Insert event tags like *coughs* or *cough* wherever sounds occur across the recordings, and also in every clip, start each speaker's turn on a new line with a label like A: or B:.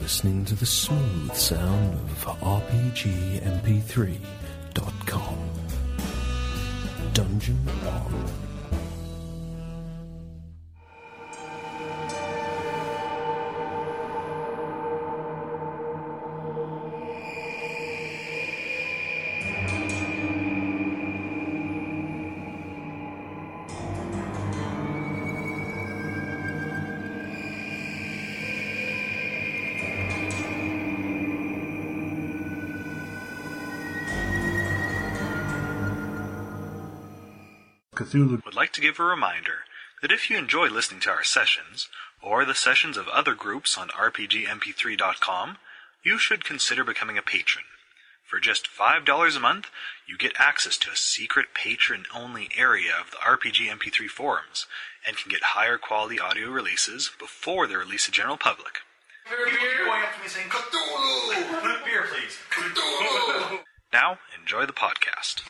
A: listening to the smooth sound of RPGMP3.com. Dungeon on.
B: Cthulhu.
C: would like to give a reminder that if you enjoy listening to our sessions, or the sessions of other groups on RPGMP3.com, you should consider becoming a patron. For just $5 a month, you get access to a secret patron only area of the RPGMP3 forums and can get higher quality audio releases before they're released to general public.
D: People keep going up to me saying, Cthulhu! Beer, please. Cthulhu!
C: Now, enjoy the podcast.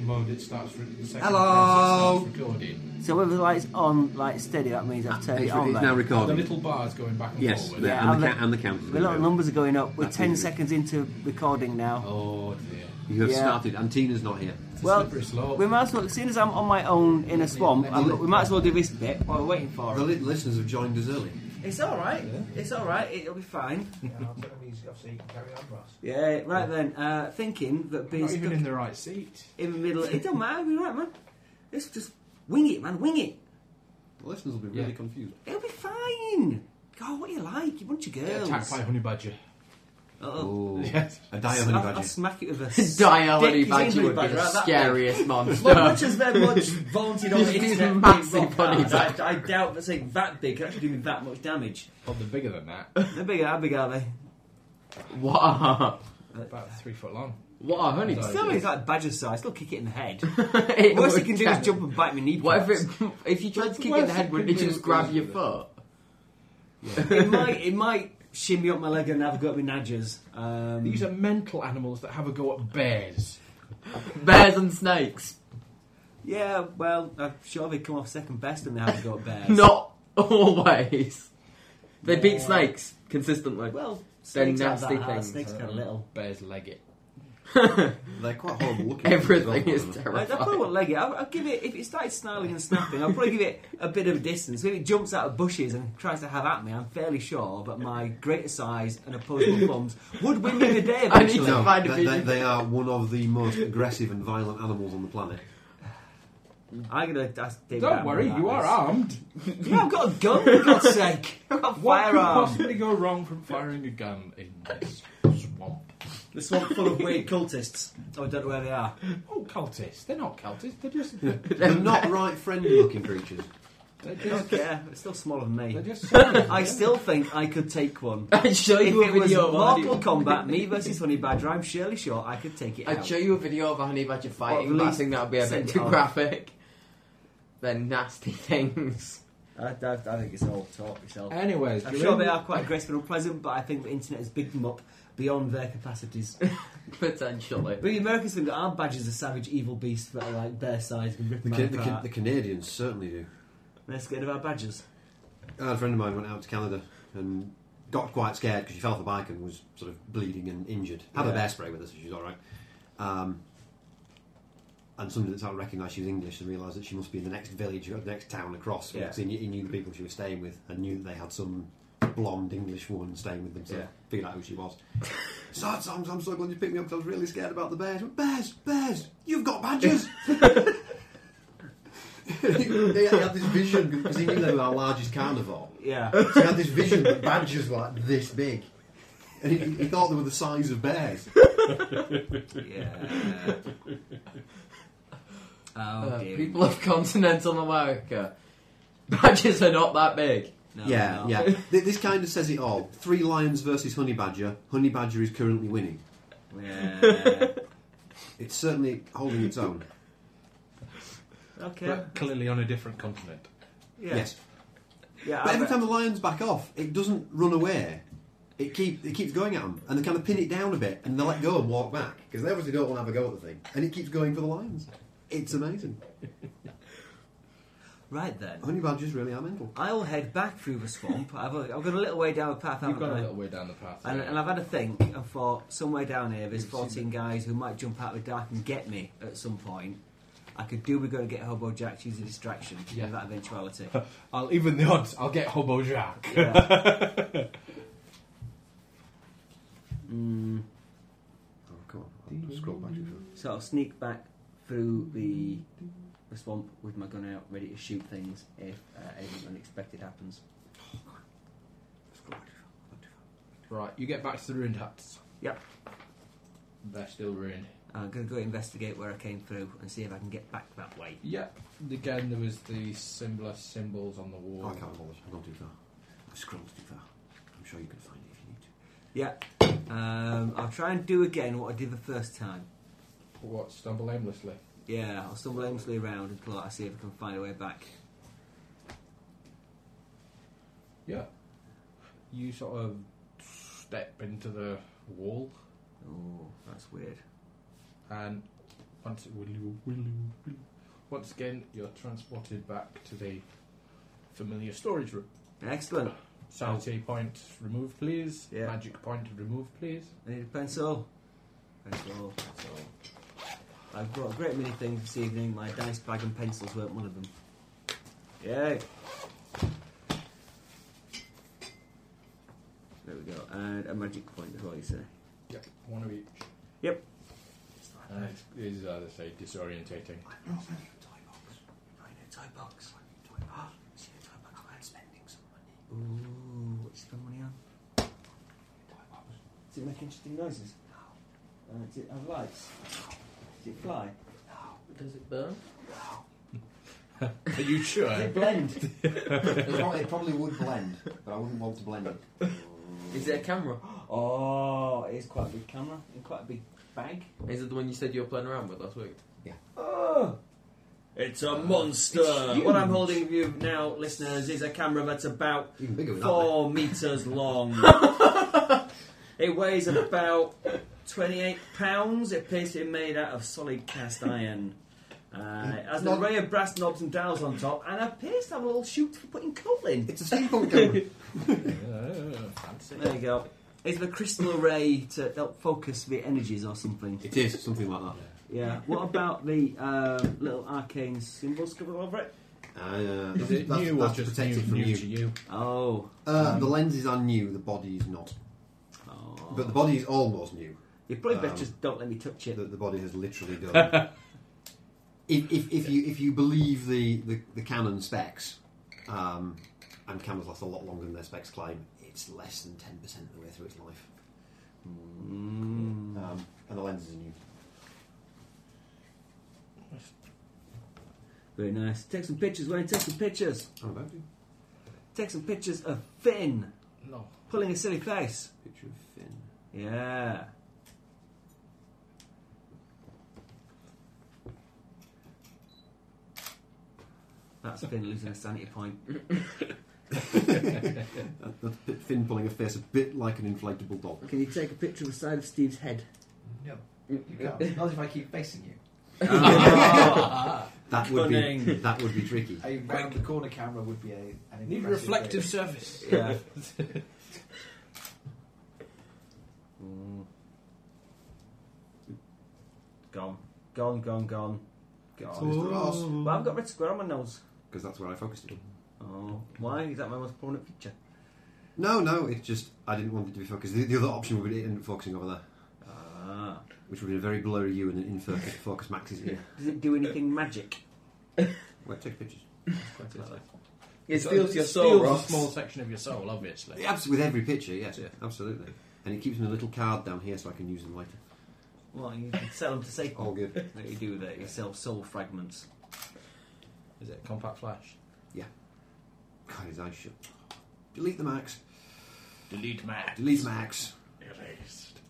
E: mode, it starts re- the second
F: Hello.
E: phase, it starts recording.
G: So when the light's on, like steady, that means I've turned
F: Ah, It's,
H: oh,
G: it on.
F: it's
G: then.
F: now
E: The
F: recording.
E: little bars going back and
F: Yes,
E: forward.
F: there,
G: Yeah,
F: and, the
G: I'm
F: ca-
G: the-
F: and the count's
G: The
F: going
G: little
F: down.
G: numbers are going up. We're
F: That's
G: ten
F: easy.
G: seconds into recording now.
E: Oh dear.
F: You have
G: Yeah.
F: started, and Tina's not here.
E: It's a
G: well,
E: slippery slope. *laughs*
G: we might as well, seeing as I'm on my own in a swamp,
F: let me
G: I,
F: look.
G: we might as well do this bit while we're waiting for
F: The
G: it.
F: li- listeners have joined us early.
G: It's all right. It's all right. It'll be fine.
E: I'll put them easy off so you can carry on, Ross.
G: Yeah. Right then. Uh, thinking that being
E: Not
G: stuck
E: even in
G: in
E: the right seat.
G: the, middle, it don't matter. We're right, man. Let's just wing it, man. Wing it.
F: The listeners will be really
E: Yeah.
F: confused.
G: It'll be fine. God, what do you like? You bunch of girls.
E: Attacked by a honey badger. *laughs*
G: Uh-oh.
F: *laughs*
E: Yes.
F: A dial
G: I'll,
F: honey
G: I'll
F: *laughs* badger.
G: smack it with a
H: Diality
G: Dick
H: Badger
G: Zingler
H: would be
G: badger,
H: the
G: right, that
H: scariest
G: Well,
H: monster.
G: much as they're much vaunted on the
H: This is
G: internet, being
H: massive
G: rock
H: bunny
G: bands, I, I doubt that saying that big could actually do me that much damage.
E: Probably bigger than
G: *laughs*
E: that.
G: How big, how big are they?
H: *laughs* What a,
E: About three foot long.
H: what a honey
G: Still, it's like badger size. Still kick it in the head.
H: *laughs* It
G: Worst
H: would
G: it can do
H: get- *laughs*
G: is jump and bite me knee.
H: Whatever
G: perhaps.
H: it, if you tried to kick it in the head, wouldn't it just grab your foot?
G: it might, it might shimmy up my leg and have a go at my nadgers. Um,
E: These are mental animals that have a go at bears.
H: Bears and snakes.
G: yeah, well, I'm sure they come off second best when they have a go at bears.
H: Not *laughs* always. They beat snakes consistently.
G: well,
H: They're
G: snakes aren't
H: nasty
G: that hard.
H: things.
G: Snakes are kind of little.
E: Bears leg it.
F: They're quite horrible looking.
H: *laughs* Everything is
G: I, I probably
H: terrifying.
G: wouldn't leg it. I'll, I'll give it if it started snarling and snapping. I'll probably give it a bit of a distance. If it jumps out of bushes and tries to have at me, I'm fairly sure that my greater size and
E: *laughs*
G: opposable thumbs would win me the day
H: I need
G: eventually.
H: to
F: No,
H: find a
F: they, they,
H: video.
F: they are one of the most aggressive and violent animals on the
H: *laughs*
F: planet.
G: I'm gonna ask David.
E: Don't
G: Attenborough
E: worry,
G: about
E: you are
G: this.
E: armed.
G: Yeah, I've got a gun. For God's sake,
E: *laughs*
G: I've got a
E: What could
G: firearm.
E: possibly go wrong from firing a gun in this swamp?
G: The swamp full of weird cultists. Oh, I don't know where
E: *laughs*
G: they are.
E: Oh, cultists. They're not cultists. They're just. *laughs*
F: They're not right friendly looking creatures.
E: They're
G: I don't
E: just.
G: care. It's still smaller than
E: They're
G: me.
E: just.
G: I still think I could take *laughs* one.
H: *laughs* I'd show
G: If
H: you
G: it
H: a
G: was
H: video of a honey-
G: Mortal Kombat, me versus Honey Badger, I'm surely sure I could take it out.
H: I'd show you a video of a honey badger
G: Or at
H: fighting, but I
G: least
H: think that would be a bit
G: send it
H: too
G: on.
H: graphic. They're nasty *laughs* things.
G: I, I, I think it's all talk itself.
E: Anyways,
G: Uh, I'm
E: you're
G: sure
E: in-
G: they are quite aggressive and unpleasant, but I think the internet has bigged them up beyond their capacities.
H: Potentially.
G: but the Americans think that our badges are savage, evil beasts that are like bear size and
F: *laughs*
G: rip
F: The,
G: them
F: Ca-
G: out
F: the, Ca-
G: apart.
F: the Canadians certainly do.
G: They're scared of our badges.
F: I had a friend of mine went out to Canada and got quite scared because she fell off the bike and was sort of bleeding and injured. Had a
G: Yeah.
F: bear spray with her, so she was all right. Um, and somebody that sort of recognised she was English and realised that she must be in the next village or the next town across.
G: Yeah.
F: Because he, knew- he knew the people she was staying with and knew that they had some blonde English woman staying with them, so
G: Yeah.
F: figured out who she was. *laughs* so I'm, so- I'm so glad you picked me up because I was really scared about the bears. Bears, bears, you've got badges! *laughs* he, he had this vision because he knew they were our largest carnivore.
G: Yeah.
F: So he had this vision that badgers were like this big. And he, he thought they were the size of bears.
G: yeah. Oh,
H: Uh,
G: dear.
H: people of continental America. Badgers are not that big.
G: No,
F: yeah,
G: no.
F: yeah.
G: *laughs*
F: Th- This kind of says it all. Three lions versus honey badger. Honey badger is currently winning.
G: Yeah.
F: It's certainly holding its own.
G: Okay.
E: but clearly on a different continent.
G: *laughs* yeah.
F: Yes.
G: Yeah,
F: But
G: I
F: every
G: bet.
F: time the lions back off, it doesn't run away. It keep it keeps going at them, and they kind of pin it down a bit, and they let go and walk back because they obviously don't want to have a go at the thing, and it keeps going for the lions. It's amazing.
G: Right then.
F: Honey badgers really are mental.
G: I will head back through the swamp. I've, I've got a little way down the path, haven't
E: You've got
G: I?
E: a little way down the path.
G: And,
E: yeah.
G: and I've had a think and thought somewhere down here there's 14 guys who might jump out of the dark and get me at some point. I could do with going to get Hobo Jack to use a distraction
E: Yeah.
G: in that eventuality.
E: I'll even the odds. I'll get Hobo Jack.
G: Yeah.
F: Oh, come on. I'll scroll back. Through.
G: so I'll sneak back through the, the swamp with my gun out, ready to shoot things if uh, anything unexpected happens.
E: *laughs* right, you get back to the ruined huts.
G: Yep.
E: They're still ruined.
G: I'm going to go investigate where I came through and see if I can get back that way.
E: Yep. Again, there was the similar symbols on the wall.
F: Oh, I can't bother. I've gone too far. I've scrolled too far. I'm sure you can find it if you need to.
G: Yeah. Um, I'll try and do again what I did the first time.
E: What? Stumble aimlessly.
G: Yeah, I'll stumble aimlessly around until I see if I can find a way back.
E: Yeah. You sort of step into the wall,
G: Oh, that's weird.
E: and once it will you, will you, will you- once again you're transported back to the familiar storage room.
G: Excellent.
E: Sanity point removed, please.
G: Yeah.
E: Magic point removed, please.
G: I need a pencil. Pencil. I've brought a great many things this evening. My dice bag and pencils weren't one of them. Yay! There we go. And a magic point as well, you say.
E: Yep. One of each.
G: Yep.
E: And it is, as I say, disorientating.
G: Ooh, what you spend money on? Does it make interesting noises? No. Uh, does it have lights? Does it fly?
H: Does it burn?
E: Are you
G: Does
E: sure?
G: it blend? *laughs*
F: It probably, it probably would blend, but I wouldn't want to blend it.
H: Is it a camera?
G: oh, it is quite a big camera and quite a big bag.
H: Is it the one you said you were playing around with last week?
G: Oh. It's a monster. what I'm holding for you now, listeners, is a camera that's about
F: Even bigger than that.
G: four
F: *laughs*
G: meters long. it weighs about 28 pounds. It appears to be made out of solid cast iron. Uh, it has an
F: Not-
G: array of brass knobs and dials on top, and appears to have a little chute for putting coal in.
F: It's a
G: *laughs*
F: steampunk camera.
E: Uh, fancy.
G: There you go. Is the crystal ray to help focus the energies or something?
F: it is something like that.
G: Yeah. What about the um, little arcane symbols covered over it?
F: Uh,
E: Is it
F: that's,
E: new
F: that's
E: or just
F: protected
E: new,
F: from
E: new
F: you.
E: to you?
G: Oh.
F: Uh, the lenses are new. The body is not.
G: Oh.
F: But the body is almost new.
G: You probably
F: Um,
G: better just don't let me touch it.
F: The, the body has literally done. if, if, if you if you believe the the, the Canon specs, um, and cameras last a lot longer than their specs claim, it's less than ten percent of the way through its life. Um, and the lenses are new.
G: Very nice. Take some pictures, Wayne. Take some pictures.
F: I'm about to
G: Take some pictures of Finn
E: No.
G: pulling a silly face.
F: picture of Finn.
G: Yeah. That's Finn losing a sanity point.
F: That's P- Finn pulling a face a bit like an inflatable
G: *laughs*
F: dog. *laughs*
G: Can you take a picture of the side of Steve's head?
B: No, you can't. Not if I keep facing you.
F: *laughs* That would be
G: Cunning.
F: that would be tricky.
B: A round the corner camera would be a, an
E: Need
B: impressive
E: reflective
B: way.
E: surface.
G: Yeah. Gone. Gone, gone, gone.
F: Oh,
G: Gone.
F: Because
G: Well, I've got red square on my nose.
F: that's where I focused it.
G: Oh, why? Is that my most prominent feature?
F: No, no, it's just I didn't want it to be focused. The, the other option would be it focusing over there,
G: Ah.
F: which would be a very blurry you and an infocus *laughs* focus maxes ear.
G: Does it do anything magic?
F: Wait, take pictures.
H: It
E: Steals
H: your
E: Steals a small section of your soul, obviously.
F: Abs- with every picture, yes,
E: Yeah.
F: absolutely. And it keeps me a little card down here so I can use them later.
G: Well, you can sell them to Satan.
F: All Oh, good.
G: That you do that. You sell soul fragments.
E: Is it a compact flash?
F: God, his eyes shut. Delete the max.
E: Delete map.
F: Delete max.
E: Erased.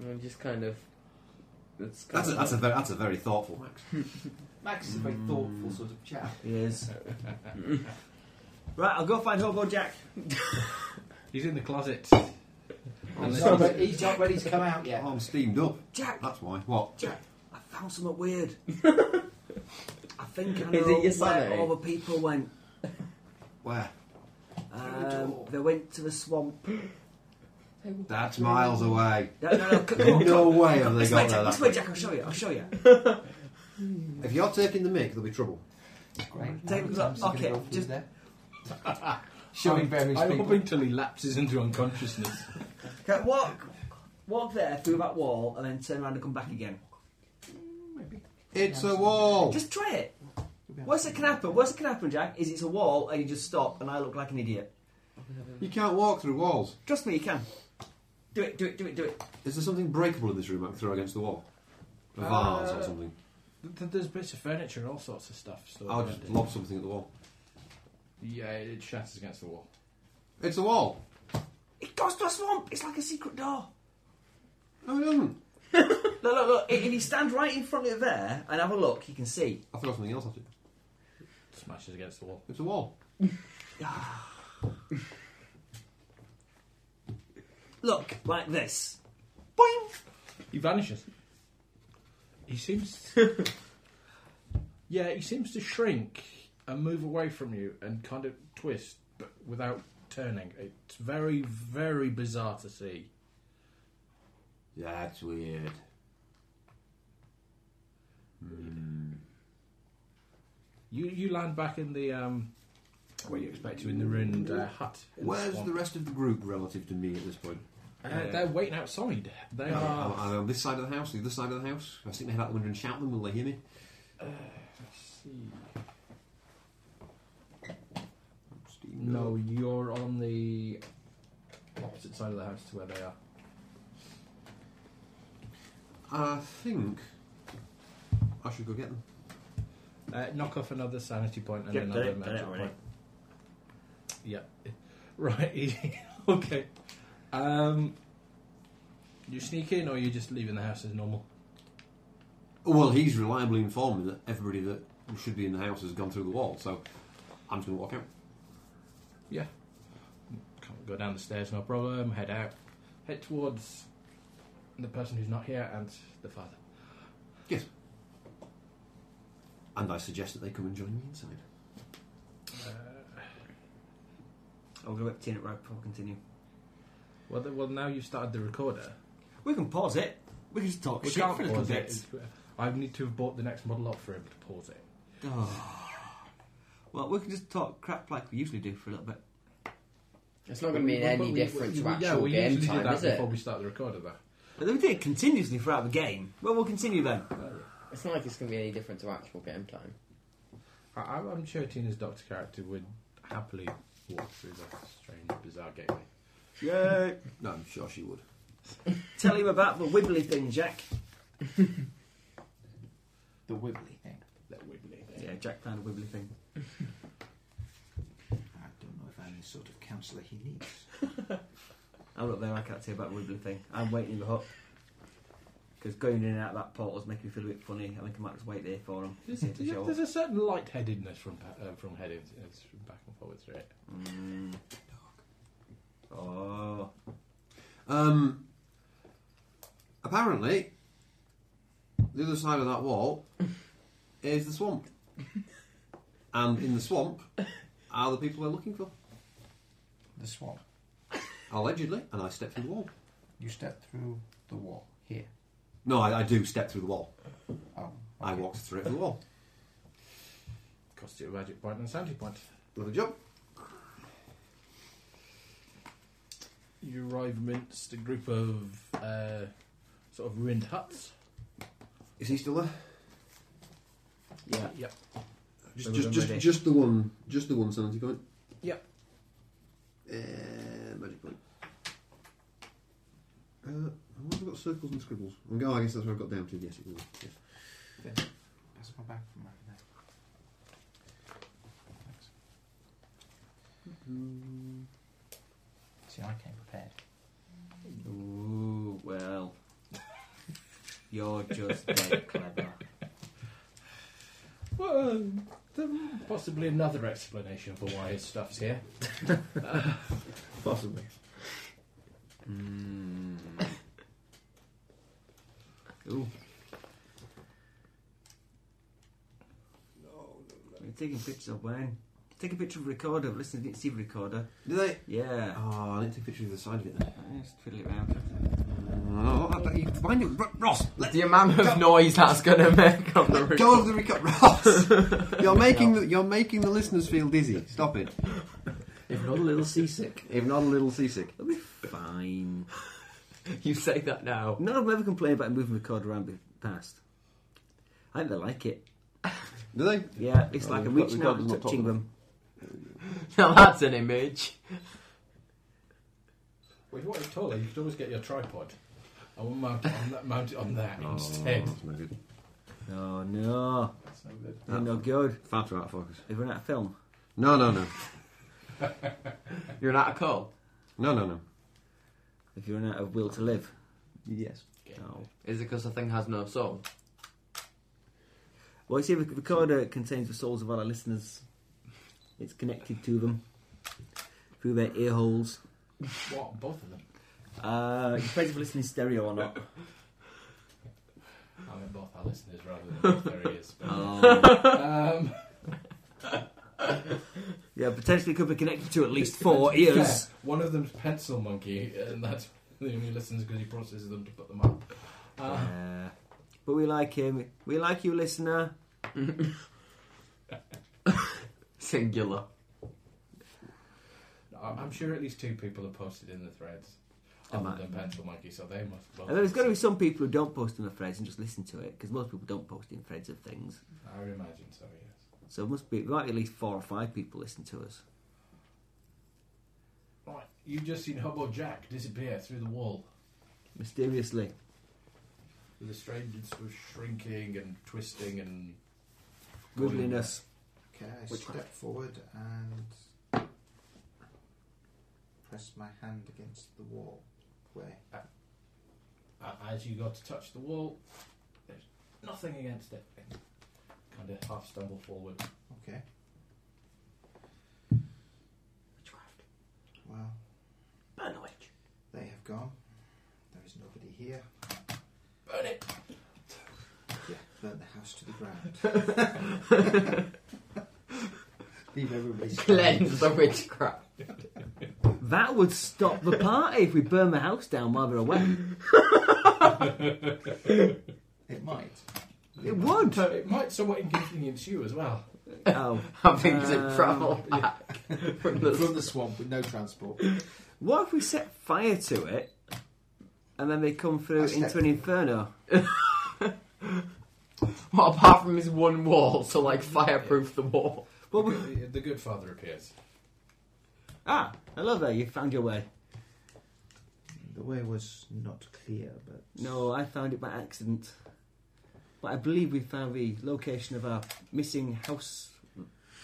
H: I'm just kind of. It's kind
F: That's a,
H: of
F: that's a very, that's a very thoughtful max.
B: Max is a very thoughtful sort of chap.
G: Yes. *laughs* right, I'll go find Hobo Jack.
E: He's in the closet.
B: He's
E: Unless
B: not,
E: he's-
B: re- Oh, he's not ready to come out yet.
F: Oh, I'm steamed up.
G: Jack!
F: That's why. What?
G: Jack! I found something weird. think I know
H: Is it your
G: where
H: sanity?
G: all the people went.
F: Where?
G: Um, they went to the swamp.
F: That's miles away.
G: No, no, no. c- Come on,
F: No way have they
G: This
F: got
G: way,
F: there.
G: Jack. This
F: that
G: way,
F: way.
G: Jack. I'll show you. I'll show you.
F: If you're taking the mick, there'll be trouble.
B: Great.
G: Take- look,
B: I'm just gonna
G: okay,
B: go through
G: just-
B: there. Showing various
E: I'm
B: people.
E: hoping till he lapses into unconsciousness.
G: *laughs* Okay, walk, walk there through that wall, and then turn around and come back again.
F: It's a wall.
G: Just try it. What's that can happen? What's that can happen, Jack? Is it's a wall and you just stop, and I look like an idiot.
F: You can't walk through walls.
G: Trust me, you can. Do it, do it, do it, do it.
F: Is there something breakable in this room I can throw against the wall? A vase or something.
E: Th- th- There's bits of furniture and all sorts of stuff. So
F: I'll Oh, just lob something at the wall.
E: Yeah, it shatters against the wall.
F: It's a wall.
G: It goes to a swamp. It's like a secret door.
F: No, it doesn't.
G: Look, look, look. If if you stand right in front of it there and have a look, you can see.
F: I forgot something else actually.
E: Smashes against the wall.
F: It's a wall.
G: Look, like this. Boing!
E: He vanishes. He seems. *laughs* yeah, he seems to shrink and move away from you and kind of twist, but without turning. It's very, very bizarre to see.
F: That's weird.
E: You you land back in the um, where you expect to in the ruined uh, hut. in the
F: Where's
E: swamp.
F: the rest of the group relative to me at this point?
E: Uh, they're waiting outside. They
F: Am
E: are.
F: I on this side of the house, the other side of the house? If I stick my head out the window and shout them, will they hear me? Uh, Steam
E: No, you're on the opposite side of the house to where they are.
F: I think I should go get them.
E: Uh, knock off another sanity point and
G: Yep, done
E: another
G: it, done
E: magic
G: it already.
E: point. Yeah. *laughs* Right. *laughs* okay. Um, you sneak in, or you just leaving the house as normal?
F: Well, he's reliably informed me that everybody that should be in the house has gone through the wall, so I'm just going to walk out.
E: Yeah. Can't go down the stairs, no problem. Head out. Head towards the person who's not here and the father.
F: Yes. And I suggest that they come and join me inside.
G: I'm going to whip tin it right before we continue.
E: Well, th- well, now you've started the recorder.
G: We can pause it. We can just talk Oh, shit for a little
E: pause
G: bit.
E: it. uh, I need to have bought the next model up for him to pause it.
G: *sighs* Well, we can just talk crap like we usually do for a little bit.
H: It's not going to mean
E: But
H: any
E: we-
H: different
E: we-
H: to
E: we-
H: actual
E: yeah, we
H: game
E: usually do
H: time,
E: that
H: is it?
E: Before we start the recorder, though.
G: But then we did it continuously throughout the game. Well, we'll continue then.
H: It's not like it's going to be any different to actual game time.
E: I, I'm- I'm sure Tina's doctor character would happily walk through that strange, bizarre gateway.
G: Yay!
F: No, I'm sure she would.
G: Tell him about the wibbly thing, Jack.
B: the wibbly thing.
E: That wibbly thing.
G: Yeah, Jack found a wibbly thing.
B: I don't know if I'm the sort of counsellor he needs.
G: I'm up there, I can't say about the wibbly thing. I'm waiting in the hut. Because going in and out of that portal's making me feel a bit funny. I think I might just wait there for him.
E: There's,
G: see if they
E: there's-
G: show
E: there's
G: up.
E: a certain lightheadedness from pa- uh, from heading it's from back and forward through it.
G: Mm. Oh.
F: Um, apparently, the other side of that wall is the swamp. And in the swamp are the people they're looking for.
B: The swamp.
F: Allegedly, and I step through the wall.
B: You step through the wall here.
F: No, I, I do step through the wall.
B: Oh,
F: I walked through it through the wall.
E: Costs you a magic point and a sanity point.
F: Another jump.
E: You arrive amidst a group of uh, sort of ruined huts.
F: Is he still there?
G: Yeah.
E: Yep.
F: Just,
G: There
F: just,
G: was
F: just,
G: already.
F: just the one, just the one sanity point.
E: Yep.
F: Uh, magic point. Uh, what have I got circles and scribbles? I'm going, I guess that's what I've got down to. Yes, it will. Yes.
B: Pass my back from back there. Thanks. See, I came prepared.
G: Ooh, well. You're just dead clever.
E: Well, um, there- possibly another explanation for why his stuff's here.
F: Possibly.
G: Hmm. Ooh. you're taking pictures of when. Take a picture of recorder. Listen, didn't see recorder.
F: Do they?
G: Yeah.
F: Oh, I need to take a picture of the side of it then.
G: I just fiddle it around.
F: Oh, I bet you find it. Ro- Ross, let,
H: The amount of noise that's going to make on the
F: let go
H: record.
F: of the record. *laughs* Ross, you're making the, you're making the listeners feel dizzy. Stop it.
H: If not a
G: *laughs*
H: little seasick.
F: If not a little seasick.
G: It'll be fine.
H: You say that now.
G: None of them ever complain about moving recorder around the past. I think they like it.
F: Do they?
G: Yeah, it's
F: Well,
G: like I'm
F: we've got-
G: reaching
F: we've got
G: out
F: them
G: and
F: on top
G: touching
F: of
G: them.
H: Now that's an image.
E: Well, if you wanted taller, you could always get your tripod. I will mount it on that, mount it on *laughs* that instead.
F: That's no good.
G: Oh no,
B: That's no good.
G: they're no good.
F: Far too out of focus.
G: If we're not a film,
F: No, no, no.
H: You're not a call.
F: No, no, no.
G: if you're not a will to live, Oh.
F: Yes.
G: no.
H: Is it because the thing has no soul?
G: Well, you see, the recorder contains the souls of all our listeners. It's connected to them through their ear holes.
E: What? Both of them?
G: Uh, it depends if we're listening stereo or *laughs* not.
E: I mean, both our listeners rather than both their ears. but-
G: *laughs* Oh.
E: Um,
G: yeah, potentially could be connected to at least four ears.
E: fair, One of them's pencil monkey, and that's the only listens because he processes them to put them up. Uh,
G: Uh, but we like him. We like you, listener.
H: Singular.
E: I'm I'm sure at least two people have posted in the threads
H: Am
E: other
H: I-
E: than pencil monkey, so they must. both-
G: And there's got to be some people who don't post in the threads and just listen to it, because most people don't post in threads of things.
E: I would imagine so. Yes.
G: So it must be, there might be at least four or five people listen to us.
E: Right, you've just seen Hobo Jack disappear through the wall
G: Mysteriously.
E: with a strange sort of shrinking and twisting and
G: Goodliness.
B: Okay, I step forward and press my hand against the wall. Where?
E: Uh, as you go to touch the wall, there's nothing against it. Kind of half stumble forward.
B: Okay. Well,
G: Burn the witch.
B: they have gone. There is nobody here.
E: Burn it!
B: Yeah, burn the house to the ground.
E: *laughs*
B: Leave everybody.
H: Cleanse the witchcraft.
G: That would stop the party if we burn the house down while they're away.
B: It might.
G: It would.
E: So it might somewhat inconvenience you as well.
G: Oh.
H: Having to
G: Um,
H: travel back from
B: From
H: the
B: the swamp with no transport.
G: What if we set fire to it and then they come through
B: That's
G: into an inferno?
H: Well, apart from his one wall, so like fireproof the wall.
G: Well, we,
E: The, the good father appears.
G: ah, hello there, you found your way.
B: The way was not clear, but
G: No, I found it by accident. But I believe we found the location of our missing house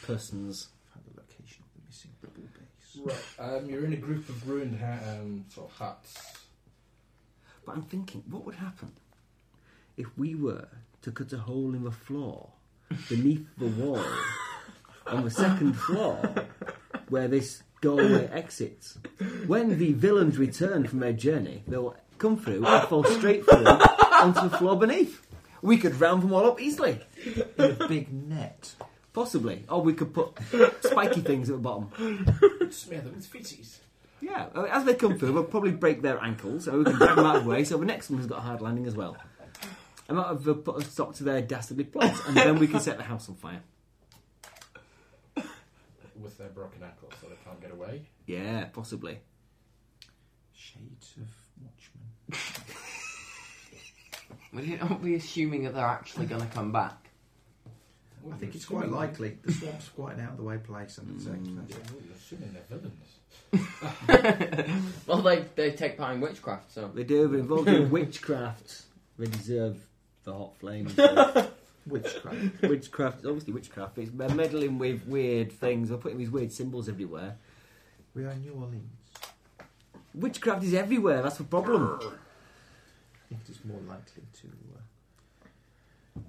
G: persons.
B: found the location of the missing rebel base.
E: Right. Um, you're in a group of ruined ha- um, sort of huts.
G: But I'm thinking, what would happen if we were to cut a hole in the floor beneath the wall on the second floor where this doorway exits? When the villains return from their journey, they'll come through and fall straight through onto the floor beneath. We could round them all up easily,
B: A big net.
G: possibly. Or we could put spiky things at the bottom.
E: Smear them with feces.
G: Yeah, I mean, as they come through, we'll probably break their ankles, so we can drag them out of the way. So the next one has got a hard landing as well. And that will put a stop to their dastardly plot, and then we can set the house on fire.
E: With their broken ankles, so they can't get away.
G: Yeah, possibly.
B: Shades of Watchmen.
H: But you don't be assuming that they're actually going to come back.
B: I think it's quite likely. The swamp's quite an out of the way place,
E: Mm.
B: and it's
E: Yeah, well, you're assuming they're villains.
H: Well, they, they take part in witchcraft, so. *laughs*
G: They do, they're involved in witchcraft. They deserve the hot flames. of
B: witchcraft.
G: witchcraft, it's obviously witchcraft, but it's, they're meddling with weird things, they're putting these weird symbols everywhere.
B: We are in New Orleans.
G: Witchcraft is everywhere, that's the problem.
B: I think it's more likely to uh,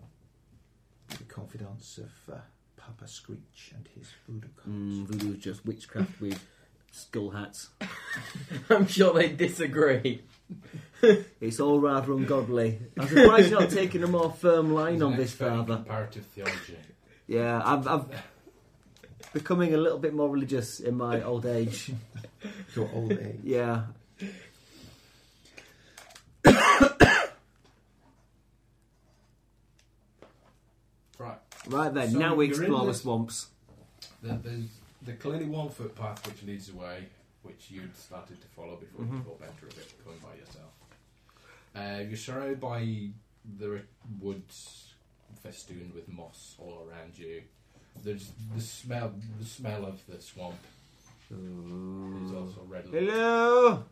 B: be the confidants of uh, Papa Screech and his voodoo cult.
G: Mm, voodoo's just witchcraft with skull hats.
H: I'm sure they disagree.
G: It's all rather ungodly. I'm surprised you're not taking a more firm line on this,
E: Expert in
G: Father.
E: Comparative theology.
G: Yeah, I've, I've becoming a little bit more religious in my old age.
B: *laughs* Your old age.
G: Yeah.
E: Right.
G: Right then,
E: So
G: now we
E: you're in
G: explore the
E: this-
G: swamps.
E: There, there's, there's clearly one footpath which leads away, which you'd started to follow before you thought better of it, going by yourself. Uh, you're surrounded by the woods festooned with moss all around you. There's the smell, the smell of the swamp. Is also readily.
G: Hello.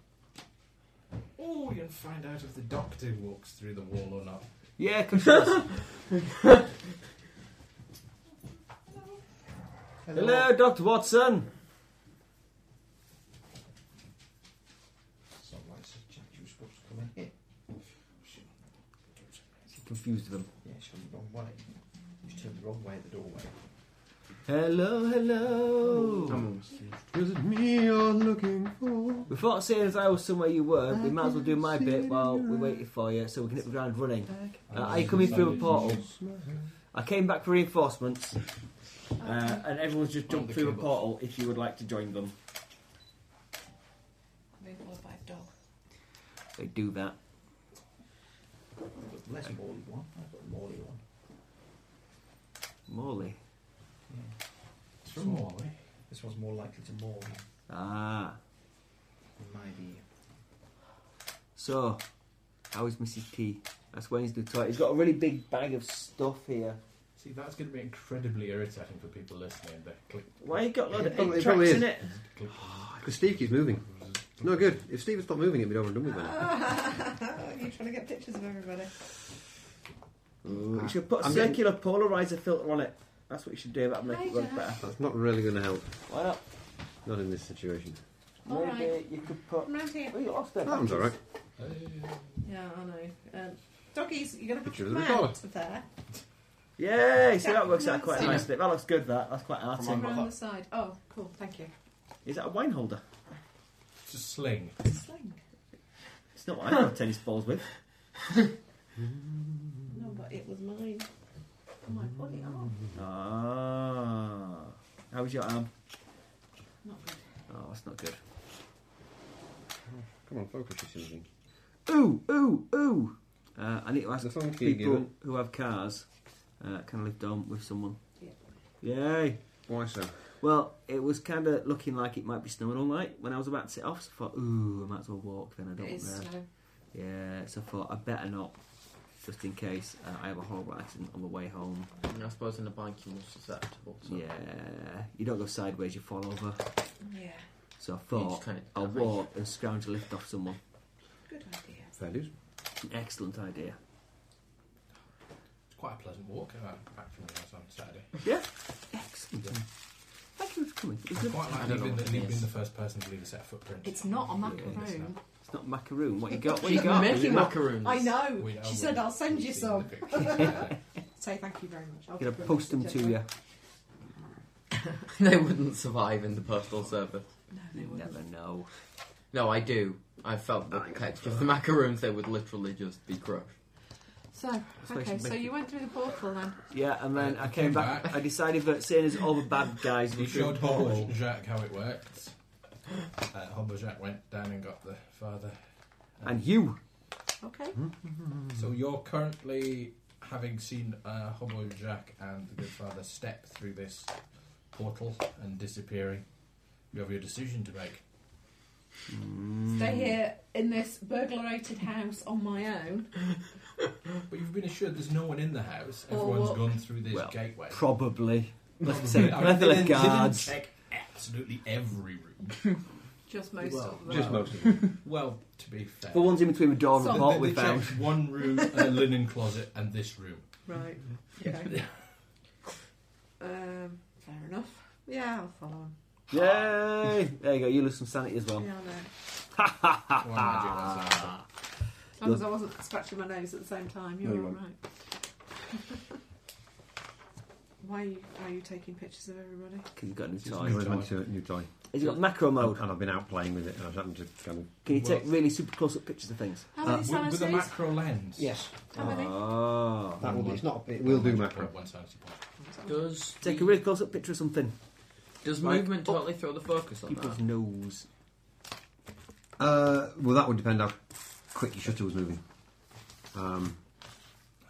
E: Oh, you can find out if the doctor walks through the wall or not.
G: Yeah, come to
E: *laughs*
G: us. Hello, Doctor Watson.
B: Someone said you were supposed to come in here.
G: Confused them.
B: Yeah, she's on the wrong way. You turned the wrong way at the doorway.
G: Hello, hello.
F: Was it me you're looking for?
G: We thought, seeing as I was somewhere you were, we might as well do my bit while we waited for you, so we can hit the ground running. Uh, are you coming through a portal? I came back for reinforcements, uh, and everyone's just jumped through a portal. If you would like to join them,
I: Reward by the dog.
G: they do that.
B: I've got the less Morley one. I've got the Morley one.
G: Morley.
E: It's from Morley.
B: This one's more likely to maul you
G: Ah,
B: than maybe.
G: so how is Mrs. T? That's Wednesday toy. He's got a really big bag of stuff here.
E: See, that's going to be incredibly irritating for people listening. They click,
G: Why you got a lot
F: It
G: of
F: probably-
G: egg
F: it probably
G: tracks
F: is.
G: in it?
E: click.
F: Because Ah, Steve keeps moving. No good. If Steve had stopped moving, it'd be over and done with by now.
I: *laughs* You're trying to get pictures of everybody.
F: Ah.
G: You should put a
F: I'm getting-
G: circular polarizer filter on it. That's what you should do. That'll make
I: Hi,
G: it work
I: Jack.
G: better.
F: That's not really going to help.
G: Why not?
F: Not in this situation.
I: All
G: Maybe
I: right.
G: you could put.
I: Come round here.
G: Oh, you lost it.
F: That one's alright.
I: Yeah, I know. Um, doggies, you're going to have
F: Picture
I: to
F: of the
I: come
F: collar.
I: out there.
G: Yay! So
I: Yeah,
G: that works out quite
I: nice.
G: nicely. That looks good. That that's quite arty.
I: Sit round the side. Oh, cool. Thank you.
G: Is that a wine holder?
E: It's a sling.
I: Sling.
G: It's not what I've got tennis balls with.
I: No, but it was mine. Oh, my bloody arm.
G: Mm-hmm. Ah, how was your arm?
I: Not good.
G: Oh, that's not good.
F: Come on, focus this evening.
G: Ooh, ooh, ooh. Uh, I need to ask
F: The phone key,
G: people
F: Gilbert.
G: who have cars uh, can I live down with someone.
I: Yeah.
G: Yay!
F: Why so?
G: Well, it was kind of looking like it might be snowing all night when I was about to sit off. So I thought, ooh, I might as well walk. Then I don't.
I: It is
G: uh,
I: slow.
G: Yeah, so I thought I better not, just in case uh, I have a horrible accident on the way home.
H: Mm, I suppose in a bike you're more susceptible. So
G: Yeah, you don't go sideways, you fall over.
I: Yeah.
G: So I
H: you
G: thought
H: just kinda-
G: I'll walk and scrounge a lift off someone.
I: Good idea.
F: Fair dues.
G: Excellent idea.
E: It's quite a pleasant walk uh, back from the house on Saturday.
G: Yeah, excellent. Thank you for coming. It was good.
E: Quite
H: I
E: like
H: don't
E: you've
H: know
E: been,
H: what it
E: the, you've
H: is.
E: been the first person to leave a set of footprints.
I: It's not a
E: it's
I: macaroon.
E: not.
G: It's not macaroon. What you got? What you
H: She's
G: got?
H: making macaroons.
I: I know.
E: We-
I: Oh, she
E: we-
I: said, I'll send
E: we've
I: you
E: seen
I: some.
E: the pictures, yeah.
I: *laughs* Say thank you very much. I'll
G: I'm
J: *laughs*
G: gonna
I: put a
G: post them to
I: message
G: you.
I: over.
H: *laughs* they wouldn't survive in the postal service.
I: No, they
G: You
I: wouldn't.
G: never know.
H: No, I do. I felt the texture of the macaroons. They would literally just be crushed.
I: So,
G: why
I: okay,
G: she's
I: so
G: making-
I: you went through the portal then.
G: Yeah, and then I came back. I decided that seeing as all the bad guys
E: *laughs*
G: were
E: You showed
G: through
E: Hobo Jacques how it worked. Uh, Hobo Jacques went down and got the father.
G: and you.
I: Okay.
E: So you're currently having seen uh, Hobo Jack and the good father step through this portal and disappearing. You have your decision to make.
I: Stay here in this burglarated house on my own.
E: But you've been assured there's no one in the house.
I: Or
E: Everyone's
I: what-
E: gone through this
G: Well,
E: gateway.
G: Probably.
H: *laughs*
G: Let's
E: I
G: say, let's
E: didn't-
G: let guards.
E: Didn't check absolutely every room.
I: Just most of them.
F: Just most of them.
E: *laughs* Well, to be fair,
G: The ones in between the door and the
I: Some.
G: vault
E: they,
G: we
E: they
G: found.
E: checked one room and a linen closet and this room.
I: Right. Okay. um, fair enough. Yeah, I'll follow him.
G: Yay! There you go, you lose some sanity as well.
I: Yeah, I know.
E: One magic that's all.
I: As long as I wasn't scratching my nose at the same time, you're *laughs*
G: No, you
I: all
G: won't.
I: right.
J: Why are you, why are you taking pictures of everybody?
G: Because you've got a new
F: I
G: toy.
F: always went to a new toy.
G: Has it got macro mode?
F: And I've been out playing with it, and I was having to kind of.
G: Can you take really super close up pictures of things?
J: How many
E: With, with a
J: sinuses?
E: macro lens.
F: Yes,
J: How many?
G: Oh.
F: that will be. It's not. It will do macro.
E: One sanity point.
H: Does
G: Take a
H: the-
G: really close up picture of something.
H: does
G: like,
H: movement
G: oh,
H: totally throw the focus on
G: People's
H: that?
G: nose.
F: Uh, well, that would depend how quick your shutter was moving. Um,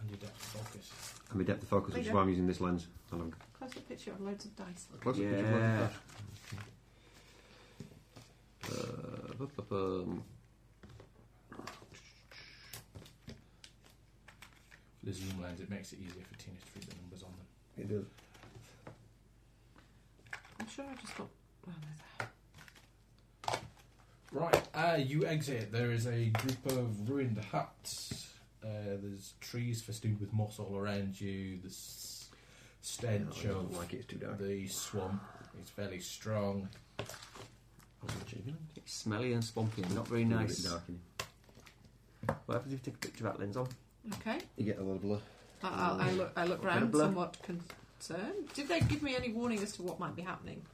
E: And your depth of focus.
F: and my depth of focus, which is why I'm using this lens. And I'm
J: Close up picture of loads of dice.
F: close up, picture,
G: Yeah.
F: close up, close. Uh, bu- bu- bum.
E: The zoom lens, it makes it easier for teens to read the numbers on them.
F: It does.
J: I'm sure I just got. Oh, there's that.
E: Right, uh, you exit. There is a group of ruined huts. Uh, there's trees festooned with moss all around you. The s- stench
F: Yeah, it doesn't
E: of
F: look like Oh, it's too dark.
E: the swamp is fairly strong.
G: It's smelly and spunky and not very
F: It's a bit
G: nice.
F: dark in here.
G: What happens if you take a picture of that lens on?
J: Okay.
F: You get a lot of blur.
J: I, Uh, I, I look, I look round
G: Um, blur.
J: somewhat concerned. Did they give me any warning as to what might be happening?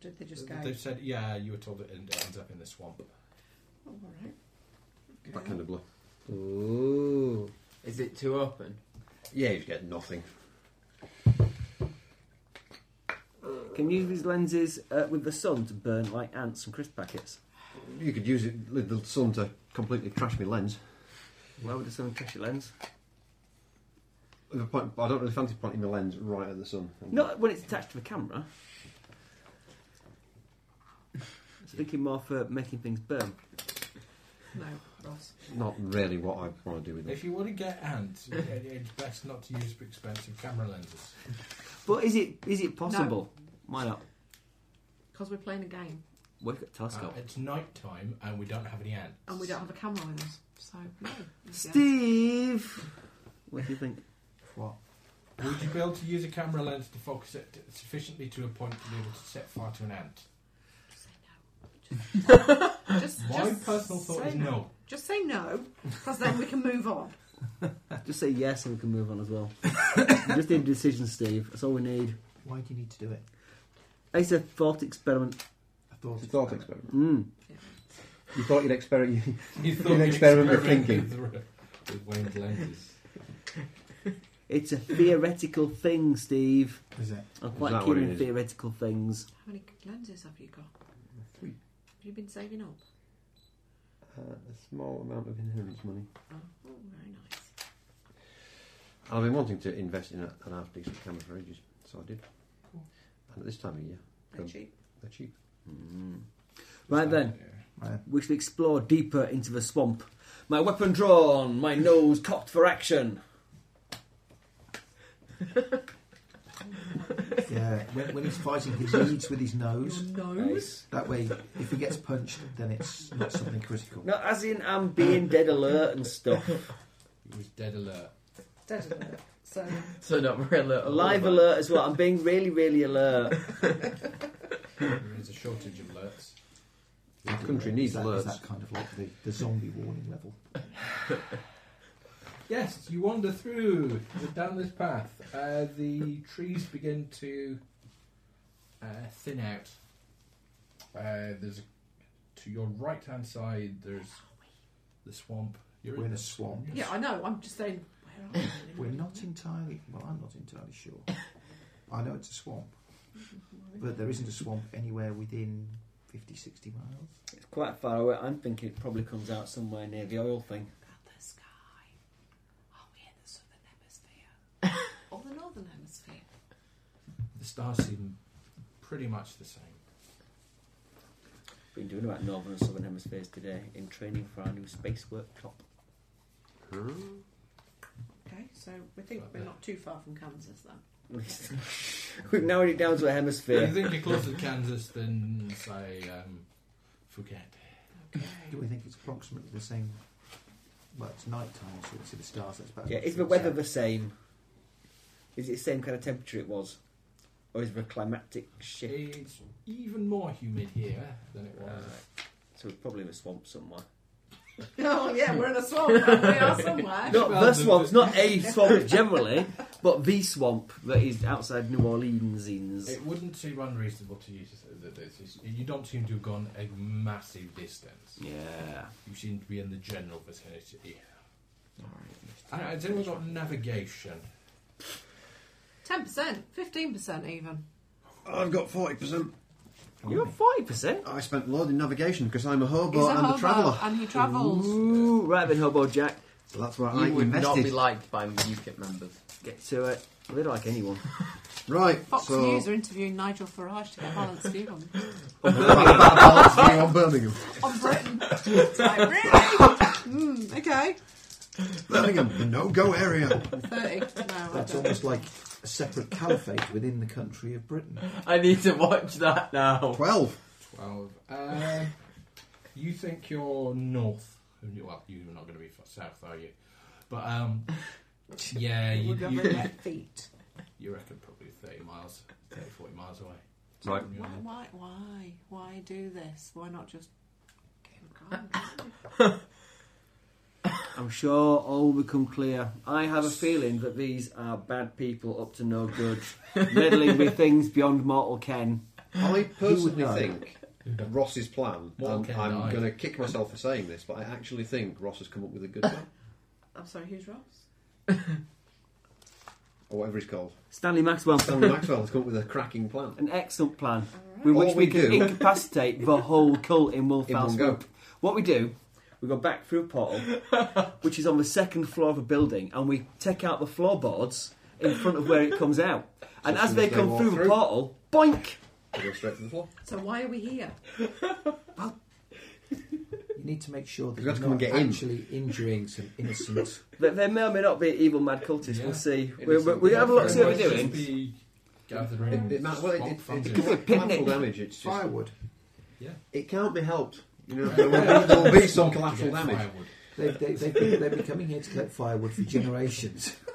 J: Did they just go?
E: They've said, yeah, you were told it end- ends up in the swamp.
J: Oh, all right.
F: That kind of blur.
H: Ooh. Is it too open?
F: Yeah, you get nothing.
G: Can you use these lenses uh, with the sun to burn like ants and crisp packets?
F: You could use it with the sun to completely trash my lens.
G: Why would the sun crash your lens?
F: The point, I don't really fancy pointing my lens right at the sun.
G: Not when it's attached to the camera. I was thinking more for making things burn.
J: No, Ross.
F: not really what I want to do with it.
E: If you want to get ants, it- it's best not to use expensive camera lenses.
G: But is it is it possible? Why not?
J: Because we're playing a game
G: Work at
E: Uh,
G: telescope.
E: it's night time and we don't have any ants.
J: and we don't have a camera with us, so no.
G: Steve, what do you think?
E: Would you be able to use a camera lens to focus it sufficiently to a point to be able to set fire to an ant?
J: Just,
E: *laughs* My
J: just
E: personal thought
J: say
E: is no.
J: Just say no, because then we can move on.
G: Uh, Just say yes, and we can move on as well. we just need a decision, Steve. That's all we need.
B: Why do you need to do it?
G: I said thought experiment.
B: I thought
F: It's a thought experiment.
G: Mm.
F: You *laughs* thought you'd experiment.
E: *laughs* You
F: thought An you'd experiment of experiment thinking.
E: With, Wayne's lenses.
G: It's a theoretical thing, Steve.
B: Is it?
G: I'm
F: Is
G: quite
F: that
G: keen
F: what it
G: on
F: is?
G: theoretical things.
J: How many lenses have you got?
F: Three.
J: Have you been saving up?
F: Uh, a small amount of inheritance money.
J: Oh, oh, very nice.
F: I've been wanting to invest in a, an half decent camera for ages, so I did. And at this time of year,
J: They're
F: Good.
J: cheap.
F: they're cheap.
G: Right then,
B: Yeah.
G: we should explore deeper into the swamp. My weapon drawn, my nose cocked for action.
B: Yeah. When, when he's fighting, he leads with his nose.
J: Your nose.
G: Nice.
B: That way, if he gets punched, then it's not something critical.
G: No, as in I'm being dead alert and stuff.
E: He was dead alert.
J: Dead alert. So
H: So not really
G: Live alert as well. I'm being really, really alert.
E: There is a shortage of alerts.
F: Our country needs
B: Is that,
F: alerts.
B: is that kind of like the, the zombie warning level?
E: Yes, you wander through the, down this path. Uh, the trees begin to uh, thin out. Uh, there's a, to your right hand side. There's the swamp. You're
B: We're in
E: the
B: a swamp.
J: yeah, I know. I'm just saying. Where are we?
B: We're not entirely. Well, I'm not entirely sure. I know it's a swamp, but there isn't a swamp anywhere within 50, 60 miles.
G: It's quite far away. I'm thinking it probably comes out somewhere near the oil thing.
J: About the sky.
I: Oh,
J: Are we in the southern *laughs* hemisphere or the northern hemisphere?
E: The stars seem pretty much the same.
G: Been doing about northern and southern hemispheres today in training for our new space workshop.
J: Okay, so we think we're not too far from Kansas
G: *laughs*
J: then.
G: We've narrowed it down to a
E: You
G: hemisphere.
E: think you're closer to Kansas than say um, Phuket?
J: *laughs*
B: Do we think it's approximately the same? Well, it's night time, so we can see the stars. That's about
G: Yeah, is the weather the same? Is it the same kind of temperature it was? Or is there a climatic shift?
E: It's even more humid here than it was.
G: So we're probably in a swamp somewhere.
J: Oh yeah, we're in a swamp. now. we are somewhere.
G: Not
E: Well,
G: the
E: the- *laughs*
G: swamps, not a swamp generally. But the swamp that is outside New Orleans. is
E: It wouldn't seem unreasonable to you to say that this is. You don't seem to have gone a massive distance.
G: Yeah.
E: You seem to be in the general vicinity.
B: All
E: I, I think we've got navigation.
I: Ten percent, fifteen percent, even.
F: I've got forty percent.
E: Oh,
G: You're at 40%.
F: I spent a lot in navigation because I'm a hobo
I: He's a
F: and
I: hobo
F: a traveller.
I: and he travels.
G: Ooh, right then, Hobo Jack.
F: So that's where
H: You
F: I
H: would not be
F: invested.
H: liked by UKIP members.
G: Get to it. They don't like anyone.
F: Right.
I: Fox
F: so
I: News are interviewing Nigel Farage to get a balanced view on,
J: *laughs*
F: That's me on Birmingham.
I: on
J: *laughs*
I: Britain. It's like, really? mm, okay.
F: Birmingham, the no-go area.
I: 30. No, I
B: That's
I: don't.
B: almost like a separate caliphate within the country of Britain.
H: I need to watch that now.
F: Twelve.
E: 12. Uh, you think you're north. Well, you're not going to be f- south, are you? But, um,
H: *laughs*
E: yeah, you,
I: Would you
E: you,
I: have
E: you,
I: left feet?
E: reckon probably 30 miles, 30, 40 miles away.
F: Right.
E: From your
I: Why,
E: north.
I: why, why, why do this? Why not just get on?
G: I'm sure all will become clear. I have a feeling that these are bad people up to no good, meddling with things beyond mortal ken.
F: *laughs* I personally
B: know?
F: think Ross's plan.
E: What
F: and
E: can
F: I'm
E: I?
F: going to kick myself for saying this, but I actually think Ross has come up with a good plan,
I: *coughs* I'm sorry, who's Ross?
F: or whatever he's called.
G: Stanley Maxwell.
F: Stanley Maxwell has come up with a cracking plan.
G: An excellent plan with
F: All
G: which we,
F: we
G: can
F: do-
G: incapacitate the whole cult in
F: In
G: Wolfhouse
F: one go.
G: Group. What we do, we go back through a
F: *laughs*
G: portal, which is on the second floor of a building, and we take out the floorboards in front of where it comes out.
F: *laughs*
G: And
F: So
G: as
F: as
G: they
F: they
G: come
F: walk
G: through, the
F: through-
G: portal, boink!
F: We go straight to the floor.
I: So why are we here?
B: You need to make sure that
F: You've got
B: you're
F: to come
B: not
F: and get in.
B: actually injuring some
F: *laughs*
B: innocent.
G: There, there may or may not be evil mad cultists, we'll see.
F: It
G: We'll,
F: is
G: we'll,
F: something.
G: we'll have a look,
E: Very
G: see what
E: much
G: we're
E: just
G: doing.
E: be gathered around
F: It, it, ma- well, it,
E: swamp
F: it, it, could
E: fountain.
F: be
E: *laughs*
F: collateral
G: picnic.
F: damage. It's just,
B: Firewood.
F: it can't be helped. You know, there will be, there will be some collateral
E: Get
F: damage.
E: firewood.
B: They've, they, they've, been, they've been coming here to collect firewood for generations.
F: *laughs*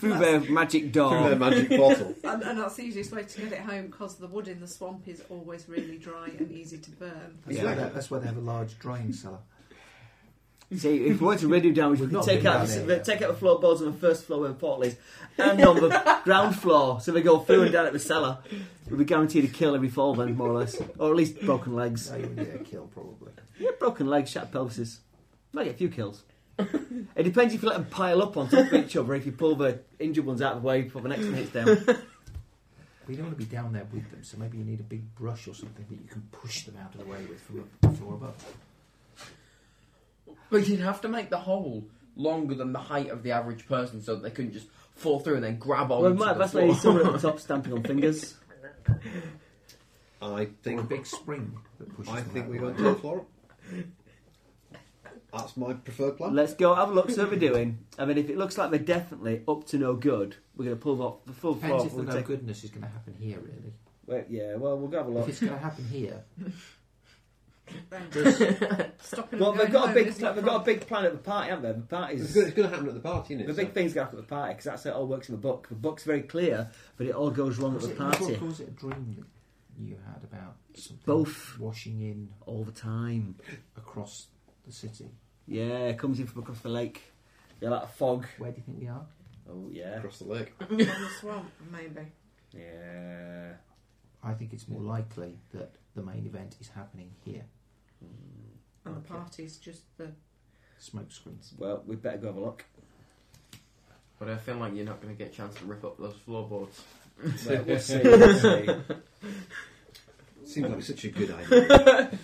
G: Through their magic
F: Through their
G: door.
F: magic portal.
I: And, and that's the easiest way to get it home because the wood in the swamp is always really dry and easy to burn.
B: That's,
F: Yeah.
B: why, they, that's why they have a large drying cellar.
G: See, if we were to radio damage, we
B: We've
G: could
B: not
G: take
B: been
G: out,
B: down
G: the,
B: there
G: the,
B: yet.
G: take out the floorboards on the first floor where the portal is, and on the ground floor, so they go through and down at the cellar. We'll be guaranteed a kill every fall then, more or less. Or at least broken legs.
B: So you wouldn't get a kill, probably.
G: Yeah, broken legs, shattered pelvises. Might get a few kills. It depends if you let them pile up on top of each other, if you pull the injured ones out of the way before the next one hits down.
B: We don't want to be down there with them, so maybe you need a big brush or something that you can push them out of the way with from the floor above.
H: But you'd have to make the hole longer than the height of the average person so that they couldn't just fall through and then grab on.
G: well, we might have asked lady
B: *laughs*
G: someone at the top stamping on fingers.
F: I
B: Or a
F: think
B: big spring that pushes
F: I
B: them
F: think
B: out
F: we
B: of
F: go
B: the way.
F: to the floor. That's my preferred plan.
G: Let's go have a look, see what we're doing. I mean, if it looks like they're definitely up to no good, we're going to pull off the full
B: Depends
G: floor.
B: if the
G: We'll
B: no
G: take-
B: goodness is going to happen here, really.
G: Wait, yeah, well, we'll go have a
B: If
G: look.
B: it's going to happen here,
I: Stopping
G: Well,
I: them going
G: they've got a
I: home
G: big,
I: isn't
G: they've got a big plan at the party, haven't they? The
F: It's
G: party's
F: going, it's going to happen at the party, isn't it?
G: the big things go happen at the party because that's how it all works in the book. The book's very clear, but it all goes wrong at
B: was
G: the
B: it, in the
G: party
B: book or was it a dream that you had about something
G: Both.
B: washing in
G: all the time.
B: across the city?
G: Yeah, it comes in from across the lake. Yeah, like a fog.
B: Where do you think we are?
G: Oh yeah,
F: across the lake.
I: it? From the swamp, maybe.
G: yeah.
B: I think it's more likely that the main event is happening here.
I: And the party's just the.
B: Smoke *laughs* screens.
G: Well, we would better go have a look.
H: But I feel like you're not going to get a chance to rip up those floorboards.
G: Well, we'll see, we'll see.
F: *laughs* Seems like such a good idea.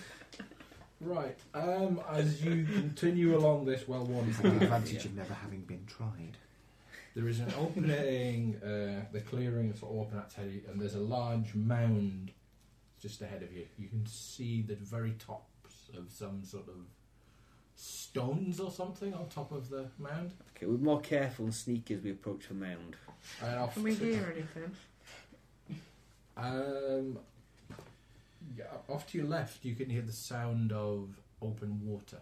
E: Right, um, as you continue along this well worn
B: We've had the advantage of never having been tried.
E: There is an opening, uh, the clearing is open at Teddy, and there's a large mound just ahead of you. You can see the very tops of some sort of stones or something on top of the mound.
G: Okay, we're more careful and sneaky as we approach the mound.
E: And off
I: Can we hear anything?
E: Um, yeah, off to your left, you can hear the sound of open water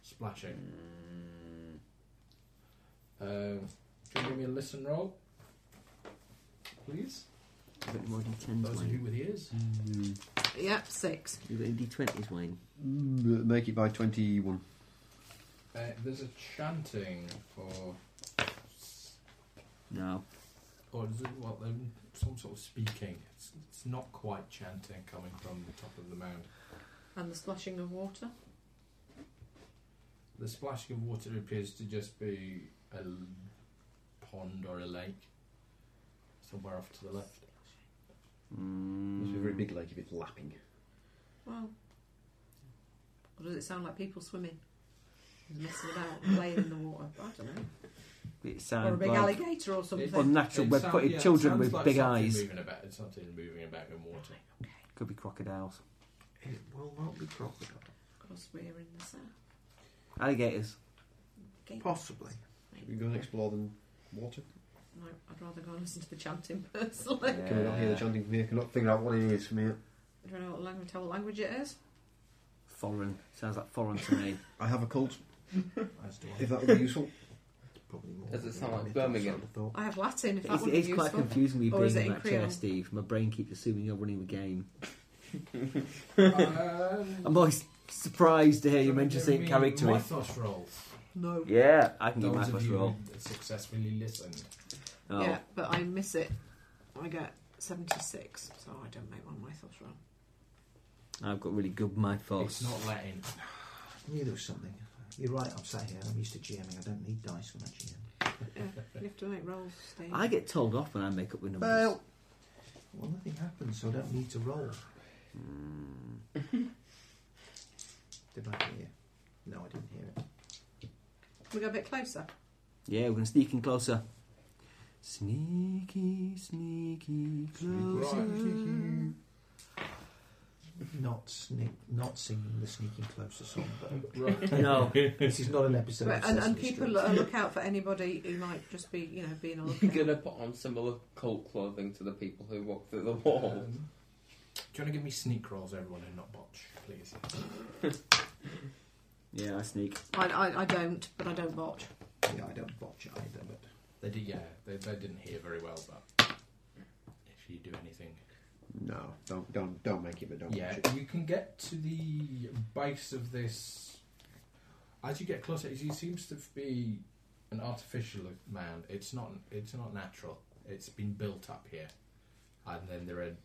E: splashing. Um, can you give me a listen roll, please?
G: A bit more D10s,
E: Those of you
G: Wayne.
E: with ears.
I: Yep, six.
G: You got any D20s, Wayne?
K: Mm,
F: Make it by twenty-one.
E: Uh, there's a chanting for
G: No.
E: Or is it well, um, some sort of speaking? It's, it's not quite chanting coming from the top of the mound.
J: And the splashing of water.
E: The splashing of water appears to just be a l- pond or a lake somewhere off to the left.
G: Mm.
K: Must be a very big lake if it's lapping.
J: Well, or does it sound like people swimming? Messing about, playing in the water. I don't know.
G: It
J: Or a
G: sounds
J: big
G: like
J: alligator or something.
G: unnatural
E: It
G: web
E: sound-
G: footed
E: yeah, it
G: children
E: sounds
G: with
E: like
G: big
E: something
G: eyes.
E: Moving about, it's something moving about in water.
G: Could be crocodiles.
B: It will not be crocodile.
J: Because we're in the south.
G: Alligators.
J: Okay.
B: Possibly.
K: Should we go and explore the water?
J: No, I'd rather go and listen to the chanting personally.
K: Can we not hear the chanting from here? Can we not figure out what it is from here?
J: I don't know what language, what language it is.
G: Foreign. Sounds like foreign to
J: *laughs*
G: me.
K: I have a cult,
B: As do I.
K: if that would be *laughs* useful.
B: Probably more.
H: Does it
B: than
H: sound
B: the
H: like
B: myth,
H: Birmingham?
B: sort *laughs* of thought.
J: I have Latin, if that
G: It's,
J: would
G: it's
J: be
G: quite
J: useful.
G: confusing me
J: Or
G: being
J: is
G: in
J: it in
G: that chair,
J: Creole?
G: Steve. My brain keeps assuming you're running the game.
E: *laughs* um,
G: I'm always surprised to hear you mention
E: Give
G: Saint
E: me
G: Carrick to me.
E: Mythos rolls.
J: No.
G: Yeah, I can get my
E: Those of
G: first
E: you
G: roll.
E: who successfully listened.
G: Oh.
J: Yeah, but I miss it. I get 76, so I don't make one myself wrong.
G: I've got really good my
E: It's
G: thoughts.
E: not Latin.
B: I knew there was something. You're right, I'm sat here. I'm used to GMing. I don't need dice when I GM.
J: Yeah, you have to make rolls, Steve.
G: I get told off when I make up the numbers.
B: Well, nothing happens, so I don't need to roll. Hmm. Did I hear? No, I didn't hear it.
J: we go a bit closer.
G: yeah, we're gonna sneak in closer. Sneaky, sneaky, closer.
B: Not sneak, not singing the sneaking closer song, but *laughs*
E: Right.
G: No,
B: this is not an episode.
J: But,
B: of
J: and and
B: Sesame
J: keep a
B: Street.
G: *laughs*
J: lo- a lookout for anybody who might just be, you know, being a
H: You're
J: lookout.
H: gonna put on similar cult clothing to the people who walk through the
G: oh.
H: wall.
E: Um, do you want to give me sneak rolls, everyone, and not botch, please?
G: yeah, I sneak.
J: I, I, I don't, but I don't watch.
B: Yeah, I don't botch it either, but
E: They did, yeah. They, they didn't hear very well, but if you do anything,
K: No, don't, don't, don't make it, but don't
E: yeah,
K: watch it.
E: you can get to the base of this. As you get closer, it seems to be an artificial mound. It's not. It's not natural. It's been built up here, and then there are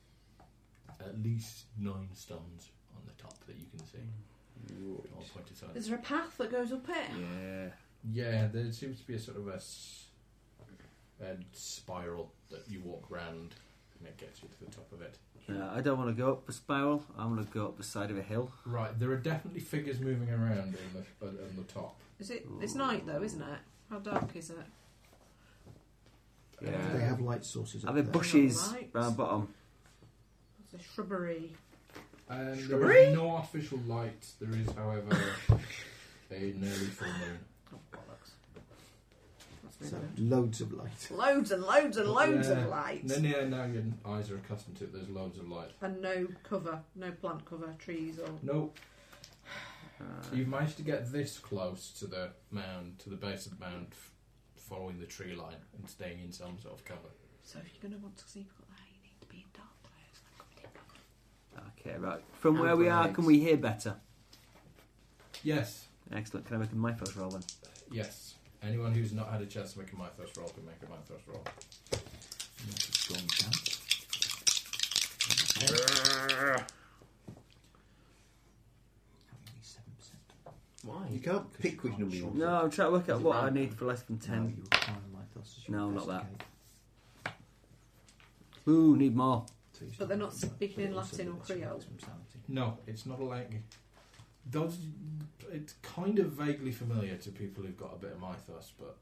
E: at least nine stones on the top that you can see. All pointed sides.
J: Is there a path that goes up it?
G: Yeah.
E: Yeah, there seems to be a sort of a, s- a spiral that you walk round and it gets you to the top of it.
G: Uh, I don't want to go up a spiral. I want to go up the side of a hill.
E: Right, there are definitely figures moving around on the, on, on the top.
J: Is it? It's night though, isn't it? How dark is it?
B: they
G: Yeah.
B: have light sources.
G: Are
B: up
G: there
B: there.
G: bushes
J: Lights.
G: round bottom?
J: It's a shrubbery.
E: Um, there is no official light. There is, however, a nearly full moon.
J: Oh bollocks! That's
B: So,
J: really
B: loads of light.
J: good. Loads and loads and loads
E: Yeah.
J: of light.
E: Then, yeah, now your eyes are accustomed to it. There's loads of light.
J: And no cover, no plant cover, trees or
E: Nope. You've managed to get this close to the mound, to the base of the mound, f- following the tree line and staying in some sort of cover.
J: So if you're going to want to sleep at night, you need to be in dark clothes. Like a bit of-
G: Okay, right. From where
H: And
G: we are,
H: legs.
G: can we hear better?
E: Yes,
G: Excellent. Can I make a my first roll then?
E: yes. Anyone who's not had a chance to make a Mythos roll can make a Mythos roll.
B: Not a strong chance. Only 7%.
K: Why? You can't pick which number you want.
G: No, I'm trying to work out what I need for less than
B: No,
G: ten.
B: you require Mythos as your
G: No, not that.
B: investigate.
G: Ooh, need more.
B: So you
J: But they're not
B: start with
J: speaking in
B: But also
J: Latin or
B: that's your
J: Creole.
B: maximum sanity.
E: No, it's not a language. Those, it's kind of vaguely familiar to people who've got a bit of Mythos, but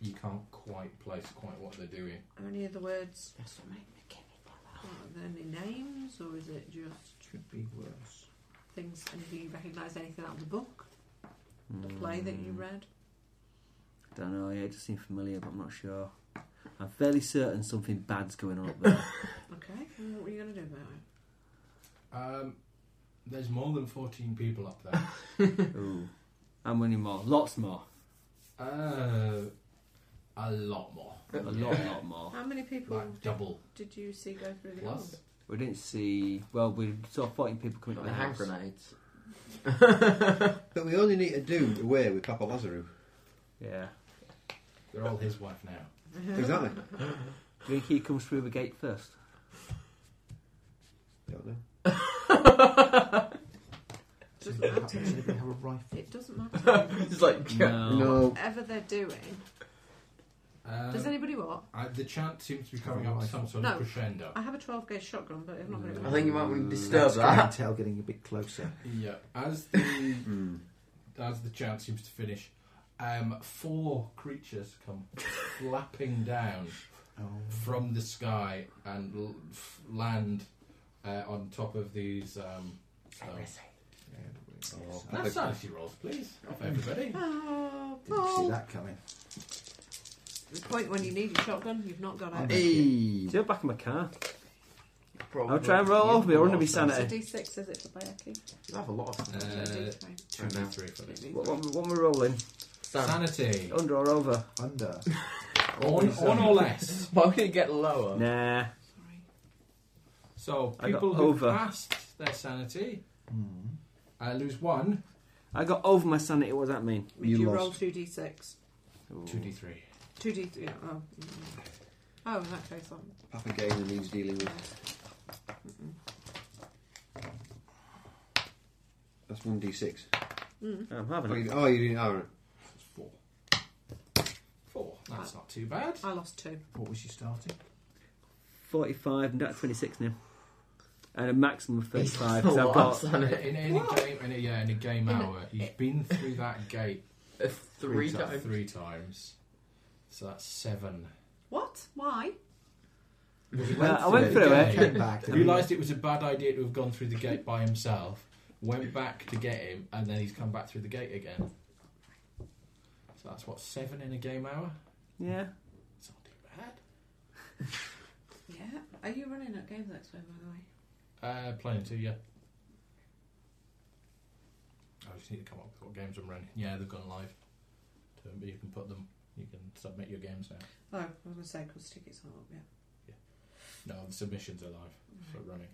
E: you can't quite place quite what they're doing.
J: Are any of the words? That's what made me give Are there any names or is it just
B: Should be worse.
J: things? Anything you recognise? Anything out of the book, the play that
B: Mm.
J: you read?
G: Don't know. Yeah, it does seem familiar, but I'm not sure. I'm fairly certain something bad's going on up there.
J: Okay. Well, what were you going to do about it?
E: Um, there's more than 14 people up there.
G: *laughs* Ooh, how many more? Lots more.
E: *laughs* uh, a lot more.
G: A lot, lot more.
J: How many people
E: Like double
J: did you see go through the
E: plus.
J: hole?
G: We didn't see. Well, we saw 14 people coming
H: Got
G: up
H: the
G: the
H: hand
G: house.
H: grenades.
K: But we only need to do away with Papa Lazaru.
G: Yeah.
E: They're all his wife now.
K: Exactly.
G: Do you think he comes through the gate first?
K: Don't know.
B: Does
J: Doesn't matter.
B: anybody have a rifle?
J: It doesn't
B: *laughs*
J: matter.
H: *laughs* It's like, yeah.
K: No.
J: Whatever they're doing.
E: Uh,
J: Does anybody what?
E: I, the chant seems to be coming up to some sort
J: no.
E: of crescendo.
J: I have a 12 gauge shotgun, but I'm not going to.
H: I think you might want to disturb
B: That's
H: that.
B: Tail getting a bit closer.
E: Yeah, as
G: *laughs*
E: the
G: Hmm.
E: as the chant seems to finish, um, four creatures come flapping down
G: Oh.
E: from the sky and l- f- land uh, on top of these. Um, oh, that's nicely rolls, please, off everybody.
J: Oh,
B: Didn't see
J: Paul.
B: that coming.
J: The point when you need a shotgun, you've not got
F: Uh,
J: it.
G: Do you back in my car? I'll try and roll off me, I wouldn't be
J: It's a
G: sanity.
J: D6, is it, for Bayaki?
F: You have a lot of.
J: It's a
E: Uh,
J: D5.
E: two D three for this.
G: What, what, what am I rolling?
E: Sanity,
G: Under or over?
B: Under.
G: oh,
E: on, on or less.
H: Why would it get lower?
G: Nah.
J: Sorry.
E: So
G: I got
E: people who
G: over. Hmm.
E: passed their sanity uh, lose one.
G: I got over my sanity, what does that mean?
J: You,
K: You
J: roll
K: lost.
J: 2d6.
E: Two D three.
J: 2d. Yeah, oh. mm. Oh, in that case, I'm.
K: Papa Gainer needs dealing with. That's one d six.
G: I'm
K: Oh,
G: having it.
K: you, oh, you didn't. Oh, right.
E: That's four. Four. That's not too bad.
J: I lost two.
B: What was she starting?
G: 45 and that's 26 now. And a maximum of 35
H: It's
G: because
H: a
G: I've
H: lot,
G: got.
H: isn't
E: In,
H: it?
E: in any game, in a, yeah, in a game
J: In a-
E: hour, he's been through that gate
H: Uh, Three
E: ti-
H: times.
E: Three times. So that's seven.
J: What? Why?
G: Well, I went through
E: Yeah.
G: it.
B: Came back.
E: Realised it was a bad idea to have gone through the gate by himself. Went back to get him, and then he's come back through the gate again. So that's what seven in a game hour.
G: Yeah.
E: It's not too bad.
J: Yeah. Are you running at games next week, by the way?
E: Uh, playing two, yeah. I just need to come up with what games I'm running. Yeah, they've gone live. So you can put them. You can submit your games now.
J: Oh, I was going to say, because tickets aren't up yet.
E: No, the submissions are live for running.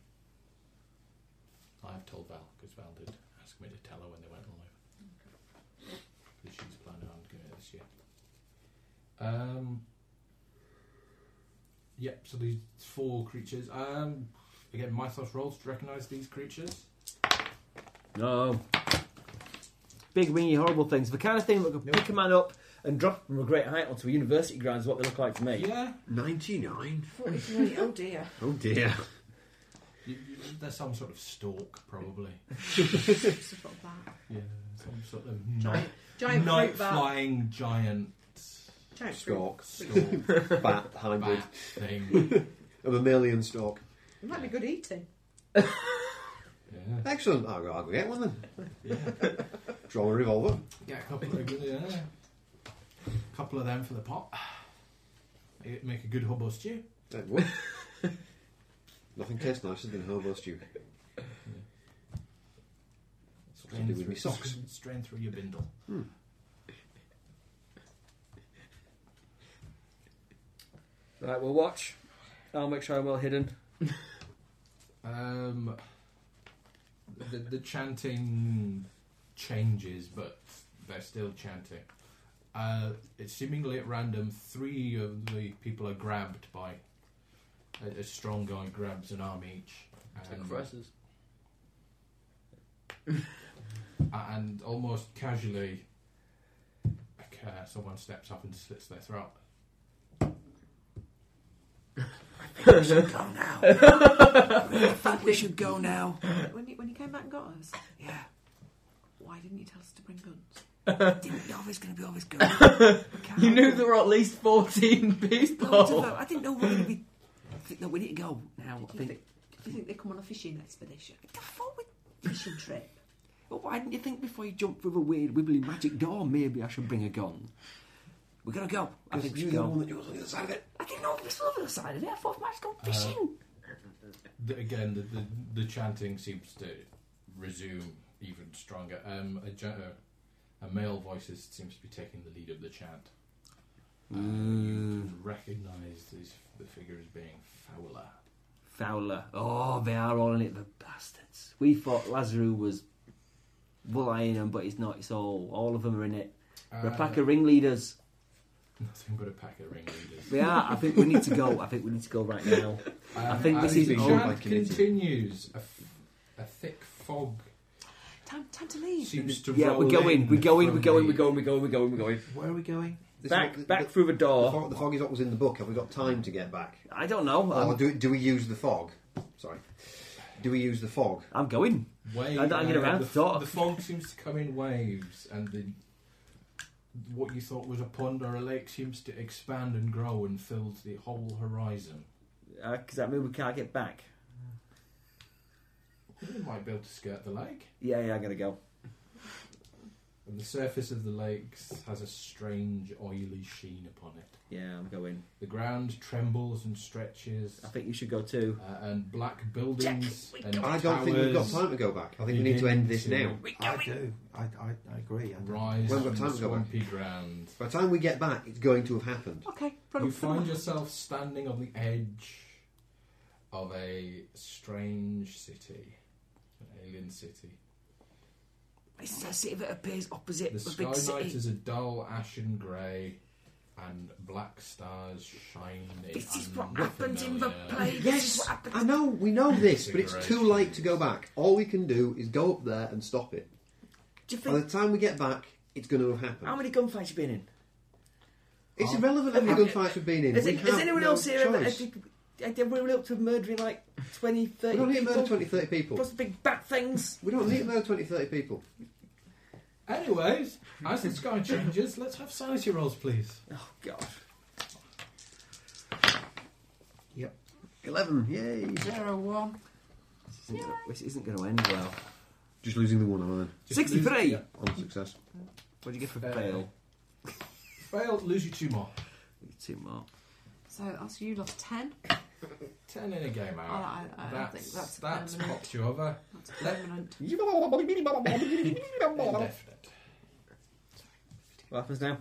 E: I've told Val because Val did ask me to tell her when they went live. Because she's planning on doing it this year. Um. Yep. So these four creatures. Um. Again, Mythos rolls to recognise these creatures.
G: No. Big, wingy, horrible things. The kind of thing that could pick a man up and drop from a great height onto a university ground is what they look like to me.
E: Yeah.
F: Ninety nine.
J: 43. oh *laughs* dear.
F: Oh dear.
E: You, you, there's some sort of stalk, probably.
J: It's a sort of bat.
E: Yeah. Some sort of night,
J: Giant
E: night
J: fruit bat.
E: flying giant
J: Giant fruit.
K: Stalk.
E: stalk *laughs*
K: Bat hybrid.
E: bat thing.
K: A mammalian stalk.
J: It might be good eating.
E: Yeah.
K: Excellent. I'll go, I'll go get one then. Draw a revolver.
E: Yeah, a couple of good, yeah. couple of them for the pot. Make- Make a good hobo stew.
K: That would. Nothing tastes nicer than hobo stew. That's what I do with my socks.
E: Strain through your bindle.
G: Right, we'll watch. I'll make sure I'm well hidden.
E: Um, the, the chanting changes, but they're still chanting. Uh, it's seemingly at random. Three of the people are grabbed by a, a strong guy grabs an arm each.
G: uh,
E: and-
H: Crosses.
E: and almost casually, like, uh, someone steps up and slits their throat.
B: we should go now.
J: When you, when you came back and got us? Yeah. Why didn't you tell us to bring guns?
B: Didn't know there's going to be all this going
H: You knew there were at least 14 *laughs* people.
B: I didn't know we were going to be. No, we need to go now.
J: Do you think, do you think they come on a fishing expedition?
B: The fuck we-
J: Fishing trip.
B: Well, why didn't you think before you jump through a weird wibbly magic door? Maybe I should bring a gun. We gotta go. I think we
K: You're
B: should
K: the one that
B: go.
K: was on the other side of it.
B: I didn't know this was the other side of it. I thought we might just go fishing.
E: The, again, the, the, the chanting seems to resume even stronger. Um, a, gen- uh, a male voice is, seems to be taking the lead of the chant. Uh,
G: Mm.
E: you recognise this- the figure as being Fowler.
G: Fowler. Oh, they are all in it, the bastards. We thought Lazarus was bullying them, but he's not. It's all. All of them are in it.
E: Uh,
G: We're a pack of ringleaders.
E: *laughs* Nothing but a pack of ringleaders.
G: We are. I think we need to go. I think we need to go right now. I think this is
E: Um, the
G: all
E: chant continues. A, f- a thick fog
I: Time, time to leave.
E: seems to
G: Yeah,
E: roll
G: we go in. We go in.
E: from
G: We go in.
E: the-
G: We go in. We go in. We go in. We go in.
B: Where are we going?
G: Back,
F: This-
G: back through the
F: The
G: door.
F: fog, the fog is what was in the book. Have we got time to get back?
G: I don't know.
F: Or
G: I'm,
F: do, do we use the fog? Sorry. Do we use the fog?
G: I'm going.
E: Wave,
G: I don't get
E: uh,
G: around
E: the,
G: to talk.
E: the fog seems to come in waves, and the what you thought was a pond or a lake seems to expand and grow and fills the whole horizon.
G: Uh, does that mean we can't get back?
E: You might be able to skirt the lake,
G: Yeah, yeah, I'm gonna go.
E: and the surface of the lake has a strange oily sheen upon it.
G: Yeah, I'm going.
E: The ground trembles and stretches,
G: I think you should go too.
E: uh, and black buildings and
F: I don't think we've got
E: towers
F: time to go back. I think we need to end this now.
B: I do. I, I, I agree. I do.
F: We've
E: rise
F: got
E: from
F: time
E: the
F: to go back.
E: swampy ground.
F: By the time we get back, it's going to have happened.
I: Okay,
E: You
I: product
E: find yourself standing on the edge of a strange city, an alien city.
I: It's that city that appears opposite
E: The
I: the,
E: sky
I: big city.
E: night is a dull ashen grey, and black stars shine. in
I: This is what happens
H: Oh,
I: in the
E: unfamiliar-
I: play. This is what happens.
F: I know, we know this, but it's too
E: Configuration.
F: late to go back. All we can do is go up there and stop it.
I: Do you
F: By the
I: think?
F: time we get back, it's going to have
G: How
F: happened.
G: many gunfights you been in?
F: It's irrelevant how many gunfights we've been in.
G: Is,
F: We
G: it,
F: have
G: is anyone
F: no
G: else here? Ever,
F: choice.
G: did, did we up to murdering like 20, 30
F: We don't need
G: people?
F: another 20,
G: *laughs*
F: 30 people.
G: Plus the big bat things.
F: We don't need another 20, 30 people.
E: Anyways, as the sky changes, let's have sanity rolls, please.
G: Oh god.
B: Yep.
F: 11, yay.
J: Zero one.
G: This isn't, gonna- this isn't going to end well.
F: Just losing the one, am I then?
E: Just lose-
G: 63.
E: yeah.
F: On success.
G: What do you get for
E: Uh,
G: fail?
E: Fail, lose you two more.
G: Two more.
J: So that's you lost ten.
E: Ten in a game
I: Oh,
J: I,
E: hour.
J: I, I don't think that's
E: that's
J: permanent.
E: popped you over.
J: That's permanent.
E: Indefinite.
G: What happens now?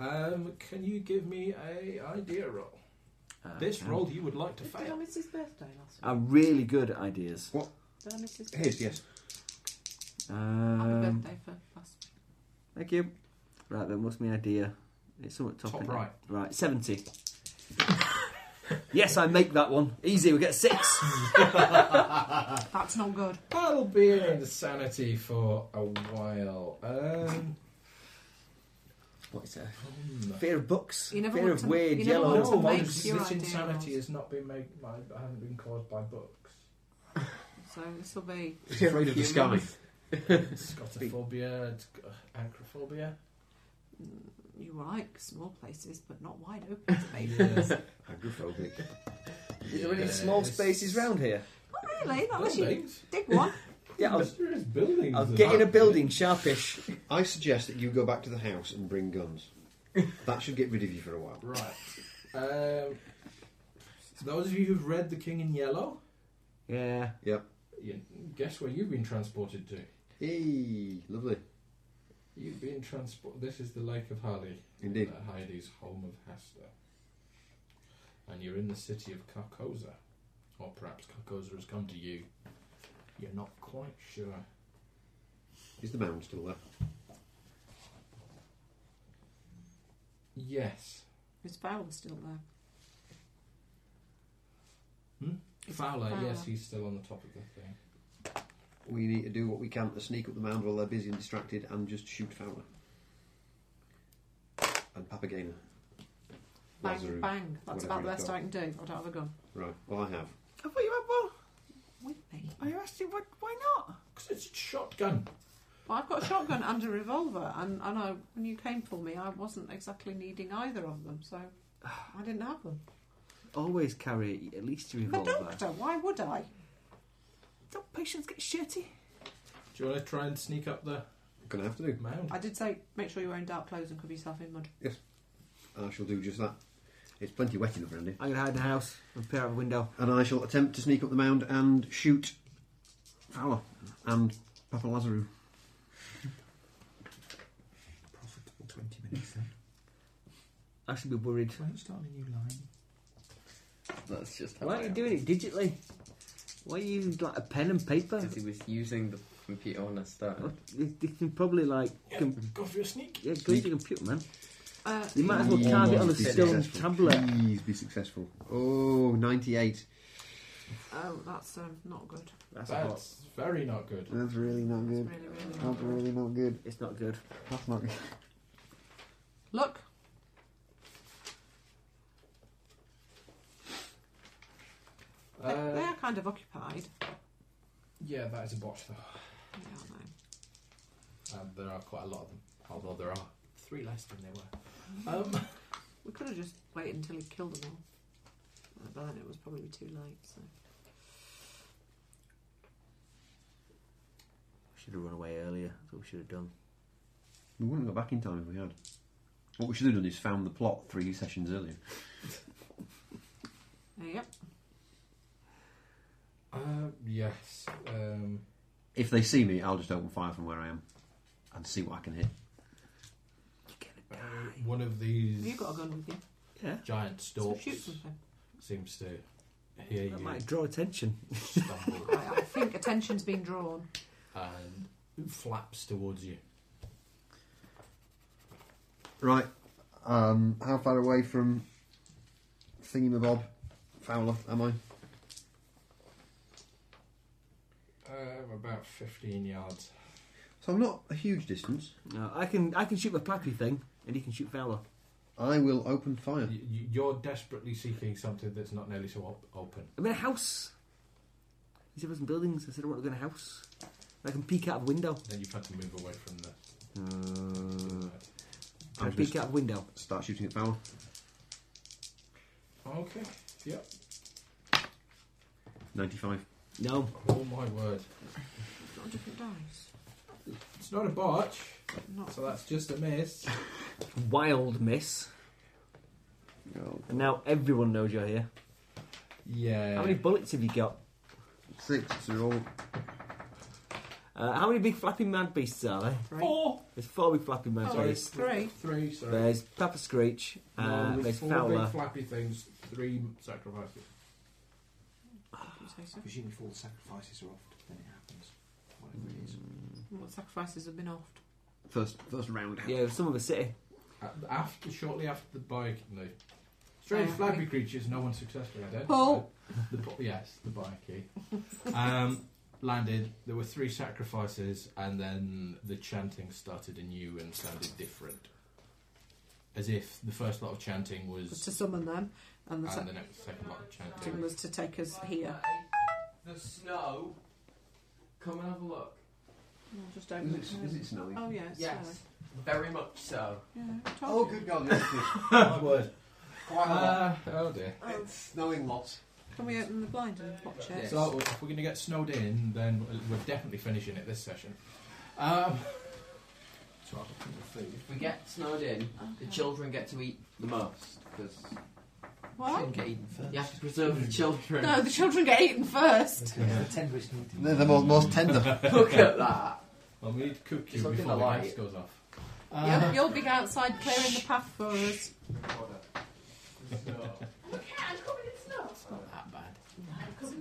E: Um, can you give me a idea roll? this
G: Okay.
E: roll you would like to
J: Did I
E: fail.
J: miss his birthday last week?
G: Are Uh, really good ideas.
J: Did I miss his birthday?
F: His, yes.
J: Happy
G: Um,
J: birthday for last
G: thank you. Right then, what's my idea? It's somewhat top,
E: Top
G: isn't it?
E: right.
G: Right, seventy. yes, I make that one. Easy. We get six.
J: week. That's not good.
E: That'll be an insanity for a while. Um,
G: what is that? Fear of books.
J: You never
G: fear
J: want
G: of
J: to-
G: weird
J: you never
G: *laughs* yellow.
J: want
E: no,
J: to make
E: this,
J: your
E: this
J: idea
E: insanity
J: rolls.
E: has not been made. By, hasn't been caused by *laughs* books.
J: So this will be.
F: He's afraid of the sky.
E: Scotophobia, it's g- uh, anchrophobia.
J: You like small places, but not wide open spaces.
G: *laughs*
F: Agrophobic.
G: Is there any small
E: Yes.
G: spaces round here?
J: Not really, not unless you
E: Buildings.
J: dig one.
G: Yeah, I'll,
E: There is buildings.
G: I'll
E: and-
G: get in a building sharpish.
F: I suggest that you go back to the house and bring guns. That should get rid of you for a while.
E: Right. Um, those of you who've read The King in Yellow,
G: Yeah.
E: you, guess where you've been transported to.
F: Hey, lovely.
E: You've been transported. This is the Lake of Hali.
F: Indeed.
E: Uh, Heidi's home of Hester. And you're in the city of Carcosa. Or perhaps Carcosa has come to you. You're not quite sure.
F: Is the mound still there?
E: Yes.
J: Is Fowler still there? Is
E: Fowler,
J: Fowler-
E: yes, he's still on the top of the thing.
F: We need to do what we can to sneak up the mound while they're busy and distracted and just shoot Fowler. And Papagena.
J: Bang,
F: Lazarou.
J: bang. That's
F: whatever
J: about the
F: he's
J: best
F: got.
J: I can do. I don't have a gun.
F: Right, well, I have.
G: I thought you had one.
J: With me.
G: Are you asking what, why not?
E: Because it's a shotgun.
J: Well, I've got a shotgun and a revolver, and I know when you came for me, I wasn't exactly needing either of them, so I didn't have them.
G: Always carry at least your
J: I'm a
G: revolver.
J: doctor, why would I?
G: Don't patients get shirty?
E: Do you want to try and sneak up the
F: Gonna have to do.
E: mound?
J: I did say make sure you're wearing dark clothes and cover yourself in mud.
F: I shall do just that. It's plenty wet enough around here.
G: I'm gonna hide in the house and peer out the window.
F: And I shall attempt to sneak up the mound and shoot Fowler and Papa Lazarou.
B: Profitable 20 minutes then.
G: I should be worried.
B: Why don't you start on a new line?
H: That's just how
G: Why
H: I
G: are you
H: am.
G: doing it digitally? Why are you using like a pen and paper?
H: Because he was using the computer when I started.
G: You, you can probably like
E: Yeah,
G: com-
E: go for your sneak.
G: yeah, go to your computer, man.
J: Uh,
G: You might as well carve it on a
F: Please be
G: stone
F: successful.
G: tablet.
F: Please be successful. Oh, 98.
J: Oh, that's um, not good.
E: That's, very not good.
F: That's really not good.
J: Really, really
F: That's
J: not
F: really not good.
G: It's not good.
F: That's not good.
J: Look. They, they
E: Uh,
J: are kind of occupied.
E: yeah, that is a botch though.
J: They are now.
E: And there are quite a lot of them. Although there are three less than *laughs* there were. Um,
J: We could have just waited until he killed them all. Uh, But then it was probably too late. So.
G: We should have run away earlier. That's what we should have done.
F: We wouldn't have got back in time if we had. What we should have done is found the plot three sessions earlier.
J: Uh, yep.
E: uh, yes. Um,
F: If they see me, I'll just open fire from where I am and see what I can hit.
E: uh, one of these
J: Have you got a gun with you?
G: Yeah.
E: giant
J: So
E: stalks
J: shoot something.
E: seems to hear
G: That
E: you
G: might draw attention.
E: *laughs* stumble
J: I, I think attention's been drawn.
E: and flaps towards you.
F: Right. Um, how far away from Thingamabob Fowler am I?
E: Um, about 15 yards.
F: So I'm not a huge distance.
G: No, I can I can shoot my plappy thing, and he can shoot Fowler.
F: I will open fire.
E: Y- y- You're desperately seeking something that's not nearly so op- open.
G: I'm in a house. He said, "There's some buildings." I said, "I want to go in a house. I can peek out of window.
E: Then you've had to move away from the.
F: Uh,
G: I
F: I've
G: can peek
F: just-
G: out of window."
F: Start shooting at Fowler.
E: Okay. Yep.
F: 95.
G: No,
E: Oh my word.
J: It's Not a different dice.
E: It's not a botch,
J: Not
E: so that's just a miss.
G: wild miss. And now everyone knows you're here.
E: Yeah.
G: How many bullets have you got?
F: Six. So we're all
G: Uh, how many big flapping mad beasts are there?
J: three.
E: Four.
G: There's four big flapping mad
J: Oh,
E: Sorry.
G: beasts.
J: Three.
E: Three, sorry.
G: There's Pepper Screech. Uh,
E: No,
G: there's
E: four
G: Fowler.
E: big flappy things, three sacrifices.
J: If you say so.
B: I presume if all the sacrifices are off, then it happens. Whatever it is.
J: What Mm. sacrifices have been offed?
F: first first round. out.
G: yeah, there's some of the city.
E: A- After, shortly after the bike, no. Strange
J: Uh,
E: flabby
J: right.
E: creatures, no one successfully identified.
J: Paul.
E: The, po- yes, the bikey. Um, landed, there were three sacrifices, and then the chanting started anew and sounded different. As if the first lot of chanting
J: Was
E: was.
J: to summon them, and
E: And
J: the
E: the
J: second
E: next second lot of
J: one
E: chanting.
J: was to take us here.
H: The snow. Come and have a look.
J: I'll just
F: Is
J: open
F: it, is it snowy?
J: Oh, yeah, it's
H: Yes, very much so.
J: fair. Yeah, I told
F: Oh,
J: you.
F: good God, yes, it is.
E: My word.
F: Quite a lot.
E: *laughs* Uh, oh dear.
F: *laughs*
J: Oh,
F: It's snowing lots.
J: can we open the blind and watch it?
H: Yes.
E: So if we're going to get snowed in, then we're definitely finishing it this session. Um, *laughs* so I'll put the food.
H: If we get snowed in,
G: Uh-huh.
H: the children get to eat the most because
J: What?
H: get eaten first. You have to preserve the children.
J: No, the children get eaten first.
B: The tender is needed.
F: They're the most, most tender.
H: Look at that.
E: Well, we need to cook you
H: It's not
E: before the
H: gonna
E: lights
H: light.
E: goes off.
J: You'll, you'll be outside clearing the path for us.
H: It's not that bad.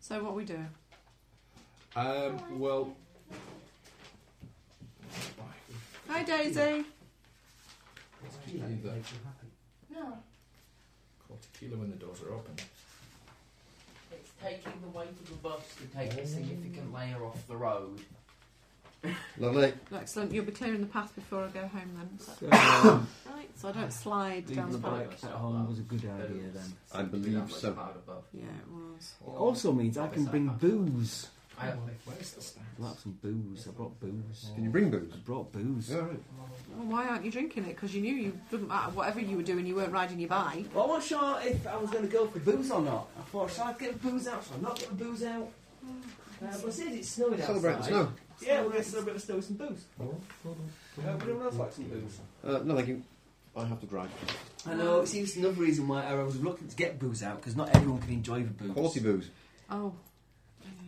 J: So what we do?
E: Um, well,
J: Hi, Daisy.
E: tequila makes you happy.
L: No,
E: Call tequila when the doors are open.
H: It's taking the weight of the bus to take a significant layer off the road.
F: Lovely.
J: Excellent. You'll be clearing the path before I go home then. Is that
G: So, *coughs* um,
J: right? So I don't slide down the
H: the
J: path.
H: bike.
G: at home was a good idea then.
F: I believe so.
J: Yeah, it was.
G: It also means I can bring booze.
H: I,
E: Where's the stand?
G: I'll have some booze. I brought booze.
F: Can you bring booze?
G: I brought booze.
F: Yeah, right.
J: Well, why aren't you drinking it? Because you knew you didn't matter whatever you were doing, you weren't riding your bike.
G: Well, I wasn't sure if I was going to go for booze or not. I thought, shall I get the booze out? Shall I not get the booze out? Uh, but since it's snowing
F: Celebrate the
G: outside,
F: snow.
G: yeah, we're going to celebrate the snow with some booze. Uh, would everyone else like some booze?
F: Uh, no, thank you. I have to drive.
G: I know, it seems another reason why I was reluctant to get booze out, because not everyone can enjoy the booze.
F: Quality booze.
J: Oh,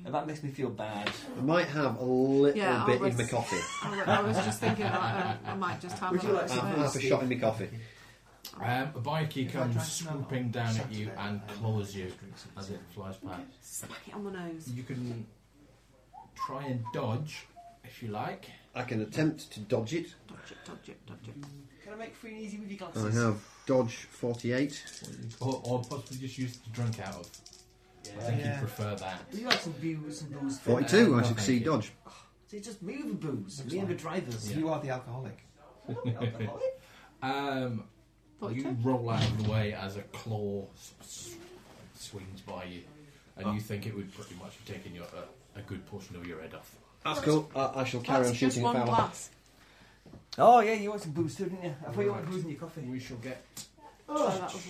G: And that makes me feel bad.
F: I might have a little
J: Yeah, I'll
F: bit in
J: rest-
F: my
G: *laughs*
F: coffee.
J: I, wa- I was just thinking I, I, I might just have
G: Would
J: a
G: you like
J: little
G: some
F: Half, half a
G: Steve.
F: shot in my coffee.
E: Um, a bikey
B: If I
E: comes
B: drank none on
E: swooping down at you
B: Saturday,
E: and
B: I'd
E: claws
B: have
E: you
B: drinks at
E: as
B: the
E: it flies past.
J: Smack it on the nose.
E: You can try and dodge if you like.
F: I can attempt to dodge it.
M: Dodge it, dodge it, dodge it.
G: Can I make free and easy with your
F: I
G: glasses?
F: have dodge 48.
E: Or, or possibly just use the drink out of. I think
G: Yeah.
E: you'd prefer that.
G: We like some booze and booze.
F: 42,
E: Uh,
F: I
E: no,
F: succeed
E: thank you.
F: dodge.
G: See, just me with the booze.
E: Looks
G: Me and the
E: like-
G: drivers.
E: Yeah. You
B: are the alcoholic.
E: um, you roll out of the way as a claw s- s- swings by you, and you think it would pretty much have taken your, a, a good portion of your head off.
F: That's cool. I, I shall carry on
G: That's just
F: shooting at
G: one
F: Fowler.
G: glass.
J: *laughs*
G: Oh yeah, you want some booze too, didn't you? I thought you wanted booze in your coffee.
N: We shall get.
G: Oh,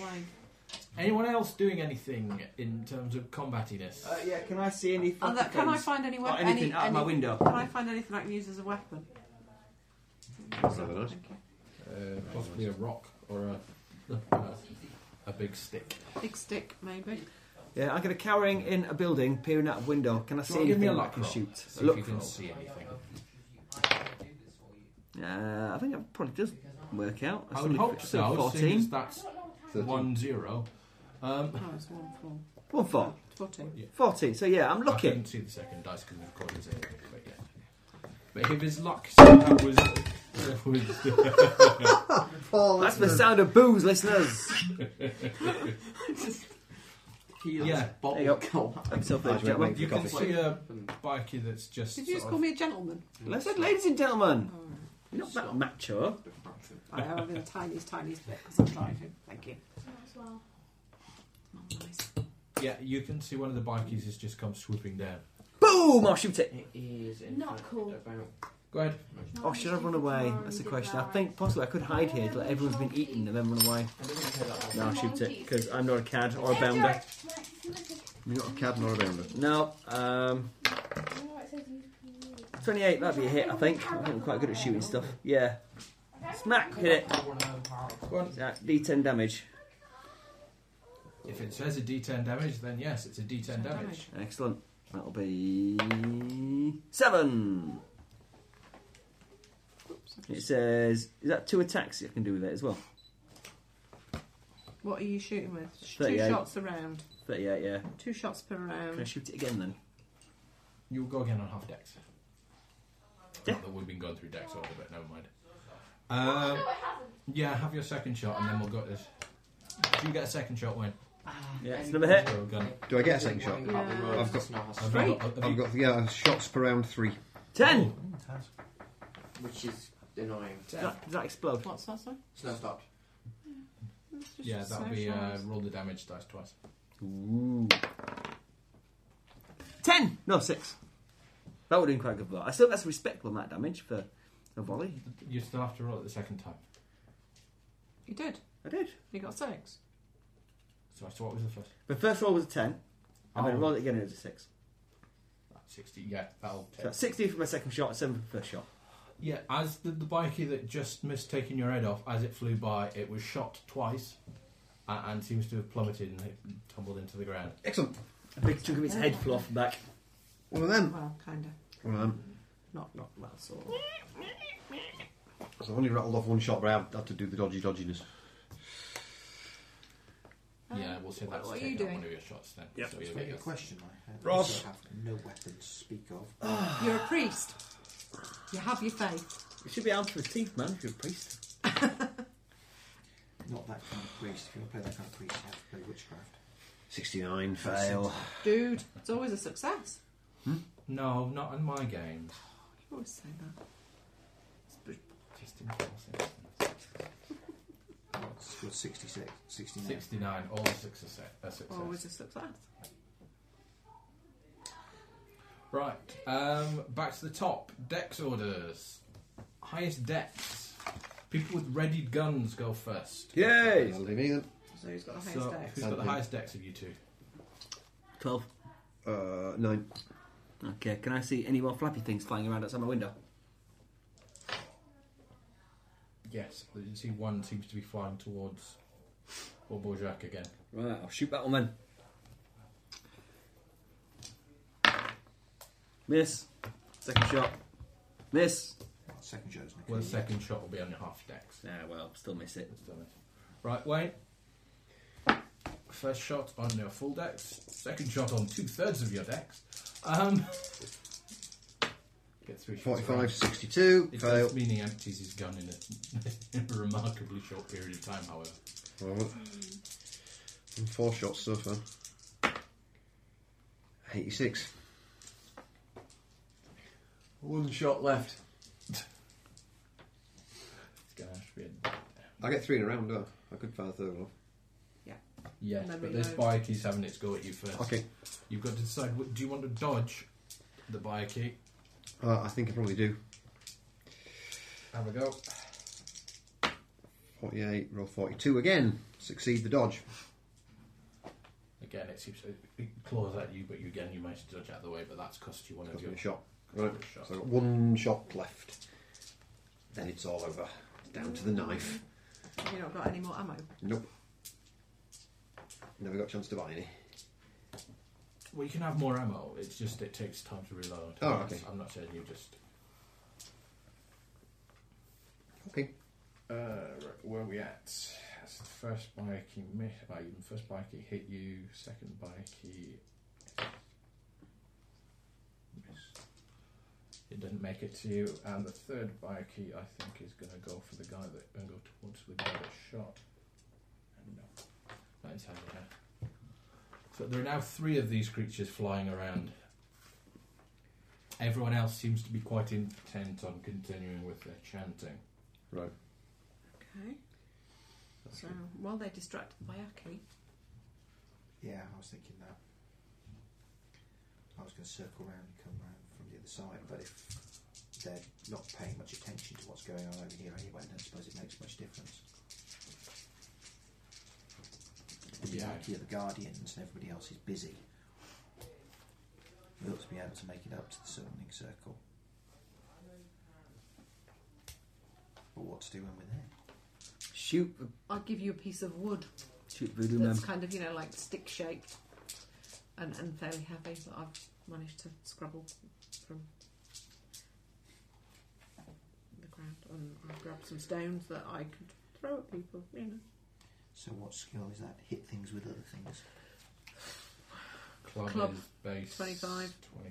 E: Anyone else doing anything in terms of combatiness?
G: Uh, yeah, can I see any?
J: Are there- can I
G: fucking
J: find any
G: things?
J: weapon?
G: Or anything
J: any,
G: out of my
J: any-
G: window?
J: Can I find anything I can use as a weapon?
E: Uh, possibly a rock or a, a, a big stick.
J: Big stick, maybe.
G: Yeah, I'm gonna cowering in a building, peering out a window. Can I
E: Do
G: see
E: you want to give me a
G: anything I
E: luck
G: can
E: roll?
G: shoot?
E: See
G: A
E: if
G: look
E: you can
G: roll.
E: see anything.
G: Uh, I think that probably does work out.
E: I would
G: only
E: hope
G: f-
E: so. Seeing as
G: 14.
E: that's one zero. Um,
J: Oh, it's one four.
G: One four.
J: Fourteen.
E: Yeah.
G: 14. So yeah, I'm
E: I
G: lucky.
E: couldn't see the second dice because of course it's here, but yeah. But if his *laughs* luck, so that was. that was-
G: That's the sound of booze, listeners.
E: yeah, bottle.
G: There you go. I'm so pleased, gentlemen.
E: You can see a bikey that's just.
J: Did you just
E: sort
J: call
E: of-
J: me a gentleman?
G: I said, ladies and gentlemen. You're not that macho.
J: I am
G: *laughs*
J: in the tiniest, tiniest bit because I'm driving. Thank you.
E: Yeah, you can see one of the bikies has just come swooping down.
G: Boom! I'll shoot it.
H: Not cool.
E: Go ahead.
G: Or Oh, should I run away? That's the question. I think possibly I could hide here till everyone's been eaten and then run away. No, I'll shoot it because I'm not a cad or a bounder.
F: You're not a cad nor a bounder.
G: No. Um, 28, that'd be a hit, I think. I think I'm quite good at shooting stuff. Yeah. Smack, hit it.
E: Go on.
G: Yeah, D10 damage.
E: If it says a D10 damage, then yes, it's a D10 damage.
G: Excellent. That'll be seven. It says, is that two attacks you can do with it as well?
J: What are you shooting with? Two
G: 38.
J: shots around.
G: 38, yeah.
J: Two shots per round.
G: Can I shoot it again then?
E: You'll go again on half decks. Not that we've been going through decks order, but never mind. Um, yeah, have your second shot and then we'll go to this. Do you get a second shot, Wayne?
G: Yeah, it's
F: another hit.
E: Throw a gun.
F: Do I get a second shot?
E: Yeah.
F: I've got,
E: Have you got- have
F: I've
E: you-
F: got yeah, shots per round three.
G: Ten!
H: Which is annoying.
G: Does that, does that explode?
J: What's that, sorry?
H: It's not stopped.
E: Yeah, that'll be uh,
G: um,
E: roll the damage dice twice.
G: Ooh. Ten! No, six. That would have been quite good, but I still got some respectable amount of damage for a volley.
E: You still have to roll it the second time.
J: You did.
G: I did.
J: You got six.
E: Sorry, so what was the first?
G: The first roll was a ten, and then I
E: Oh.
G: rolled it again and it was a six.
E: 60, yeah, that'll
G: So
E: take.
G: that's 60 for my second shot, 7 for my first shot.
E: Yeah, as the, the bikey that just missed taking your head off as it flew by, it was shot twice and, and seems to have plummeted and it tumbled into the ground.
F: Excellent.
G: A big chunk of its head flew off the back.
F: One of them.
J: Well, kind of.
F: One of them.
J: Not, not well, sort of.
F: So I've only rattled off one shot, but I have had to do the dodgy dodginess.
E: yeah, we'll say that's
J: Oh. what are
E: taken
J: you
E: out
J: doing?
E: one of your shots then.
B: Yep.
E: So
B: It's
E: you'll
B: maybe
E: get
B: a
E: your-
B: question I have.
E: Ross.
B: Also have no weapon to speak of.
J: You're a priest. You have your faith.
G: You should be armed to the teeth, man, if you're a priest.
B: Not that kind of priest. If you want to play that kind of priest, you have to play witchcraft.
F: 69, fail.
J: Dude, it's always a success.
E: No, not in my games.
J: You always say that.
E: Just in force instance.
B: It's got 66, 69.
E: 69, all six are se- are success.
J: Always a success.
E: Right, um, back to the top. Dex orders. Highest dex. People with readied guns go first.
F: Yay! That'll do me then.
J: So who's got the highest
E: So,
J: dex?
E: who's got the
F: Something.
E: highest dex of you two?
G: 12.
F: Uh, 9.
G: Okay, can I see any more flappy things flying around outside my window?
E: Yes, you see one seems to be flying towards Borborjak again.
G: Right, I'll shoot that one then. Miss. Second shot. Miss.
B: Second shot's
E: Well, the
B: Nicola.
E: second shot will be on your half decks.
G: Ah, well, still miss it.
E: Still miss. Right, Wayne. First shot on your full decks. Second shot on two thirds of your decks. Um, Get three shots
O: 45,
E: around.
O: 62,
E: It
O: fail.
E: does mean he empties his gun in a, *laughs* in a remarkably short period of time, however.
O: Well, I'm four shot stuff then. 86.
E: One shot left. It's going to have to be a
F: I get three in a round, do I? I could fire a third one.
E: Yes,
F: Let
E: but
F: me
E: this
F: know.
E: buyer keeps having its go at you first.
F: Okay.
E: You've got to decide what, do you want to dodge the buyer key?
F: Uh, I think I probably do.
E: Have a go.
F: 48, roll 42 again. Succeed the dodge.
E: Again, it seems it, it claws at you, but you again you manage to dodge out of the way, but that's cost you one of
F: Cost
E: your
F: me a shot.
E: cost
F: Right.
E: you a shot.
F: So I've got one shot left. Then it's all over. Down to the knife.
J: You not got any more ammo?
F: Nope. Never got a chance to buy any.
E: Well, you can have more ammo. It's just it takes time to reload.
F: Oh,
E: I'm not-
F: okay.
E: I'm not saying you just.
F: Okay.
E: Uh, right, where are we at? That's the first bike he missed. Well, even first bike he hit you. Second bike he missed. It didn't make it to you. And the third bike he, I think, is going to go for the guy that and go towards the guy that shot. And no, that is how they have. So there are now three of these creatures flying around. Everyone else seems to be quite intent on continuing with their chanting.
F: Right.
J: Okay. So while they're distracted by Aki,
B: Yeah, I was thinking that. I was going to circle round and come round from the other side, but if they're not paying much attention to what's going on over here anyway, I don't suppose it makes much difference. The
E: Yeah.
B: Yaki are the guardians and everybody else is busy. We ought to be able to make it up to the summoning circle. But what to do when we're there?
P: Shoot,
J: I'll give you a piece of wood
P: shoot voodoo man.
J: that's kind of you know like stick shaped and, and fairly heavy that I've managed to scrabble from the ground, and I grabbed some stones that I could throw at people. You know.
B: So, what skill is that? Hit things with other things.
E: Club,
J: Club,
E: is base
J: 25.
E: 20,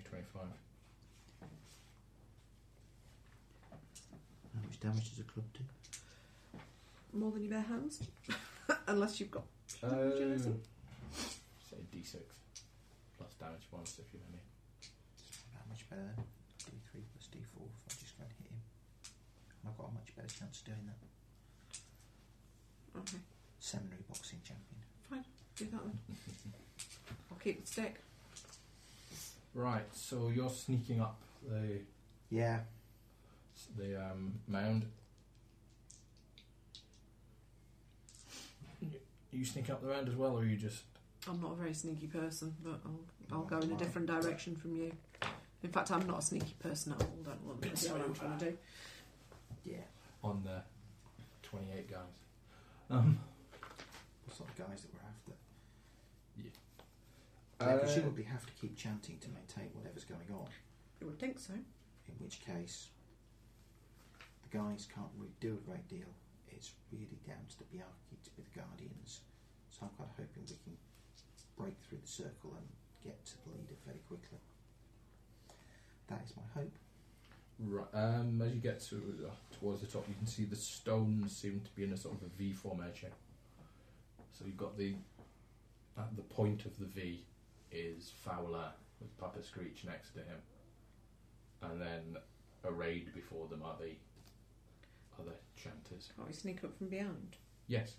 E: 25.
B: How much damage does a club do?
J: More than your bare hands, *laughs* unless you've got.
E: Oh. Say D6 plus damage bonus if you know me.
B: How much better? D3 plus D4 if I just go and hit him. And I've got a much better chance of doing that.
J: Okay,
B: Seminary boxing champion.
J: fine, do that then. I'll keep the stick.
E: Right, so you're sneaking up the
B: Yeah.
E: the um, mound. You- You sneak up the mound as well, or you just
J: I'm not a very sneaky person, but I'll, I'll
E: No,
J: go in a
E: right.
J: different direction from you. In fact, I'm not a sneaky person at all. Don't want to know what I'm trying to do.
B: Yeah.
E: on the 28 guys? Um,
B: It's not the guys that we're after.
E: Yeah.
B: They
E: Uh,
B: presumably have to keep chanting to maintain whatever's going on,
J: You would think so.
B: in which case the guys can't really do a great deal. It's really down to the Biarchi to be the guardians. So I'm quite hoping we can break through the circle and get to the leader fairly quickly. That is my hope.
E: Right, um, as you get to uh, towards the top, you can see the stones seem to be in a sort of a V formation. So you've got the at the point of the V is Fowler with Papa Screech next to him, and then arrayed before them are the other chanters.
J: Can't we sneak up from behind?
E: Yes,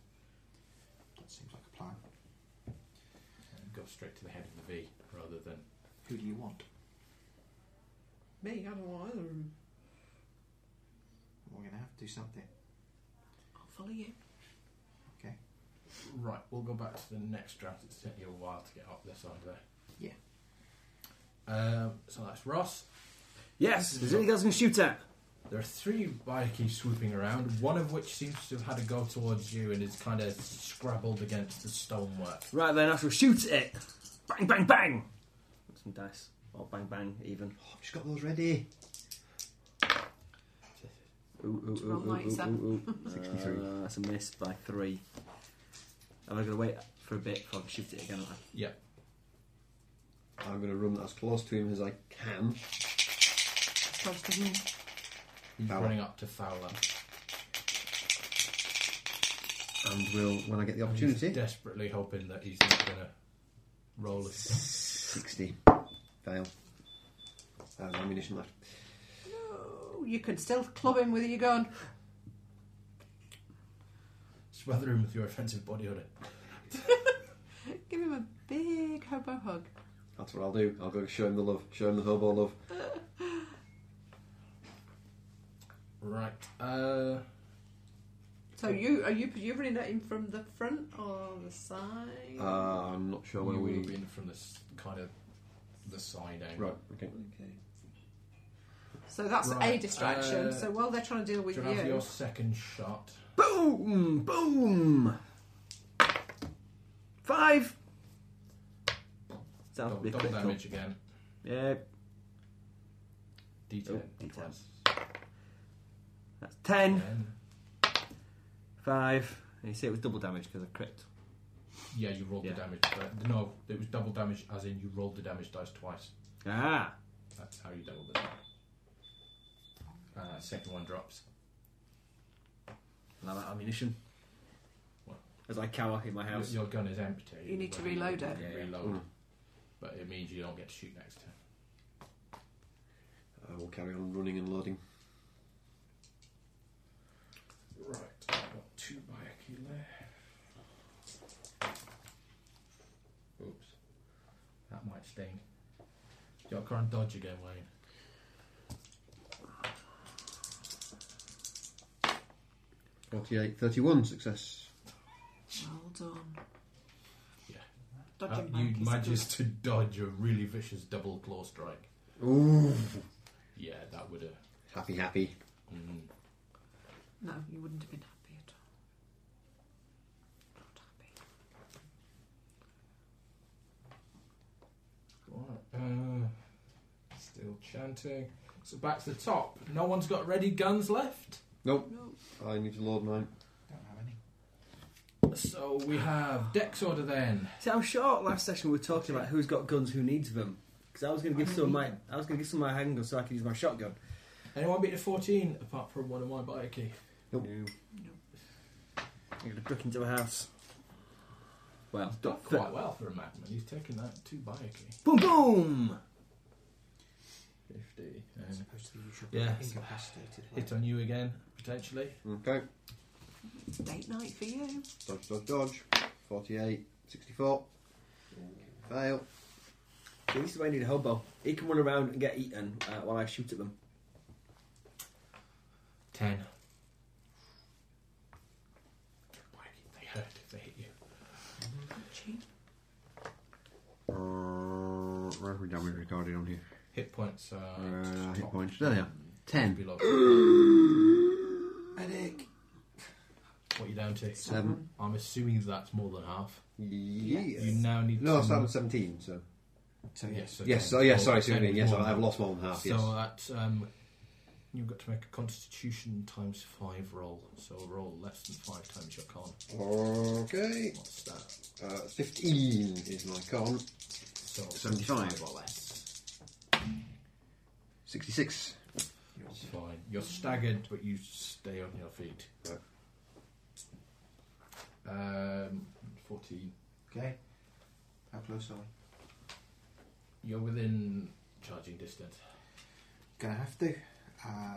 B: That seems like a plan.
E: and go straight to the head of the V rather than
B: Who do you want?
J: Me, I don't want either of them.
B: We're going to have to do something.
J: I'll follow you.
B: Okay.
E: Right, we'll go back to the next round. It's taken you a while to get up this side there.
B: Yeah.
E: Um, so that's Ross.
G: Yes, there's anything else we can shoot at?
E: There are three bikey swooping around, one of which seems to have had a go towards you and is kind of scrabbled against the stonework.
G: Right then, I shall shoot it. Bang, bang, bang. Some dice. Or bang, bang, even.
O: I've just Oh, got those ready.
G: Ooh, ooh,
J: Roll
G: ooh, ooh, ooh,
J: 97.
O: *laughs*
G: ooh, ooh.
O: 63.
G: Uh, that's a miss by three. Am I going to wait for a bit before I can shoot it again? aren't I?
E: Yeah.
F: I'm going to run as close to him as I can.
J: choice, doesn't he?
E: He's
F: Fowler.
E: running up to Fowler.
F: and will when I get the
E: And he's
F: opportunity.
E: desperately hoping that he's not going to roll a
F: Sixty fail. Uh, no ammunition left.
J: Oh, you can still club him with your gun.
E: Smother him with your offensive body on it.
J: Give him a big hobo hug.
F: That's what I'll do. I'll go show him the love. Show him the hobo love.
E: Right. Uh,
J: So you are you you running at him from the front or the side?
F: Uh, I'm not sure where
E: you
F: we.
E: would have been from the s- kind of the side angle.
F: Right. Okay.
J: so that's a
E: Right,
J: distraction.
E: uh,
J: so while they're trying to deal with
E: Do
J: you,
E: you have your second shot?
G: Boom! Boom! Five! Sounds
E: Double, double damage again.
G: Yep.
E: D10.
G: Oh, That's ten. Five. And you say it was double damage because I crit.
E: Yeah, you rolled the damage. But no, it was double damage, as in you rolled the damage dice twice.
G: Ah.
E: That's how you doubled it. Uh, second one drops.
G: Love that ammunition. As I cower in my
E: Your,
G: house.
E: your gun is empty.
J: You need to
E: Well,
J: reload
E: you
J: it.
E: can
J: Yeah, yeah.
E: Reload.
J: Mm.
E: But it means you don't get to shoot next turn.
F: I will Uh, carry on running and loading.
E: Right, I've got two Bayaki left. Oops. That might sting. You're current dodge again, Wayne.
F: Forty-eight, thirty-one success.
J: Well done.
E: Yeah.
J: Dodging
E: Uh, you
J: back is
E: managed to dodge a really vicious double claw strike.
F: Ooh,
E: Yeah, that would have.
F: happy, happy.
E: Mm.
J: No, you wouldn't have been happy at all.
E: Right, uh, still chanting. So back to the top. No one's got ready guns left.
F: Nope. I need to load mine.
E: So we have Dex order then.
G: See, I'm sure last session we were talking about who's got guns, who needs them. Because I was going to give some of my, I was going to give some of my handgun so I could use my shotgun.
E: Anyone beat a 14 apart from one of my Bayaki?
F: Nope.
G: I'm going to duck into a house. Well,
E: He's done quite well for a madman. He's taken that two Bayaki.
G: Boom, boom.
E: 50.
B: As opposed to the usual
E: Yeah.
B: incapacitated.
E: Hit on you again, potentially.
F: Okay.
J: Date night for you.
F: Dodge, dodge, dodge. 48, 64. Fail.
G: See, this is why I need a hobo. He can run around and get eaten uh, while I shoot at them.
E: 10. Bayaki, they hurt if they hit you.
F: Uh, where have we done? We've recorded on here.
E: Hit points are.
F: Uh, hit points. There they are. 10.
E: Below.
B: Medic.
E: What are you down to?
F: Seven.
E: I'm assuming that's more than half.
F: Yes.
E: You now need
F: No, I
E: to-
F: started with 17, so.
B: So,
E: yes. so
F: Yes,
E: ten.
F: oh, yeah,
E: Well,
F: sorry, see what
E: ten
F: you mean.
E: is
F: Yes,
E: more
F: I- I've lost more than half,
E: So
F: yes.
E: that's. Um, you've got to make a constitution times five roll. So roll less than five times your con.
F: Okay.
E: What's that?
F: Uh, 15 is my con.
E: So
F: 75
E: or less.
F: 66.
E: You're fine. You're staggered, but you stay on your feet. Um, 14.
B: Okay. How close are we?
E: You're within charging distance.
B: Gonna have to. Uh,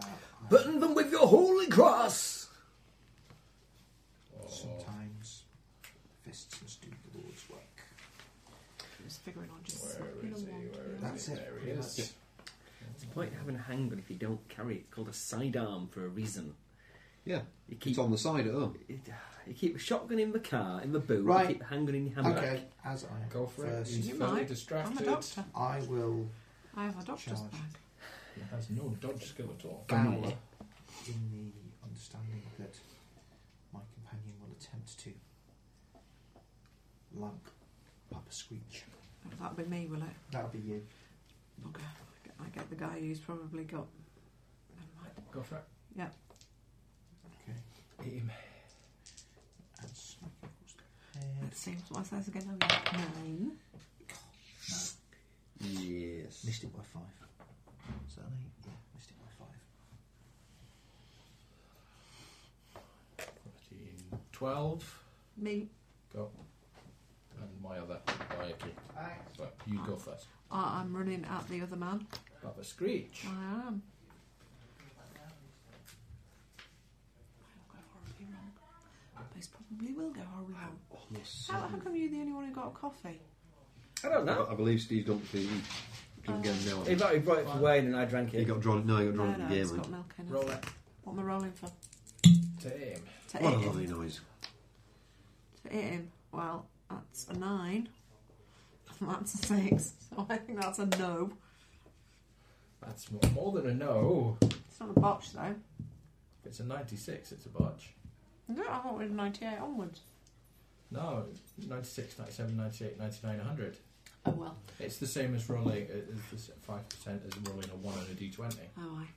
G: Burn them with your holy cross.
B: sometimes fists must do the Lord's work.
J: Just figuring on just
E: Where
J: slapping
E: is
J: them
E: he?
J: on.
E: Where is
B: That's
E: he?
B: it,
E: There he
B: pretty
E: is.
B: much.
G: It's the point of having a handgun if you don't carry it. It's called a sidearm for a reason.
F: Yeah.
G: You keep
F: It's on the side at home.
G: you, keep a shotgun in the car, in the boot.
B: Right.
G: You keep a handgun in your handbag.
B: Okay, as I am
E: Go for it.
B: first,
E: He's
J: You
E: fairly
J: might. I'm a
E: distracted.
J: doctor.
B: I will
J: I have a doctor's
B: Charge.
J: bag.
E: He has no dodge skill at all.
B: bow in the understanding that my companion will attempt to lug Papa Screech.
J: Oh, that'll be me, will it?
B: That'll be you.
J: Okay. I get the guy who's probably got. Never mind.
E: Go for it.
J: Yeah.
B: Okay.
E: Hit him.
B: And smack him across the head.
J: Let's see what's that again. Oh, yeah. Nine.
F: Yes.
B: Missed it by five. Is that an eight? Yeah, missed it by
E: Twelve.
J: Me.
E: Go. And my other Bayaki.
J: Alright.
E: But you go first.
J: I- I'm running at the other man.
E: Baba Screech.
J: I am. This probably will go horribly wrong. How, how come you're the only one who got a coffee?
G: I don't
F: I believe Steve Dunphy didn't get him now.
G: He got it right away and then I drank it.
F: He got drawn. No, he got drawn
J: No,
F: at
J: no,
F: the
J: it's
F: game.
J: got
F: man.
J: milk in it.
E: Roll it.
J: What am I rolling for?
E: To aim.
J: To
F: What a
J: hit him.
F: lovely noise.
J: To hit him. Well, that's a nine. *laughs* That's a six. So I think that's a no.
E: That's mo- more than a no.
J: It's not a botch though.
E: It's a 96, it's a botch.
J: No, I thought it was 98 onwards.
E: No, 96, 97, 98, 99, 100.
J: Oh well.
E: It's the same as rolling, it's the s- 5% as rolling a 1 and a d20.
J: Oh, I.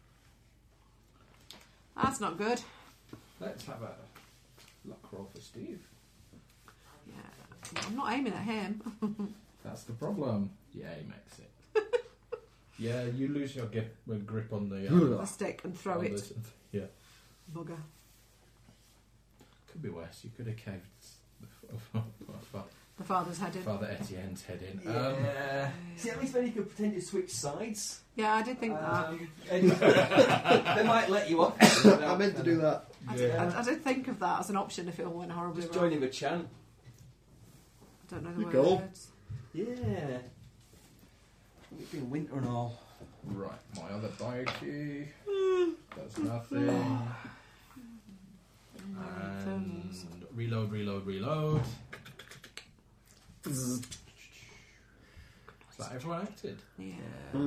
J: That's not good.
E: Let's have a luck roll for Steve.
J: Yeah. I'm not aiming at him.
E: That's the problem. Yeah, he makes it. *laughs* yeah, you lose your grip, grip on the, um,
J: The stick and throw
E: on
J: it.
E: this- Yeah,
J: Bugger.
E: could be worse. You could have caved
J: The father's head
E: *laughs*
J: in.
E: Father Etienne's head in. Um,
G: Yeah. See, at least then you could pretend you switch sides.
J: Yeah, I did think
G: Um, they might let you off. I meant to do that.
J: that. I, did, I, I did think of that as an option if it all went horribly
G: Just
J: wrong.
G: join him a chant.
J: I don't know the
G: Go.
J: words.
G: Yeah. It'd be winter and all.
E: Um, right, my other
J: *sighs*
E: biokey. That's nothing. And reload, reload, reload. Is that everyone acted?
J: Yeah.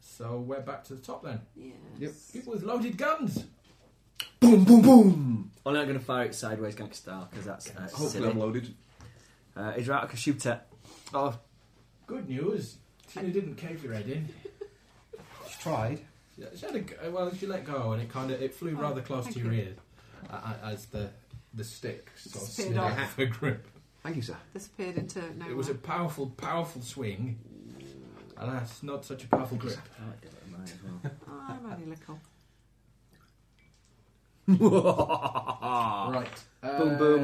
E: So we're back to the top then.
J: Yeah.
F: Yep.
E: People with loaded guns.
G: Boom, boom, boom! I'm not going to fire it sideways, Gank style, because that's. Uh,
F: Hopefully I'm
G: loaded. Uh, Israel can shoot it. Oh,
E: Good news. Tina didn't cave your head in.
F: She tried.
E: Yeah, she had a, g- well, she let go, and it kind of it flew
F: Oh,
E: rather close
F: thank
E: to your
F: you.
E: ears uh, uh, as the the stick sort of
J: Spit
E: slid
J: off.
E: off the grip.
F: Thank you, sir.
J: Disappeared into nowhere.
E: It was a powerful, powerful swing. Alas, not such a powerful grip.
J: Oh, I'm only little.
E: right.
G: Ah. Boom, boom.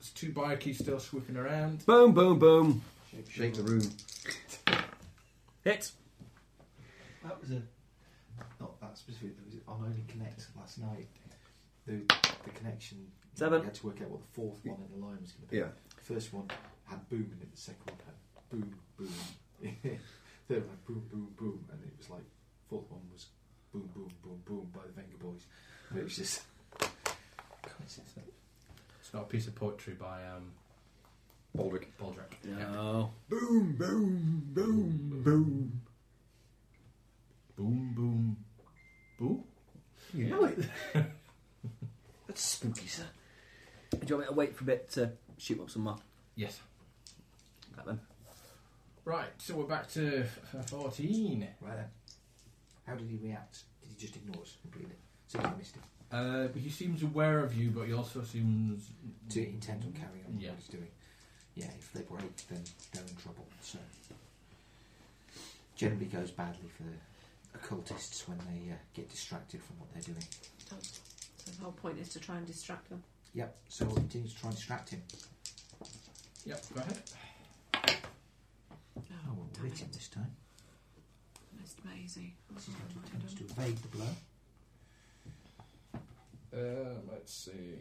E: It's two bikey still swooping around.
G: Boom, boom, boom.
F: Shake the room.
G: Hit.
B: That was a not that specific. That was on only connect last night. The the connection.
G: Seven.
B: We had to work out what the fourth one in the line was going to be.
F: Yeah.
B: First one had boom in it. The second one had boom *laughs* boom. Third one had boom boom boom, and it was like fourth one was boom boom boom boom by the Venga Boys. And it was just. God, it's-
E: It's not a piece of poetry by um,
F: Baldric.
E: Baldric.
G: No.
F: Boom, boom, boom, boom.
E: Boom, boom, boo.
G: You know it. That's spooky, sir. Do you want me to wait for a bit to shoot up some more?
E: Yes.
G: Right then.
E: Right, so we're back to f- 14.
B: Right then. How did he react? Did he just ignore us completely? So he missed it.
E: Uh, he seems aware of you, but he also seems
B: To intent on carrying on
E: Yeah.
B: what he's doing. Yeah, if they break, then they're in trouble. So generally goes badly for the occultists when they uh, get distracted from what they're doing.
J: So the whole point is to try and distract them.
B: Yep. So we'll continue to try and distract him.
E: Yep, go ahead.
J: Oh,
B: Oh, well, we'll
J: damn
B: hit
J: it.
B: him this time.
J: That's amazing.
B: This is going to attempt to evade the blow.
E: Um, let's see.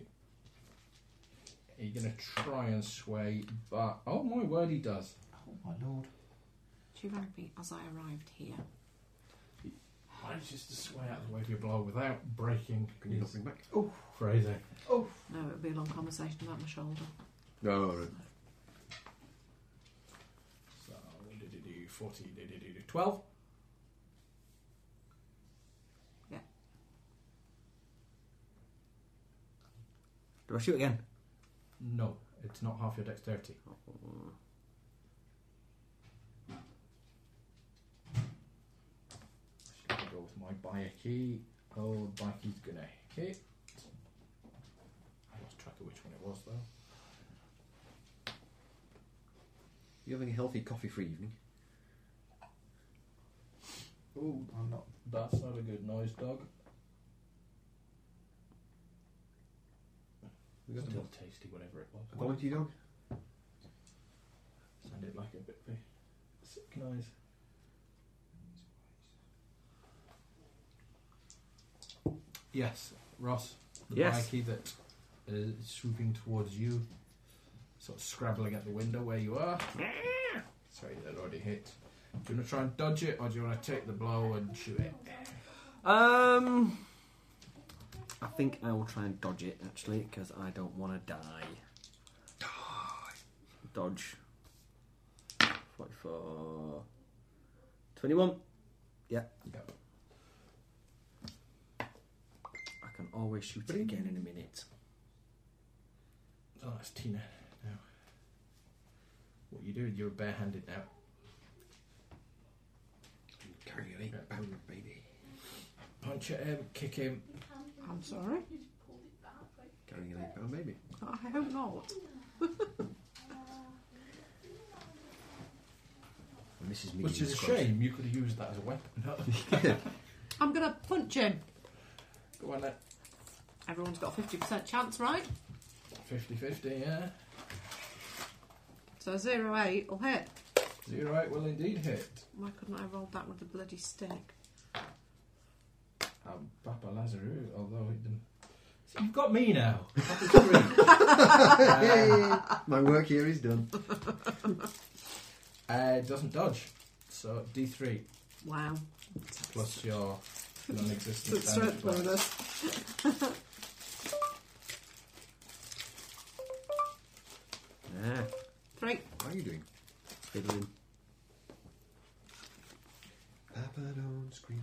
E: Are you going to try and sway? But oh my word, he does.
B: Oh my lord! *laughs*
J: She rang me as I arrived here.
E: Manages to sway out of the way of your blow without breaking. Can
F: you not bring back?
E: Oh, phrasing.
J: Oh. No, it would be a long conversation about my shoulder.
F: No, all right.
E: So, do-do-do-do, 40, do-do-do-do, 12.
J: Yeah.
G: Do I shoot again?
E: No, it's not half your dexterity. Should I go with my Bayaki? Oh, Bayaki's gonna hit. I lost track of which one it was though.
F: You having a healthy coffee-free evening?
E: Oh,
B: I'm not.
E: That's not a good noise, dog. We got Still tasty, whatever it was.
F: A donkey dog? *laughs*
E: Sounded like a bit of a sick noise. Yes, Ross. The
G: Yes.
E: bikey that uh, is swooping towards you, sort of scrabbling at the window where you are. Mm. Sorry, that already hit. Do you want to try and dodge it, or do you want to take the blow and shoot it?
G: Um, I think I will try and dodge it actually because I don't want to die. Dodge. Forty-four. Twenty-one. Yeah.
E: Yep.
G: I can always shoot it again in a minute.
E: Oh, that's Tina. Now, what you doing? You're barehanded now.
B: Carry your eight pounder, baby.
E: Punch at him, kick him.
J: I'm sorry.
B: Carrying an eight
G: Oh,
B: pound baby.
J: I hope not.
Q: Mrs.
E: Which is a shame. You could have used that as a weapon.
J: I'm going to punch him.
E: *laughs* Go on, then.
J: Everyone's got a 50% chance, right?
E: 50-50, yeah.
J: So zero eight will hit.
E: Zero eight will indeed hit.
J: Why couldn't I roll that with the bloody stick?
E: Um, Papa Lazarus, although he didn't. So you've got me now. *laughs*
F: *laughs* My work here is done.
E: Uh, it doesn't dodge. So D3
J: Wow.
E: plus your non-existent
J: That's
E: damage
J: right, one of
E: bonus.
J: those.
G: Yeah.
J: Three.
F: What are you doing?
G: Fiddling.
F: Papa don't scream.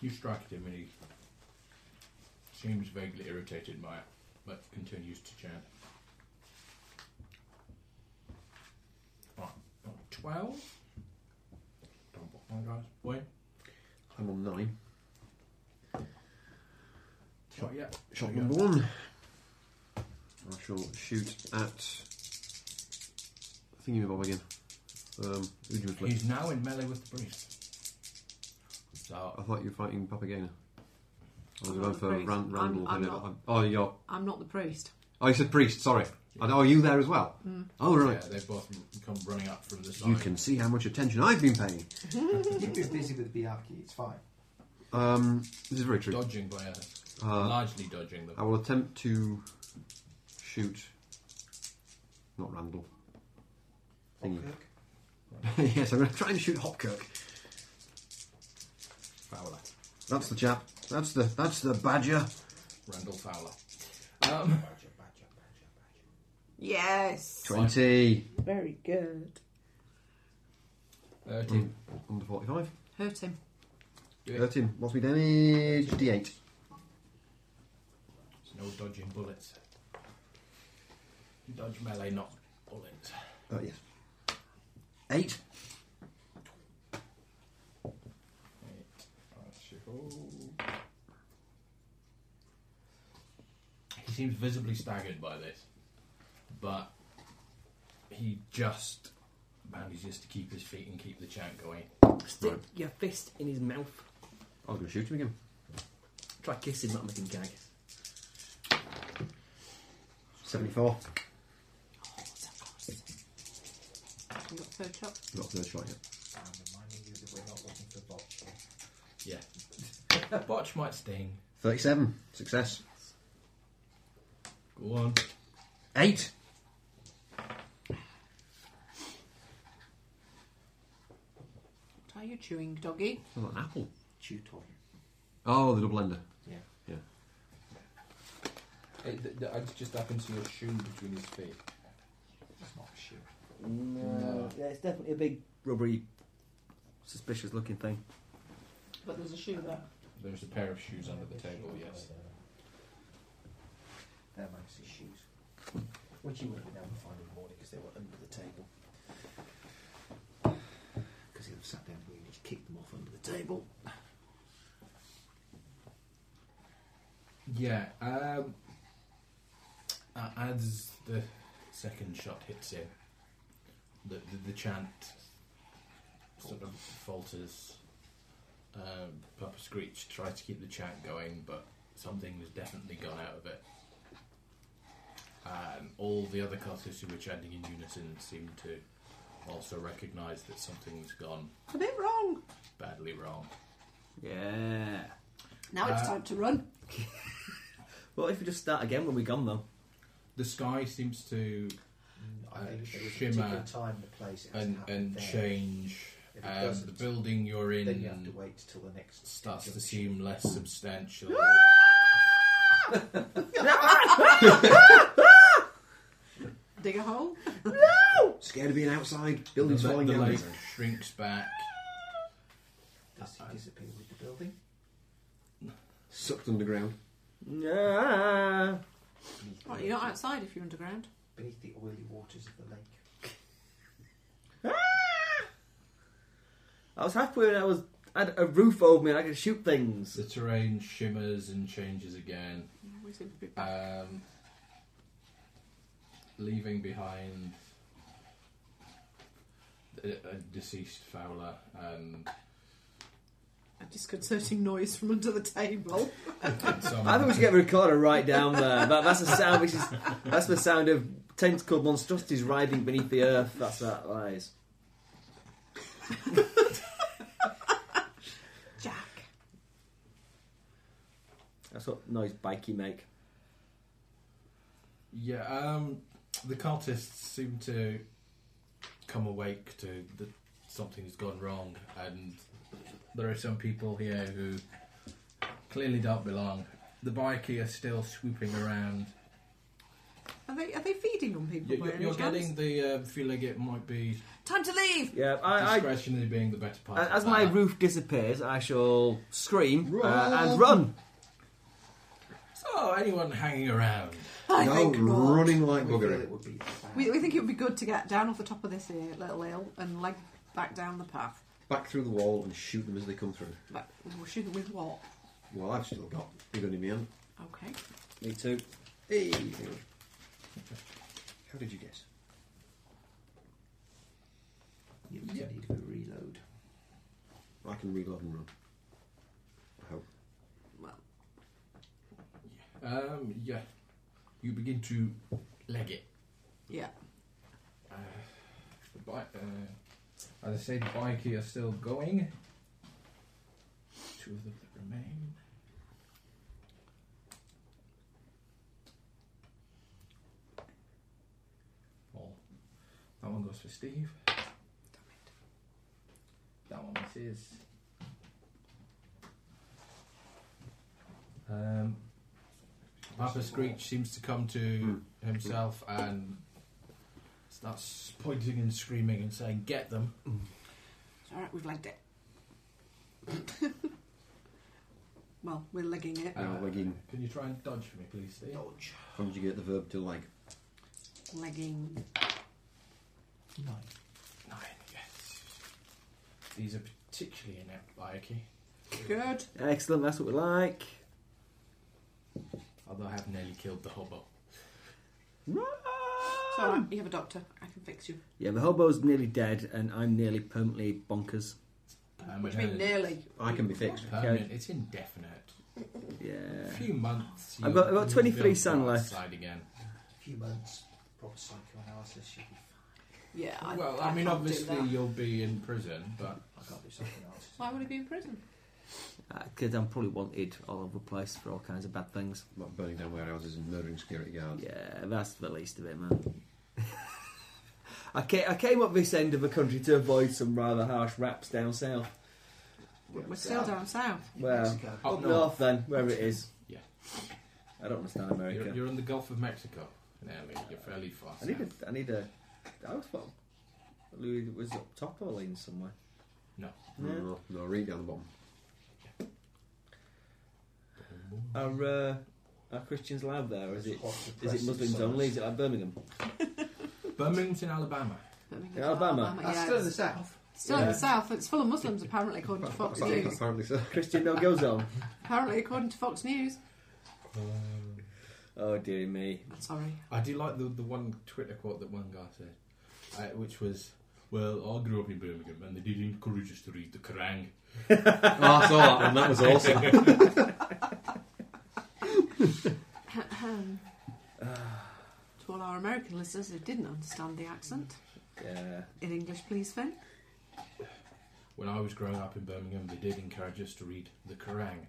E: You strike him and he seems vaguely irritated by it, but continues to chant. Right, got 12. Don't bother, guys. Wait,
F: I'm on nine.
E: shot yet.
F: Shot
E: There you
F: number
E: go.
F: one. I shall shoot at Thingy Bob again. Um, Ujima Flip.
E: He's now in melee with the priest. So
F: I thought you were fighting Papagena. I was
J: I'm
F: going
J: not
F: for
J: the priest.
F: Ran- Randall.
J: I'm- I'm
F: whatever.
J: not-
F: I'm- oh, you're.
J: I'm not the priest.
F: Oh, you said priest. Sorry. And Oh, are you there as well?
J: Mm.
F: Oh, right.
E: Yeah, they've both come running up from the side.
F: You can see how much attention I've been paying.
B: You've been busy with the Biaki, it's fine.
F: Um, this is very true.
E: Dodging by others.
F: Uh,
E: Largely dodging them.
F: I will attempt to shoot. Not Randall. Thingy. *laughs* yes, I'm going to try and shoot Hopkirk.
E: Fowler.
F: That's the chap. That's the that's the badger.
E: Randall Fowler.
F: uh,
E: Um,
J: Yes.
F: Twenty.
J: Very good.
E: 30.
F: Under forty-five.
J: Hurt him.
F: Thirteen. What's my damage? D8.
E: No dodging bullets. Dodge melee, not bullets.
F: Oh yes. Eight.
E: He seems visibly staggered by this, but he just manages to keep his feet and keep the chant going.
G: Stick your fist in his mouth.
F: I was going to shoot him again.
G: Try kissing, not making gag.
F: Seventy-four.
J: You got third shot.
F: Not third shot yet.
B: I'm reminding you that we're not looking for Bob's here.
E: Yeah. *laughs* Botch might sting.
F: Thirty-seven. Success.
E: Go on.
F: Eight.
J: What are you chewing, doggy?
F: Oh, an apple.
B: Chew toy.
F: Oh, the double ender.
B: Yeah.
F: Yeah.
E: It, th- th- I just happened to see a shoe between his feet.
B: It's not a shoe.
G: No. Mm, Yeah, it's definitely a big rubbery, suspicious looking thing.
J: But there's a shoe there.
E: There's a pair of shoes under the table, yes.
B: They're Max's shoes. Which you would have been able to find in the morning because they were under the table. Because he'd have sat down and he'd kicked them off under the table.
E: Yeah. Um, uh, as the second shot hits him, the, the, the chant sort of falters. Um, Papa Screech tries to keep the chant going, but something has definitely gone out of it. And all the other cultists who were chanting in unison seem to also recognise that something's gone
J: A bit wrong.
E: badly wrong.
G: Yeah.
J: Now it's
E: Uh,
J: time to run.
G: What if we just start again when we're gone though?
E: The sky seems to uh,
B: think if there was a
E: shimmer
B: particular time and place, it has to
E: and,
B: happen
E: and
B: there.
E: change.
B: If it
E: And the
B: doesn't,
E: building you're in
B: then you have to wait till the next
E: starts to seem less substantial.
B: Ah!
J: Dig a
E: *laughs*
J: hole.
F: No! Scared of being outside. Buildings
E: the,
F: falling
E: the
F: down.
E: lake shrinks back.
B: Does he disappear with the building?
F: Sucked underground.
G: Yeah.
J: Right, you're not outside if you're underground.
B: Beneath the oily waters of the lake.
G: I was halfway and I was I had a roof over me and I could shoot things.
E: The terrain shimmers and changes again,
J: We seem to be back.
E: um, leaving behind a, a deceased fowler and,
J: A disconcerting noise from under the table.
E: and some.
G: I think we should get a recorder right down there. That, that's the sound which is that's the sound of tentacled monstrosities writhing beneath the earth. That's that lies.
J: Jack.
G: That's what noise bikey make.
E: Yeah, um, the cultists seem to come awake to that something's gone wrong, and there are some people here who clearly don't belong. The bikie are still swooping around.
J: Are they are they feeding on people?
E: You,
J: by
E: you're
J: any
E: you're
J: chance?
E: getting the uh, feeling it might be
J: time to leave.
G: Yeah, I, I
E: discretionary being the better part.
G: as
E: of
G: my
E: that.
G: roof disappears, I shall scream uh, and
E: Run.
G: run.
E: so anyone hanging around?
J: I think not.
F: Oh, like
B: We feel
F: buggery.
B: it would be
J: We, we think it would be good to get down off the top of this here little hill and leg back down the path.
F: Back through the wall and shoot them as they come through.
J: Like, we'll shoot it with what?
F: Well, I've still got the gun in my hand.
J: Okay.
G: Me too.
F: Hey. How did you guess?
B: you need to reload.
F: I can reload and run. I hope.
J: Well,
E: Um, yeah, you begin to leg it.
J: yeah.
E: The bi- uh, as I say, the bikie are still going. Two of them that remain. Well, that one goes for Steve. Damn it. That one misses. Um, Papa Screech seems to come to
G: Hmm.
E: himself and starts pointing and screaming and saying, "Get them!"
J: It's all right, we've legged it. *laughs* well, we're legging it.
F: Now, legging.
E: Uh, Can you try and dodge for me, please, Steve?
B: Dodge.
F: How did you get the verb to leg?
J: Legging.
B: Nine.
E: Nine, yes. These are particularly inept, Biaki.
J: Good.
G: Excellent. That's what we like.
E: Although I have nearly killed the hobo.
J: It's all right, you have a doctor. I can fix you.
G: Yeah, the hobo's nearly dead, and I'm nearly permanently bonkers.
J: Which mean nearly.
F: I can be fixed.
E: Um, Permanent. It's indefinite.
G: Yeah.
E: A few months.
G: I've got- I've got
E: you'll
G: 23
E: be
G: sun
E: on the
G: left.
E: Side again.
B: A few months. Proper psychoanalysis. You'll be fine.
J: Yeah. I,
E: well,
J: I,
E: I mean,
J: can't do
E: obviously
J: that.
E: you'll be in prison, but
B: I can't do psychoanalysis.
J: Why would he be in prison?
G: Because Uh, I'm probably wanted all over the place for all kinds of bad things.
F: Like burning down warehouses and murdering security guards.
G: Yeah, that's the least of it, man. *laughs* I, ca- I came up this end of the country to avoid some rather harsh raps down south.
J: We're still down south.
G: Well,
B: Mexico.
G: up,
E: Up
G: north. then, wherever it is.
E: Oh, Yeah.
G: I don't understand America.
E: you're, you're in the Gulf of Mexico. Nearly. You're fairly far.
G: I need
E: south.
G: a. I need a. I was thought Louis was up top or lean somewhere.
E: No.
G: No.
F: No, no, read down the bottom.
G: Are uh, are Christians allowed there, or is it
B: Hot
G: is it
B: depressing
G: Muslims
B: sons.
G: only? Is it like Birmingham?
E: Birmington, Alabama. Oh,
J: Birmingham,
G: In Alabama?
F: That's
J: yeah,
F: still in the
J: it's
F: south.
J: still in the south. It's full of
F: *laughs*
J: Muslims, apparently, according to Fox *laughs*
F: Apparently,
J: News.
F: apparently so.
G: Christian no go zone.
J: Apparently, according to Fox News.
G: Oh dear me.
J: Sorry.
E: I do like the, the one Twitter quote that one guy said, uh, which was, "Well, I grew up in Birmingham, and they did encourage us to read the Kerrang." oh,
F: I saw that one.
J: Oh,
F: That was awesome.
J: Ahem. to all our American listeners who didn't understand the accent,
E: yeah.
J: in English, please, Finn.
E: *laughs* When I was growing up in Birmingham, they did encourage us to read the Kerrang,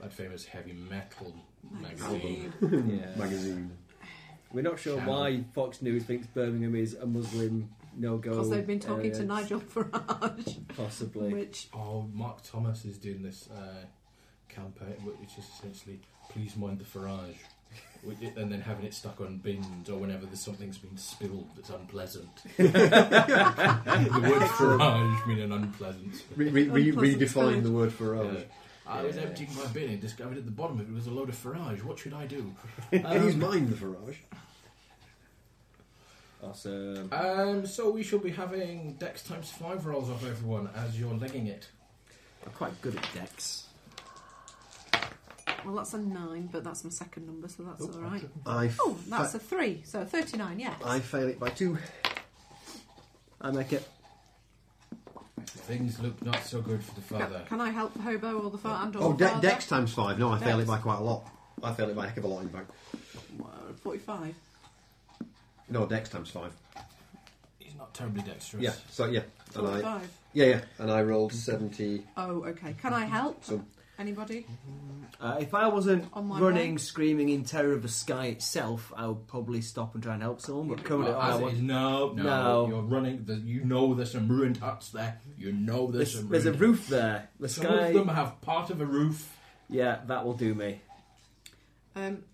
E: that famous heavy metal magazine.
G: Yeah. We're not sure why Fox News thinks Birmingham is a Muslim no go.
J: Because they've been talking to
F: uh,
J: Nigel Farage.
F: *laughs*
G: Possibly.
J: Which
E: Oh, Mark Thomas is doing this uh, campaign, wh- which is essentially "Please mind the Farage," which i- and then having it stuck on bins or whenever there's something's been spilled that's unpleasant. *laughs* the word Farage meaning unpleasant.
F: Re- re- re- Unpleasant redefine Farage. the word Farage.
E: I was
F: Yeah.
E: emptying my bin and discovered at the bottom of it was a load of Farage. What should I do?
F: Please
E: Um,
F: mind the Farage.
G: Awesome.
E: Um, so we shall be having Dex times five rolls off everyone as you're legging it.
G: I'm quite good at Dex.
J: Well, that's a nine, but that's my second number, so that's all right.
F: I f-
J: oh, that's a three, so thirty-nine. Yeah.
F: I fail it by two.
G: I make it.
E: Things look not so good for the father.
J: Can I help the hobo or the fat and or
F: Oh,
J: the
F: de-
J: father?
F: Dex times five. No, I fail it
J: Dex.
F: by quite a lot. I fail it by a heck of a lot, in fact.
J: Forty-five.
F: No, Dex times five.
E: He's not terribly dexterous.
F: Yeah, so yeah. And I,
J: Forty-five.
F: yeah, yeah. And I rolled 70.
J: Oh, okay. Can I help?
F: So-
J: Anybody?
G: Uh, if I wasn't
J: On my
G: running,
J: bike?
G: screaming in terror of the sky itself, I would probably stop and try and help someone. But currently,
E: Well,
G: all I
E: as it
G: want-
E: is, no, no,
G: No.
E: You're running. The, you know there's some ruined huts there. You know there's,
G: There's,
E: some.
G: there's a
E: ruined
G: roof there. The
E: Some
G: sky.
E: of them have part of a roof.
G: Yeah, that will do me.
J: Um,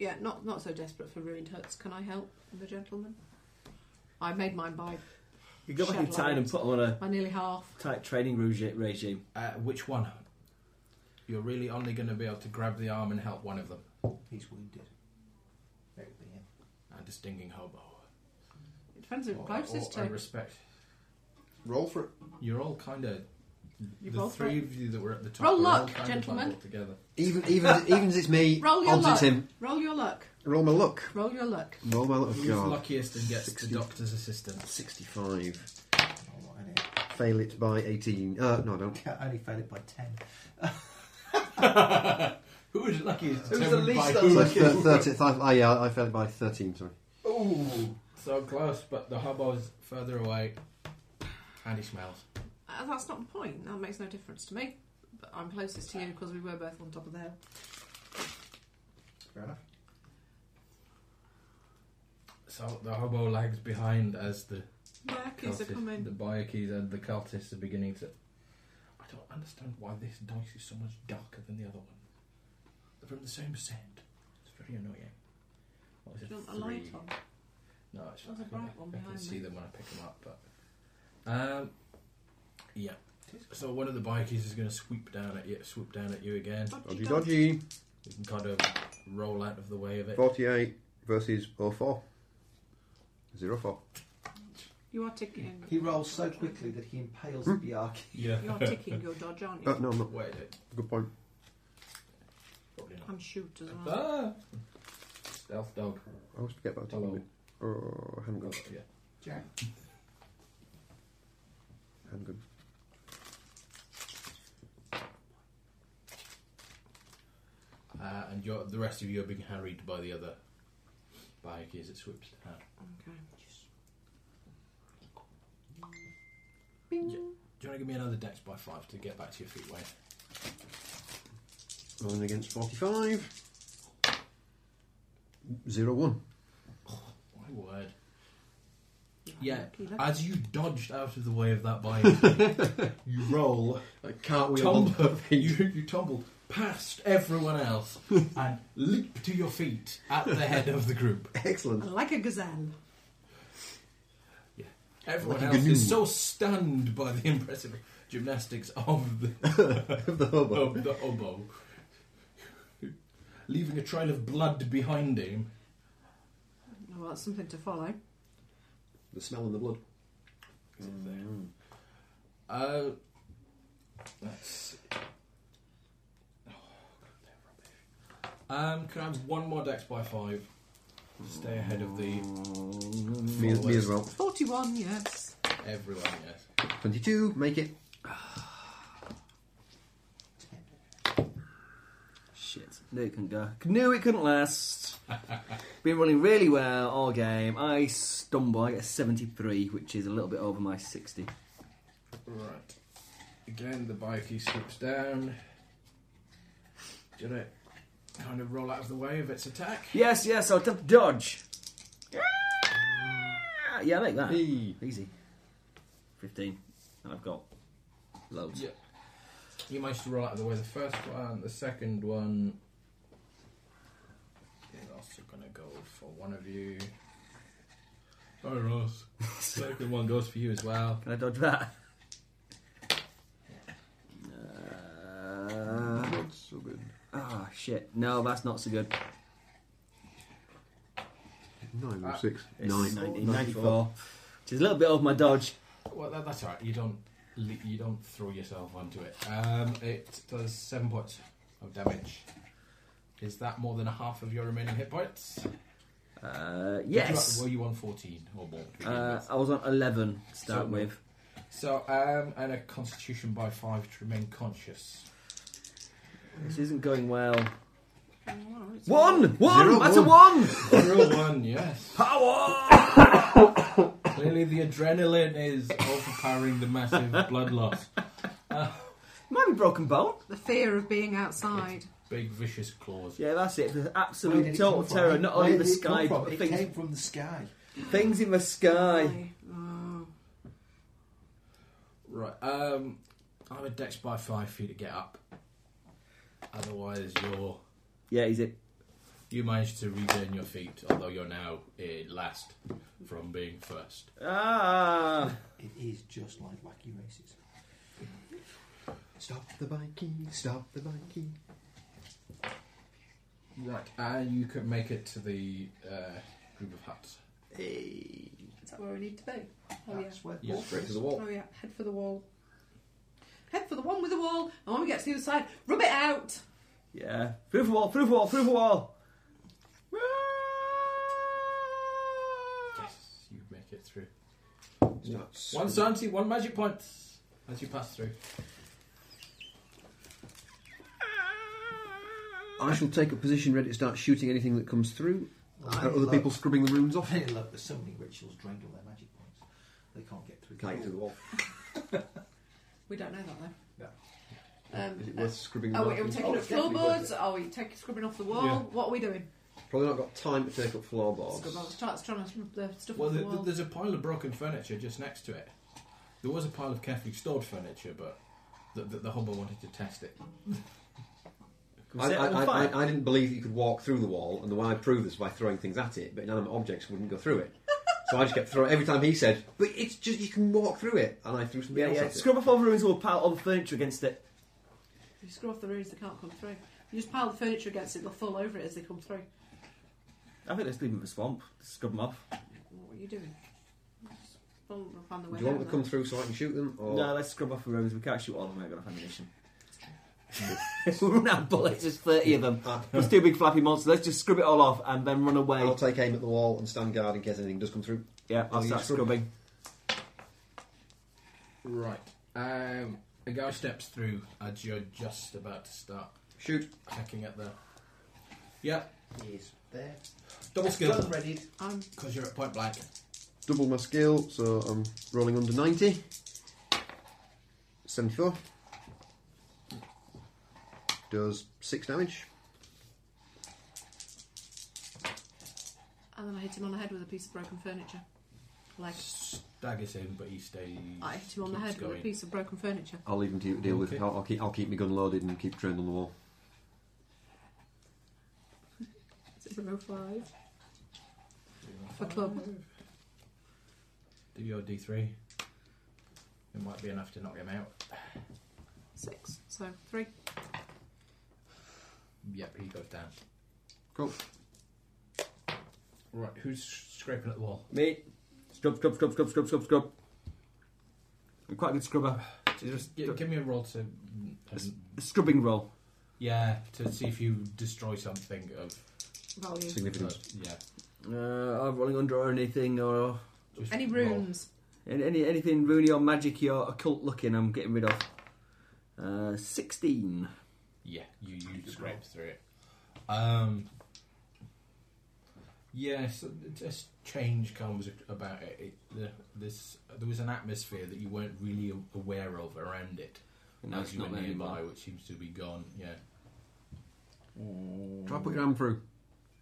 J: yeah, not not so desperate for ruined huts. Can I help the gentleman? I made mine by.
G: You go back in
J: shed
G: time and
J: light.
G: put them on a
J: By nearly half.
G: tight training regi- regime.
E: Uh, which one? You're really only going to be able to grab the arm and help one of them.
B: He's wounded. That would be him.
E: And a stinging hobo.
J: It depends who
E: Or-
J: closest
E: or- I
J: to.
E: respect.
F: Roll for it.
E: You're all kind of.
J: You
E: the
J: roll for
E: three
J: it.
E: of you that were at the top.
J: Roll
E: were all
J: luck,
E: kind of
J: gentlemen.
E: bundled Together.
F: Even,
J: *laughs*
F: even, even as it's me,
J: Roll your
F: odds
J: luck.
F: it's him.
J: Roll your luck.
F: Roll my luck.
J: Roll your luck.
F: Roll my luck.
E: Who's
F: God.
E: luckiest and gets the doctor's assistant?
F: 65. Fail it by 18. Uh, no, I don't.
B: I only failed it by 10.
E: Who is luckiest?
B: Who's the
E: determined
B: least
E: by
B: unlucky?
E: who?
F: Thir- thir- 30, I, I, yeah, I failed it by 13, sorry.
E: Ooh, so close, but the hobo's further away, and he smells.
J: Uh, that's not the point. That makes no difference to me. But I'm closest to you because we were both on top of the hill.
B: Fair enough.
E: So the hobo lags behind as the
J: Yarkies are
E: cultist-
J: coming.
E: the biakies and the cultists are beginning to. I don't understand why this dice is so much darker than the other one. They're from the same set. It's very annoying. What is it?
J: Do you want a
E: three?
J: light on?
E: No, it's
J: There's
E: I
J: a
E: can-
J: bright one
E: I can
J: behind
E: see
J: me.
E: them when I pick them up, but um, yeah. So one of the bikies is going to sweep down at you, swoop down at you again.
F: Dodgy, dodgy.
E: You can kind of roll out of the way of it.
F: 48 versus 04. 04.
J: You are ticking.
B: He rolls Oh, so quickly that he impales the Biarki.
E: Yeah.
J: You are ticking your dodge, aren't you?
F: Uh, no, I'm not.
E: Wait, it-
F: Good point.
E: probably
J: *laughs*
E: not.
J: And shoot as well.
E: Ah! Stealth dog.
F: I always forget about
E: Hello.
F: it. Oh, I haven't
E: Oh,
F: got it.
E: yeah.
B: Jack.
F: haven't got it.
E: Uh, and you're, the rest of you are being harried by the other bikie as it Uh, swoops down.
J: Okay.
E: Yeah. Do you want to give me another dex by five to get back to your feet, Wayne?
F: Rolling against 45. 01.
E: My word.
J: Yeah,
E: Yeah,
J: lucky, lucky.
E: as you dodged out of the way
F: *laughs*
E: of that bikie, you roll,
F: Can't we
E: tumble, you, *laughs* you tumble past everyone
F: *laughs*
E: else and leap to your feet at the head of the group.
F: *laughs* Excellent.
J: Like a gazelle.
E: Everyone
F: Like a
E: else is
F: gnu.
E: so stunned by the impressive gymnastics of the,
F: *laughs* the hobo.
E: of the hobo, leaving a trail of blood behind him.
J: Well, that's something to follow.
F: The smell and the blood.
R: Mm.
E: Uh, let's see. Oh, God, they're rubbish. Um, can I have one more dex by five? to Stay ahead of the.
S: Me, as- me as well.
J: 41, yes.
E: Everyone, yes.
S: 22, make it.
G: *sighs* Shit. Knew it couldn't go. Knew it
E: *laughs*
G: couldn't last. Been running really well all game. I stumble. I get a 73, which is a little bit over my 60.
R: Right. Again, the bikie slips down. Gonna kind of roll out of the way of its attack.
G: Yes, yes, I'll attempt to dodge. Ah, Yeah, I like that. Easy. 15. And I've got loads.
E: Yeah. You managed to roll out of the way the first one, the second one. Is also gonna go for one of you. Oh, Ross. *laughs* second one goes for you as well.
G: Can I dodge that? Uh,
F: That's so good.
G: Oh, shit. No, that's not so good.
F: Nine or
G: Ah,
F: six.
G: it's
F: Nine.
G: 1994, which is a little bit off my dodge.
E: Well, that, that's alright. You don't li- you don't throw yourself onto it. Um, it does seven points of damage. Is that more than a half of your remaining hit points?
G: Uh,
E: Did you-
G: yes.
E: Were you on fourteen or more? to begin
G: Uh,
E: with?
G: I was on 11 to start
E: So-
G: with.
E: So, um, and a Constitution by five to remain conscious.
G: This isn't going well. One! One!
E: Zero, one.
G: That's a one!
E: Zero, one, yes.
G: Power!
E: Clearly, the adrenaline is overpowering the massive blood loss. Uh,
G: Might be broken bone.
J: The fear of being outside.
E: Big vicious claws.
G: Yeah, that's it. The
B: Where
G: absolute
B: did it
G: total
B: come from?
G: terror. Not
B: Where
G: only
B: did
G: the
B: it come
G: sky,
B: from?
G: but
B: it
G: things,
B: came from the sky.
G: things in the sky.
J: Oh.
E: Right. Um, I'm a dex by five for you to get up. Otherwise, you're
G: Yeah, is it?
E: you manage to regain your feet, although you're now uh, last from being first.
G: Ah!
B: It is just like wacky races. Stop the biking, stop the biking. *laughs*
E: Right. And you could make it to the uh, group of huts.
J: Is that where we need to be? Oh, yeah.
B: That's where
E: Yeah,
B: Paul
E: straight to
B: is.
E: the wall.
J: Oh, yeah. Head for the wall. Head for the one with the wall. And when we get to the other side, rub it out.
G: Yeah. Through the wall, through the wall, through the wall!
E: Yes, you make it through.
F: Starts-
E: One sanity, one magic point as you pass through.
F: I shall take a position ready to start shooting anything that comes through. Are other
B: Look.
F: people scrubbing the rooms off?
B: Hey, look, there's so many rituals drained all their magic points. They can't get through.
F: Can't get through the wall.
J: We don't know that, though.
B: No.
J: Um,
F: Is it
J: no.
F: worth scribbling
J: Are
F: them
J: we,
F: up
J: are we
F: and-
J: taking
F: Oh,
J: up
F: it's definitely
J: floorboards?
F: worth it.
J: Are we taking scrubbing off the wall?
E: Yeah.
J: What are we doing?
F: Probably not got time to take up floorboards.
J: Scrub- Start trying to scrub the stuff
E: Well,
J: off the
E: th
J: wall.
E: th there's a pile of broken furniture just next to it. There was a pile of carefully stored furniture, but the, the, the hobo wanted to test it.
F: I, I, I, I, I didn't believe that you could walk through the wall, and the way I proved this was by throwing things at it, but inanimate objects wouldn't go through it.
G: *laughs*
F: So I just kept throwing. Every time he said, "But it's just you can walk through it," and I threw something
G: Yeah,
F: else
G: yeah.
F: at
G: Scrub off all the rooms or pile all the furniture against it.
J: You screw off the rooms, they can't come through. You just pile the furniture against it, they'll fall over it as they come through.
G: I think let's leave them in the swamp. Scrub them off.
J: What are you doing? Just fall and find the
F: it.
J: way
F: Do you want
J: down
F: them to come
J: there.
F: through so I can shoot them? Or
G: No, let's scrub off the rooms. We can't shoot all of them. We're going to have ammunition. *laughs* we'll run out of bullets. There's 30 of them. There's two big flappy monsters. Let's just scrub it all off and then run away.
F: I'll take aim at the wall and stand guard in case anything does come through.
G: yeah, I'll
F: you
G: start
F: scrub.
G: scrubbing.
E: Right. Um, a guy steps through as you're just about to start
F: Shoot.
E: hacking at the. Yeah,
B: Is there.
E: double skill
B: Gun readied.
J: I'm
E: because you're at point blank.
F: Double my skill, so I'm rolling under ninety. Seventy-four does six damage.
J: And then I hit him on the head with a piece of broken furniture. Like,
E: Staggers him, but he stays.
J: I hit him on the
E: keeps
J: head with a
E: going.
J: piece of broken furniture.
F: I'll leave them to you to deal
E: Okay.
F: with. I'll, I'll keep. I'll keep my gun loaded and keep trained on the wall.
J: Zero five. For club.
E: Do your D3. It might be enough to knock him out.
J: Six. So, three.
E: Yep, he goes down.
F: Cool.
E: Right, who's scraping at the wall?
G: Me. Scrub, scrub, scrub, scrub, scrub, scrub, scrub. I'm quite a good scrubber. Just
E: Gi- give me a roll to. um,
G: a scrubbing roll.
E: Yeah, to see if you destroy something of
J: Value.
E: significance. yeah.
T: Uh, I'm rolling under or anything or
J: Any runes?
T: Any, any anything runy or magic or occult looking. I'm getting rid of. Uh, Sixteen.
E: Yeah, you you scrape through it. Um, yeah, so just change comes about it. it the, this there was an atmosphere that you weren't really a- aware of around it
F: And
E: as
F: that's
E: you
F: not
E: were
F: there
E: nearby,
F: anymore.
E: which seems to be gone. Yeah.
F: Try and put your hand through.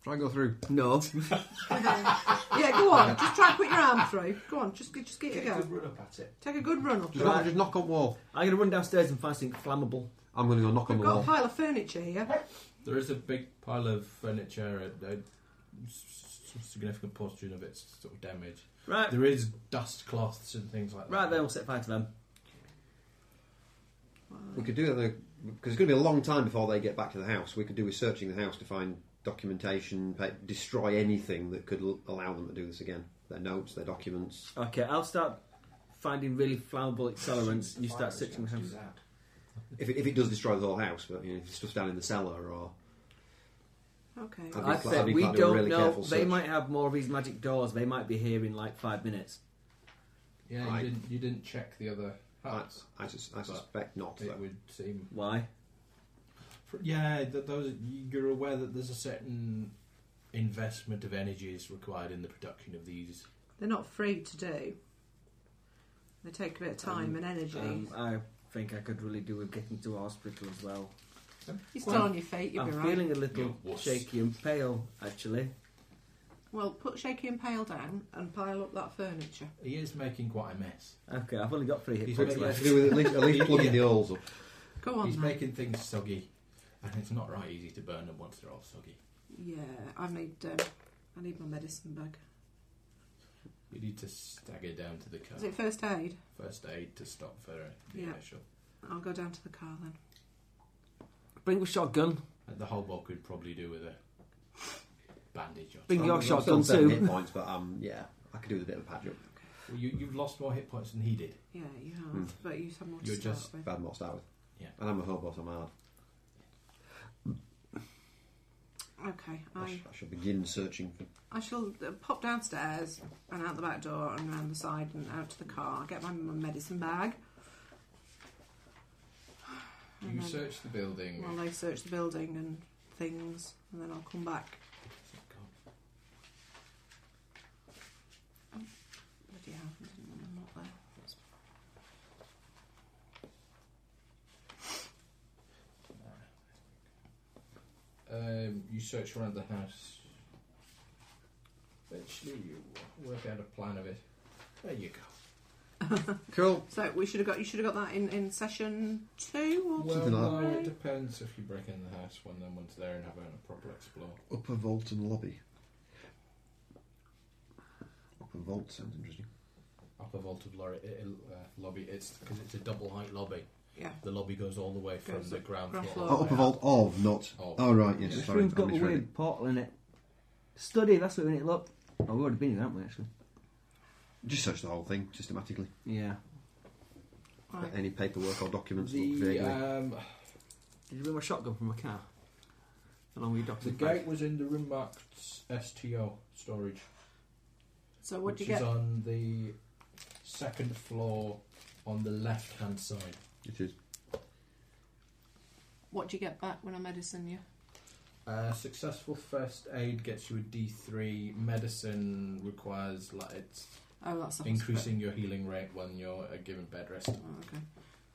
F: Try and go through.
T: No.
J: *laughs* yeah, go on. Just try and put your arm through. Go on, just, just get it
E: Get a
J: go.
E: good run up at it.
J: Take a good run up.
F: Just, knock, just knock on wall.
T: I'm going to run downstairs and find something flammable.
F: I'm going to go knock on
J: We've
F: the
J: got a
F: wall.
J: pile of furniture here.
E: There is a big pile of furniture, a, a s- s- significant portion of it's sort of damaged.
T: Right.
E: There is dust cloths and things like that.
T: Right, then we'll set fire to them.
F: We could do that because it's going to be a long time before they get back to the house. We could do with searching the house to find documentation, pa- destroy anything that could l- allow them to do this again. Their notes, their documents.
T: Okay, I'll start finding really flammable accelerants. You start searching the house.
F: If it, if it does destroy the whole house, but you know, if it's stuff down in the cellar or
J: Okay.
F: I'd be
T: I
F: cla-
T: said
F: I'd be
T: we
F: glad to do a
T: don't
F: really
T: know.
F: careful
T: They
F: search.
T: might have more of these magic doors. They might be here in like five minutes.
E: Yeah,
T: Right.
E: you didn't you didn't check the other huts.
F: I, sus- I
E: but
F: suspect not.
E: It
F: though.
E: would seem.
T: Why?
E: For- Yeah, th those you're aware that there's a certain investment of energy is required in the production of these.
J: They're not free to do. They take a bit of time and energy.
T: Um, I think I could really do with getting to hospital as well.
J: You're still on your feet, you'll
T: I'm
J: be right.
T: feeling a
E: You're
T: little
E: wuss.
T: shaky and pale, actually.
J: Well, put Shaky and Pale down and pile up that furniture.
E: He is making quite a mess.
T: Okay, I've only got three hit
E: He's
T: points
E: making-
T: left.
F: To do with at least, at
E: *laughs*
F: least plugging the holes up.
J: Go on.
E: He's
J: then.
E: making things soggy, and it's not right easy to burn them once they're all soggy.
J: Yeah, I need um, I need my medicine bag.
E: You need to stagger down to the car.
J: Is it first aid?
E: First aid to stop for the
J: Yeah.
E: initial.
J: I'll go down to the car then.
T: Bring your shotgun.
E: And the Hobok could probably do with a bandage or
T: Bring
E: something.
T: your
F: I'm still
T: shotgun
F: on
T: too.
F: seven hit points, but um, yeah, I could do with a bit of a patch up.
E: Well, you, you've lost more hit points than he did.
J: Yeah, you have,
F: Hmm.
J: but you have more to
E: You're
J: start
E: just
J: with.
F: Bad more to start with.
E: Yeah.
F: And I'm a hobo, so I'm hard.
J: Okay,
F: I,
J: I
F: sh- I shall begin searching for.
J: I shall uh, pop downstairs and out the back door and round the side and out to the car. Get my, my medicine bag.
E: You search the building.
J: While they search the building and things, and then I'll come back. Bloody hell, I didn't want them not there. That's-
E: Um, you search around the house. Eventually, you work out a plan of it. There you go.
F: Cool.
J: So we should have got you should have got that in, in session two or
E: Well,
F: Something like
E: no,
J: that.
E: it depends if you break in the house when no one's there and have a proper explore.
F: Upper vault and lobby. Upper vault sounds interesting.
E: Upper vaulted lorry, uh, lobby, it's because it's a double height lobby.
J: Yeah.
E: The lobby goes all the way from
J: Goes
E: the
J: up-
E: ground
J: ground
E: floor.
J: floor.
F: Oh,
E: all
F: upper
E: the way
F: vault
E: up.
F: of, not.
E: Of.
F: Oh, right, yes,
T: This
F: sorry.
T: room's
F: I
T: got a
F: misread
T: weird portal in it. Study, that's what we need. Look. Oh, we've already been here, haven't we, actually?
F: it. Just search the whole thing systematically.
T: Yeah.
J: Right.
F: Any paperwork or documents look
E: The,
F: vaguely.
E: um,
T: Did you bring my shotgun from my car? Along with your
E: the
T: document.
E: gate was in the room marked STO storage.
J: So what
E: which
J: do you get?
E: is on the second floor on the left hand side.
F: it is.
J: What do you get back when I medicine you?
E: Uh, successful first aid gets you a D3. Medicine requires like it's
J: Oh, that's a
E: increasing your healing rate when you're uh, given bed rest.
J: hospital. Oh, okay.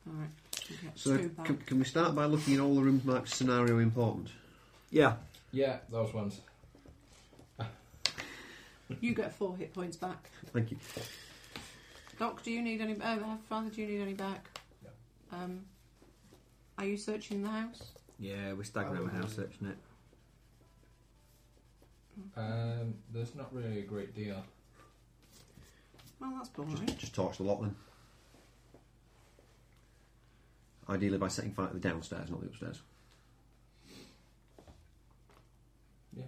J: All right. You get
F: So,
J: two back.
F: can, can we start by looking at all the rooms marked scenario important?
T: Yeah.
E: Yeah, those ones.
J: You get four hit points back.
F: Thank you.
J: Doc, do you need any? Oh, Father, do you need any back?
E: No.
J: Um, are you searching the house?
T: Yeah, we're
E: Oh,
T: staggering around the house searching it.
E: Um, there's not really a great deal.
J: Well, that's boring.
F: Just, just torch the lot then. Ideally by setting fire to the downstairs, not the upstairs.
E: Yeah.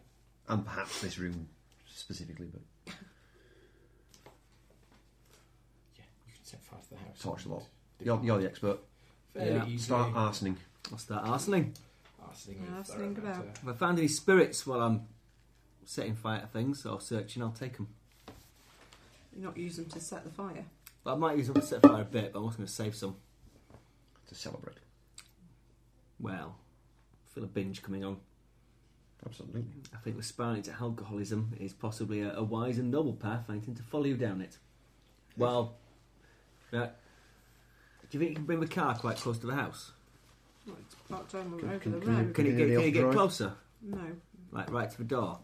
F: And perhaps this room specifically, but
E: Yeah, you can set fire to the house.
F: Torch the lot.
E: Do
F: you're, you're the expert.
E: Fairly
T: Yeah.
E: easily.
F: Start arsoning.
T: I'll start arsoning.
E: Uh, sitting
J: I'll
E: with
J: sing about.
E: Thoromancer.
G: If I find any spirits while I'm setting fire to things or searching, I'll take them.
J: You not use them to set the fire.
G: But I might use them to set fire a bit, but I'm also going to save some.
F: To celebrate.
G: Well, I feel a binge coming on.
F: Absolutely.
G: I think the spiraling to alcoholism is possibly a, a wise and noble path. I intend to follow you down it. Well, uh, do you think you can bring the car quite close to the house?
J: Well, it's parked on
G: Can-
J: over
G: can-
J: the
G: can you-
J: road.
G: can it get- can it get closer?
J: No,
G: Like right to the door?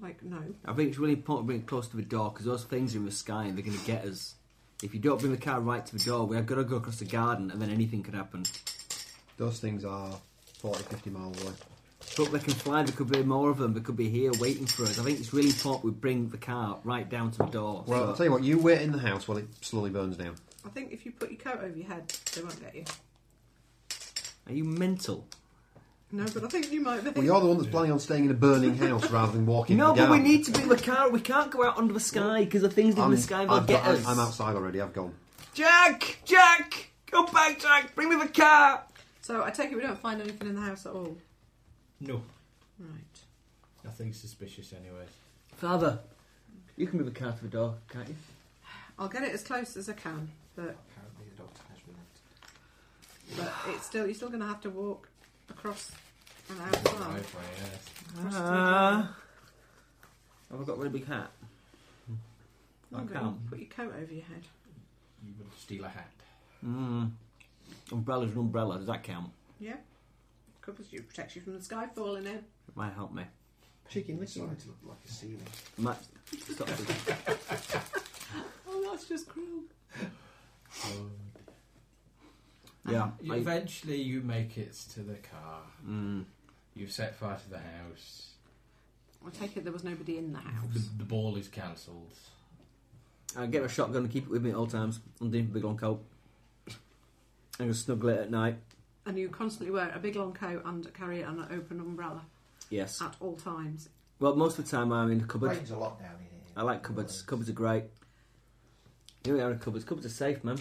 J: like no.
G: I think it's really important to bring it close to the door because those things are in the sky and they're going to get us. If you don't bring the car right to the door, we have got to go across the garden and then anything could happen.
F: Those things are 40, 50 miles away.
G: But they can fly, there could be more of them, they could be here waiting for us. I think it's really important we bring the car right down to the door.
F: Well,
G: So-
F: I'll tell you what, you wait in the house while it slowly burns down.
J: I think if you put your coat over your head, they won't get you.
G: Are you mental?
J: No, but I think you might be.
F: Well, you're the one that's planning on staying in a burning house rather than walking
G: No,
F: in the
G: but we
F: garden.
G: need to bring the car. We can't go out under the sky because the things in
F: I'm,
G: the sky will
F: I've
G: get
F: got- I'm-
G: us.
F: I'm outside already, I've gone.
G: Jack! Jack! Go back, Jack! Bring me the car!
J: So I take it we don't find anything in the house at all.
E: No,
J: Right.
E: nothing suspicious, anyways.
G: Father, you can bring the car to the door, can't you?
J: I'll get it as close as I can, but
U: Apparently the doctor has relented.
J: but it's still you're still going to have to walk across an outside. Across
G: Ah. have I got a really big hat?
J: the
G: I
J: road.
G: can't.
J: Put your coat over your head.
E: You would steal a hat.
G: Mm. Umbrella's an umbrella. Does that count?
J: Yeah. Covers you, protects you from the sky falling in.
G: It might help me.
U: Chicken, this one to look like a ceiling.
G: Might stop the-
J: Oh, that's just cruel.
G: yeah.
U: *laughs*
E: You-
G: I-
E: eventually, you make it to the car.
G: Mm.
E: You've set fire to the house.
J: I take it there was nobody in the
E: The,
J: house. *laughs*
E: the ball is cancelled.
G: I get a shotgun and keep it with me at all times. Underneath the big long coat. I'm gonna snuggle it at night.
J: And you constantly wear a big long coat and carry an open umbrella
G: Yes.
J: at all times.
G: Well, most of the time I'm in the cupboard.
U: Rain's a lot down in here.
G: I like cupboards. Cupboards are great. You know, we are in cupboards. Cupboards are safe, man.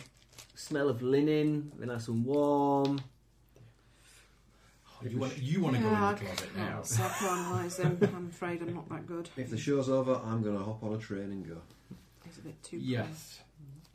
G: Smell of linen, they're nice and warm.
E: You want you want to go in
G: Ah,
J: Yeah, Oh, I
E: the closet
J: can't
E: now? *laughs*
J: Psychoanalyse them. I'm afraid I'm not that good.
F: If the show's over, I'm going to hop on a train and go.
J: It's a bit too.
E: Yes,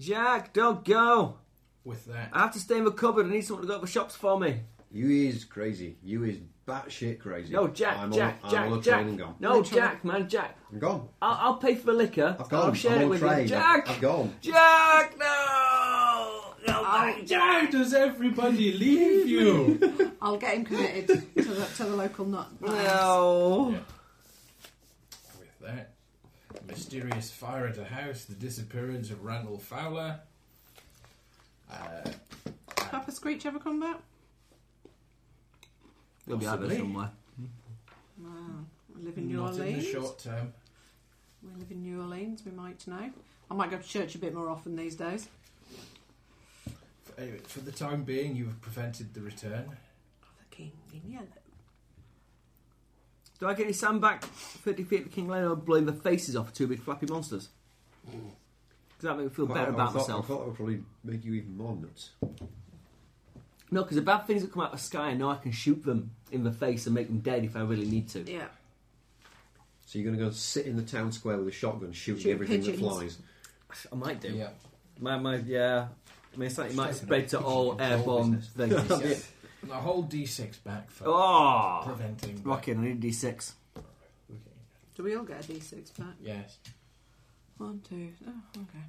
G: Jack, don't go.
E: with that.
G: I have to stay in the cupboard. I need someone to go to the shops for me.
F: You is crazy. You is batshit crazy.
G: No, Jack,
F: I'm
G: Jack,
F: on,
G: Jack,
F: I'm on a
G: Jack.
F: train and gone.
G: No, Jack, man, Jack.
F: I'm gone.
G: I'll, I'll pay for the liquor.
F: I've gone.
G: I'll share
F: I'm
G: it
F: on
G: with
F: a train.
G: you. Jack!
F: I've gone.
G: Jack, no! No, back,
E: Why
G: Jack!
E: Oh, does
G: *laughs*
E: everybody leave you?
J: I'll get
E: *laughs*
J: him committed to the to the local nut. nut house.
G: No.
E: with that, mysterious fire at a house, the disappearance of Randall Fowler. Uh,
J: Papa Screech ever come back?
G: You'll be out there
E: Possibly.
G: somewhere.
J: Wow. We live in New
E: not in
J: Orleans.
E: the short term.
J: We live in New Orleans. We might know. I might go to church a bit more often these days.
E: Anyway, eh, for the time being, you have prevented the return.
J: Of the King in yellow.
G: Do I get any sand back 50 feet to King Leonard blowing the faces off two big flappy monsters? Does that make me feel
F: Well,
G: better
F: I- I
G: about
F: thought-
G: myself?
F: I thought that would probably make you even more nuts.
G: No, because the bad things that come out of the sky, I know I can shoot them in the face and make them dead if I really need to.
J: Yeah.
F: So you're going to go sit in the town square with a shotgun, shooting
J: Shoot
F: everything
J: pigeons.
F: that flies.
G: I might do. My, my, yeah. I mean, it's like it might spread to all
F: control
G: airborne
F: business.
G: things.
E: Yeah. *laughs* And A whole D6 back for
G: Oh!
E: preventing.
G: Rocking, I need a d6.
E: Okay.
J: Do we all get a D6 back?
E: Yes.
J: One, two. Oh, okay.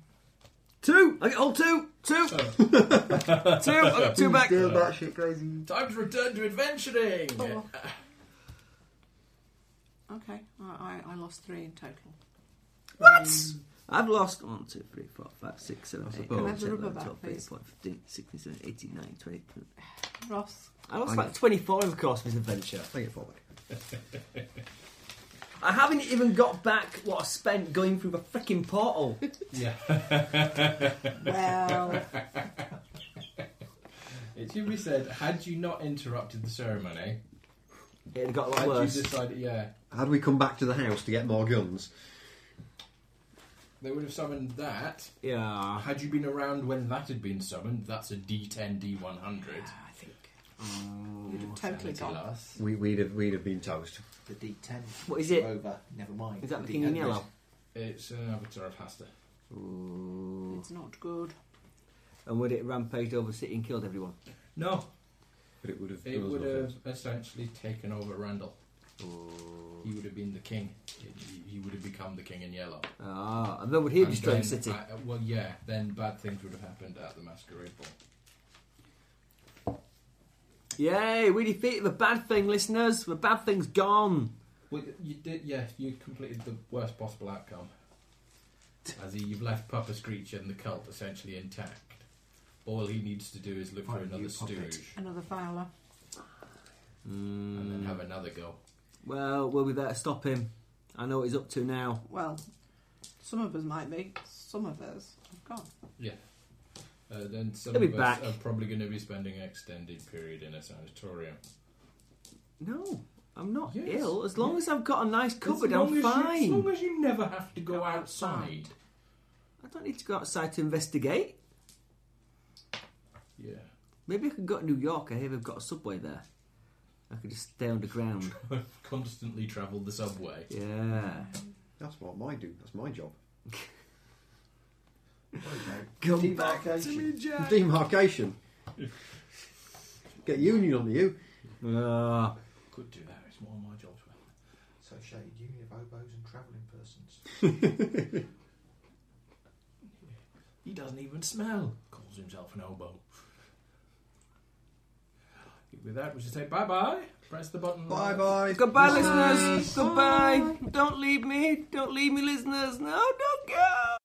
G: Two! I get all two! Two! *laughs* two! I got two back!
F: shit crazy.
E: Time to return to adventuring.
J: Oh. Okay. I, I, I lost three in total.
G: What? I've lost 1, 2, 3, 4, 5, 6, 7, 8, 9,
J: Can I
G: 10,
J: have the
G: 11,
J: rubber back,
G: 12, 13,
J: please?
G: 14, 15, 16, 17, 18, 19, 20.
J: Ross.
G: I lost
F: I
G: like
F: get-
G: 24 in the course of this adventure.
F: I get forward.
G: *laughs* I haven't even got back what I spent going through the freaking portal. *laughs*
E: Yeah.
J: Well,
E: It should be said, had you not interrupted the ceremony,
G: It got a lot
E: had you
G: worse.
E: decided, yeah,
F: Had we come back to the house to get more guns,
E: they would have summoned that.
G: Yeah.
E: Had you been around when that had been summoned, that's a D10, D100.
J: I think
B: You'd have totally
I: sanity
B: gone.
I: loss.
K: We, we'd have we'd have been toast.
B: The D10.
G: What is it?
B: Over. Never mind.
G: Is that
B: The
G: looking in
B: D10
G: yellow?
E: It's an avatar of Hasta.
G: It's
I: not good.
G: And would it rampage over city and killed everyone?
E: No.
K: But it would have.
E: It would have essentially taken over Randall. He would have been the king. He- He would have become the king in yellow.
G: Ah, and then would he have
E: And
G: destroyed the
E: then-
G: city?
E: I- well, yeah. Then bad things would have happened at the masquerade ball.
G: Yay, we defeated the bad thing, listeners. The bad thing's gone.
E: Well, you did, yeah. You completed the worst possible outcome. As in, you've left Papa Screech and the cult essentially intact. All he needs to do is look for
B: Find a
E: another
B: new puppet.
E: stooge
I: Another fowler.
E: and then have another go.
G: Well, we'll be there to stop him. I know what he's up to now.
I: Well, some of us might be. Some of us have gone.
E: Yeah. Uh, then some
G: He'll be
E: of
G: back.
E: us are probably going to be spending an extended period in a sanatorium.
G: No, I'm not
E: Yes.
G: ill. As long
E: Yeah.
G: as I've got a nice cupboard,
E: As long
G: I'm
E: as you-
G: fine.
E: as long as you never have to go outside.
G: I don't need to go outside to investigate.
E: Yeah. *laughs*
G: Maybe I could go to New York. I hear they've got a subway there. I could just stay underground. *laughs*
E: Constantly travel the subway.
G: Yeah.
K: That's what I do. That's my job.
G: Come
K: back
G: to me, Jack.
K: Demarcation. Get union on you.
G: Ah.
E: Could do that. It's one of my jobs.
B: Associated Union of Oboes and Travelling Persons.
E: *laughs* He doesn't even smell. Calls himself an oboe. With that, we should say bye bye. Press the button.
K: Bye bye.
G: Goodbye, listeners. Goodbye. Don't leave me. Don't leave me, listeners. No, don't go.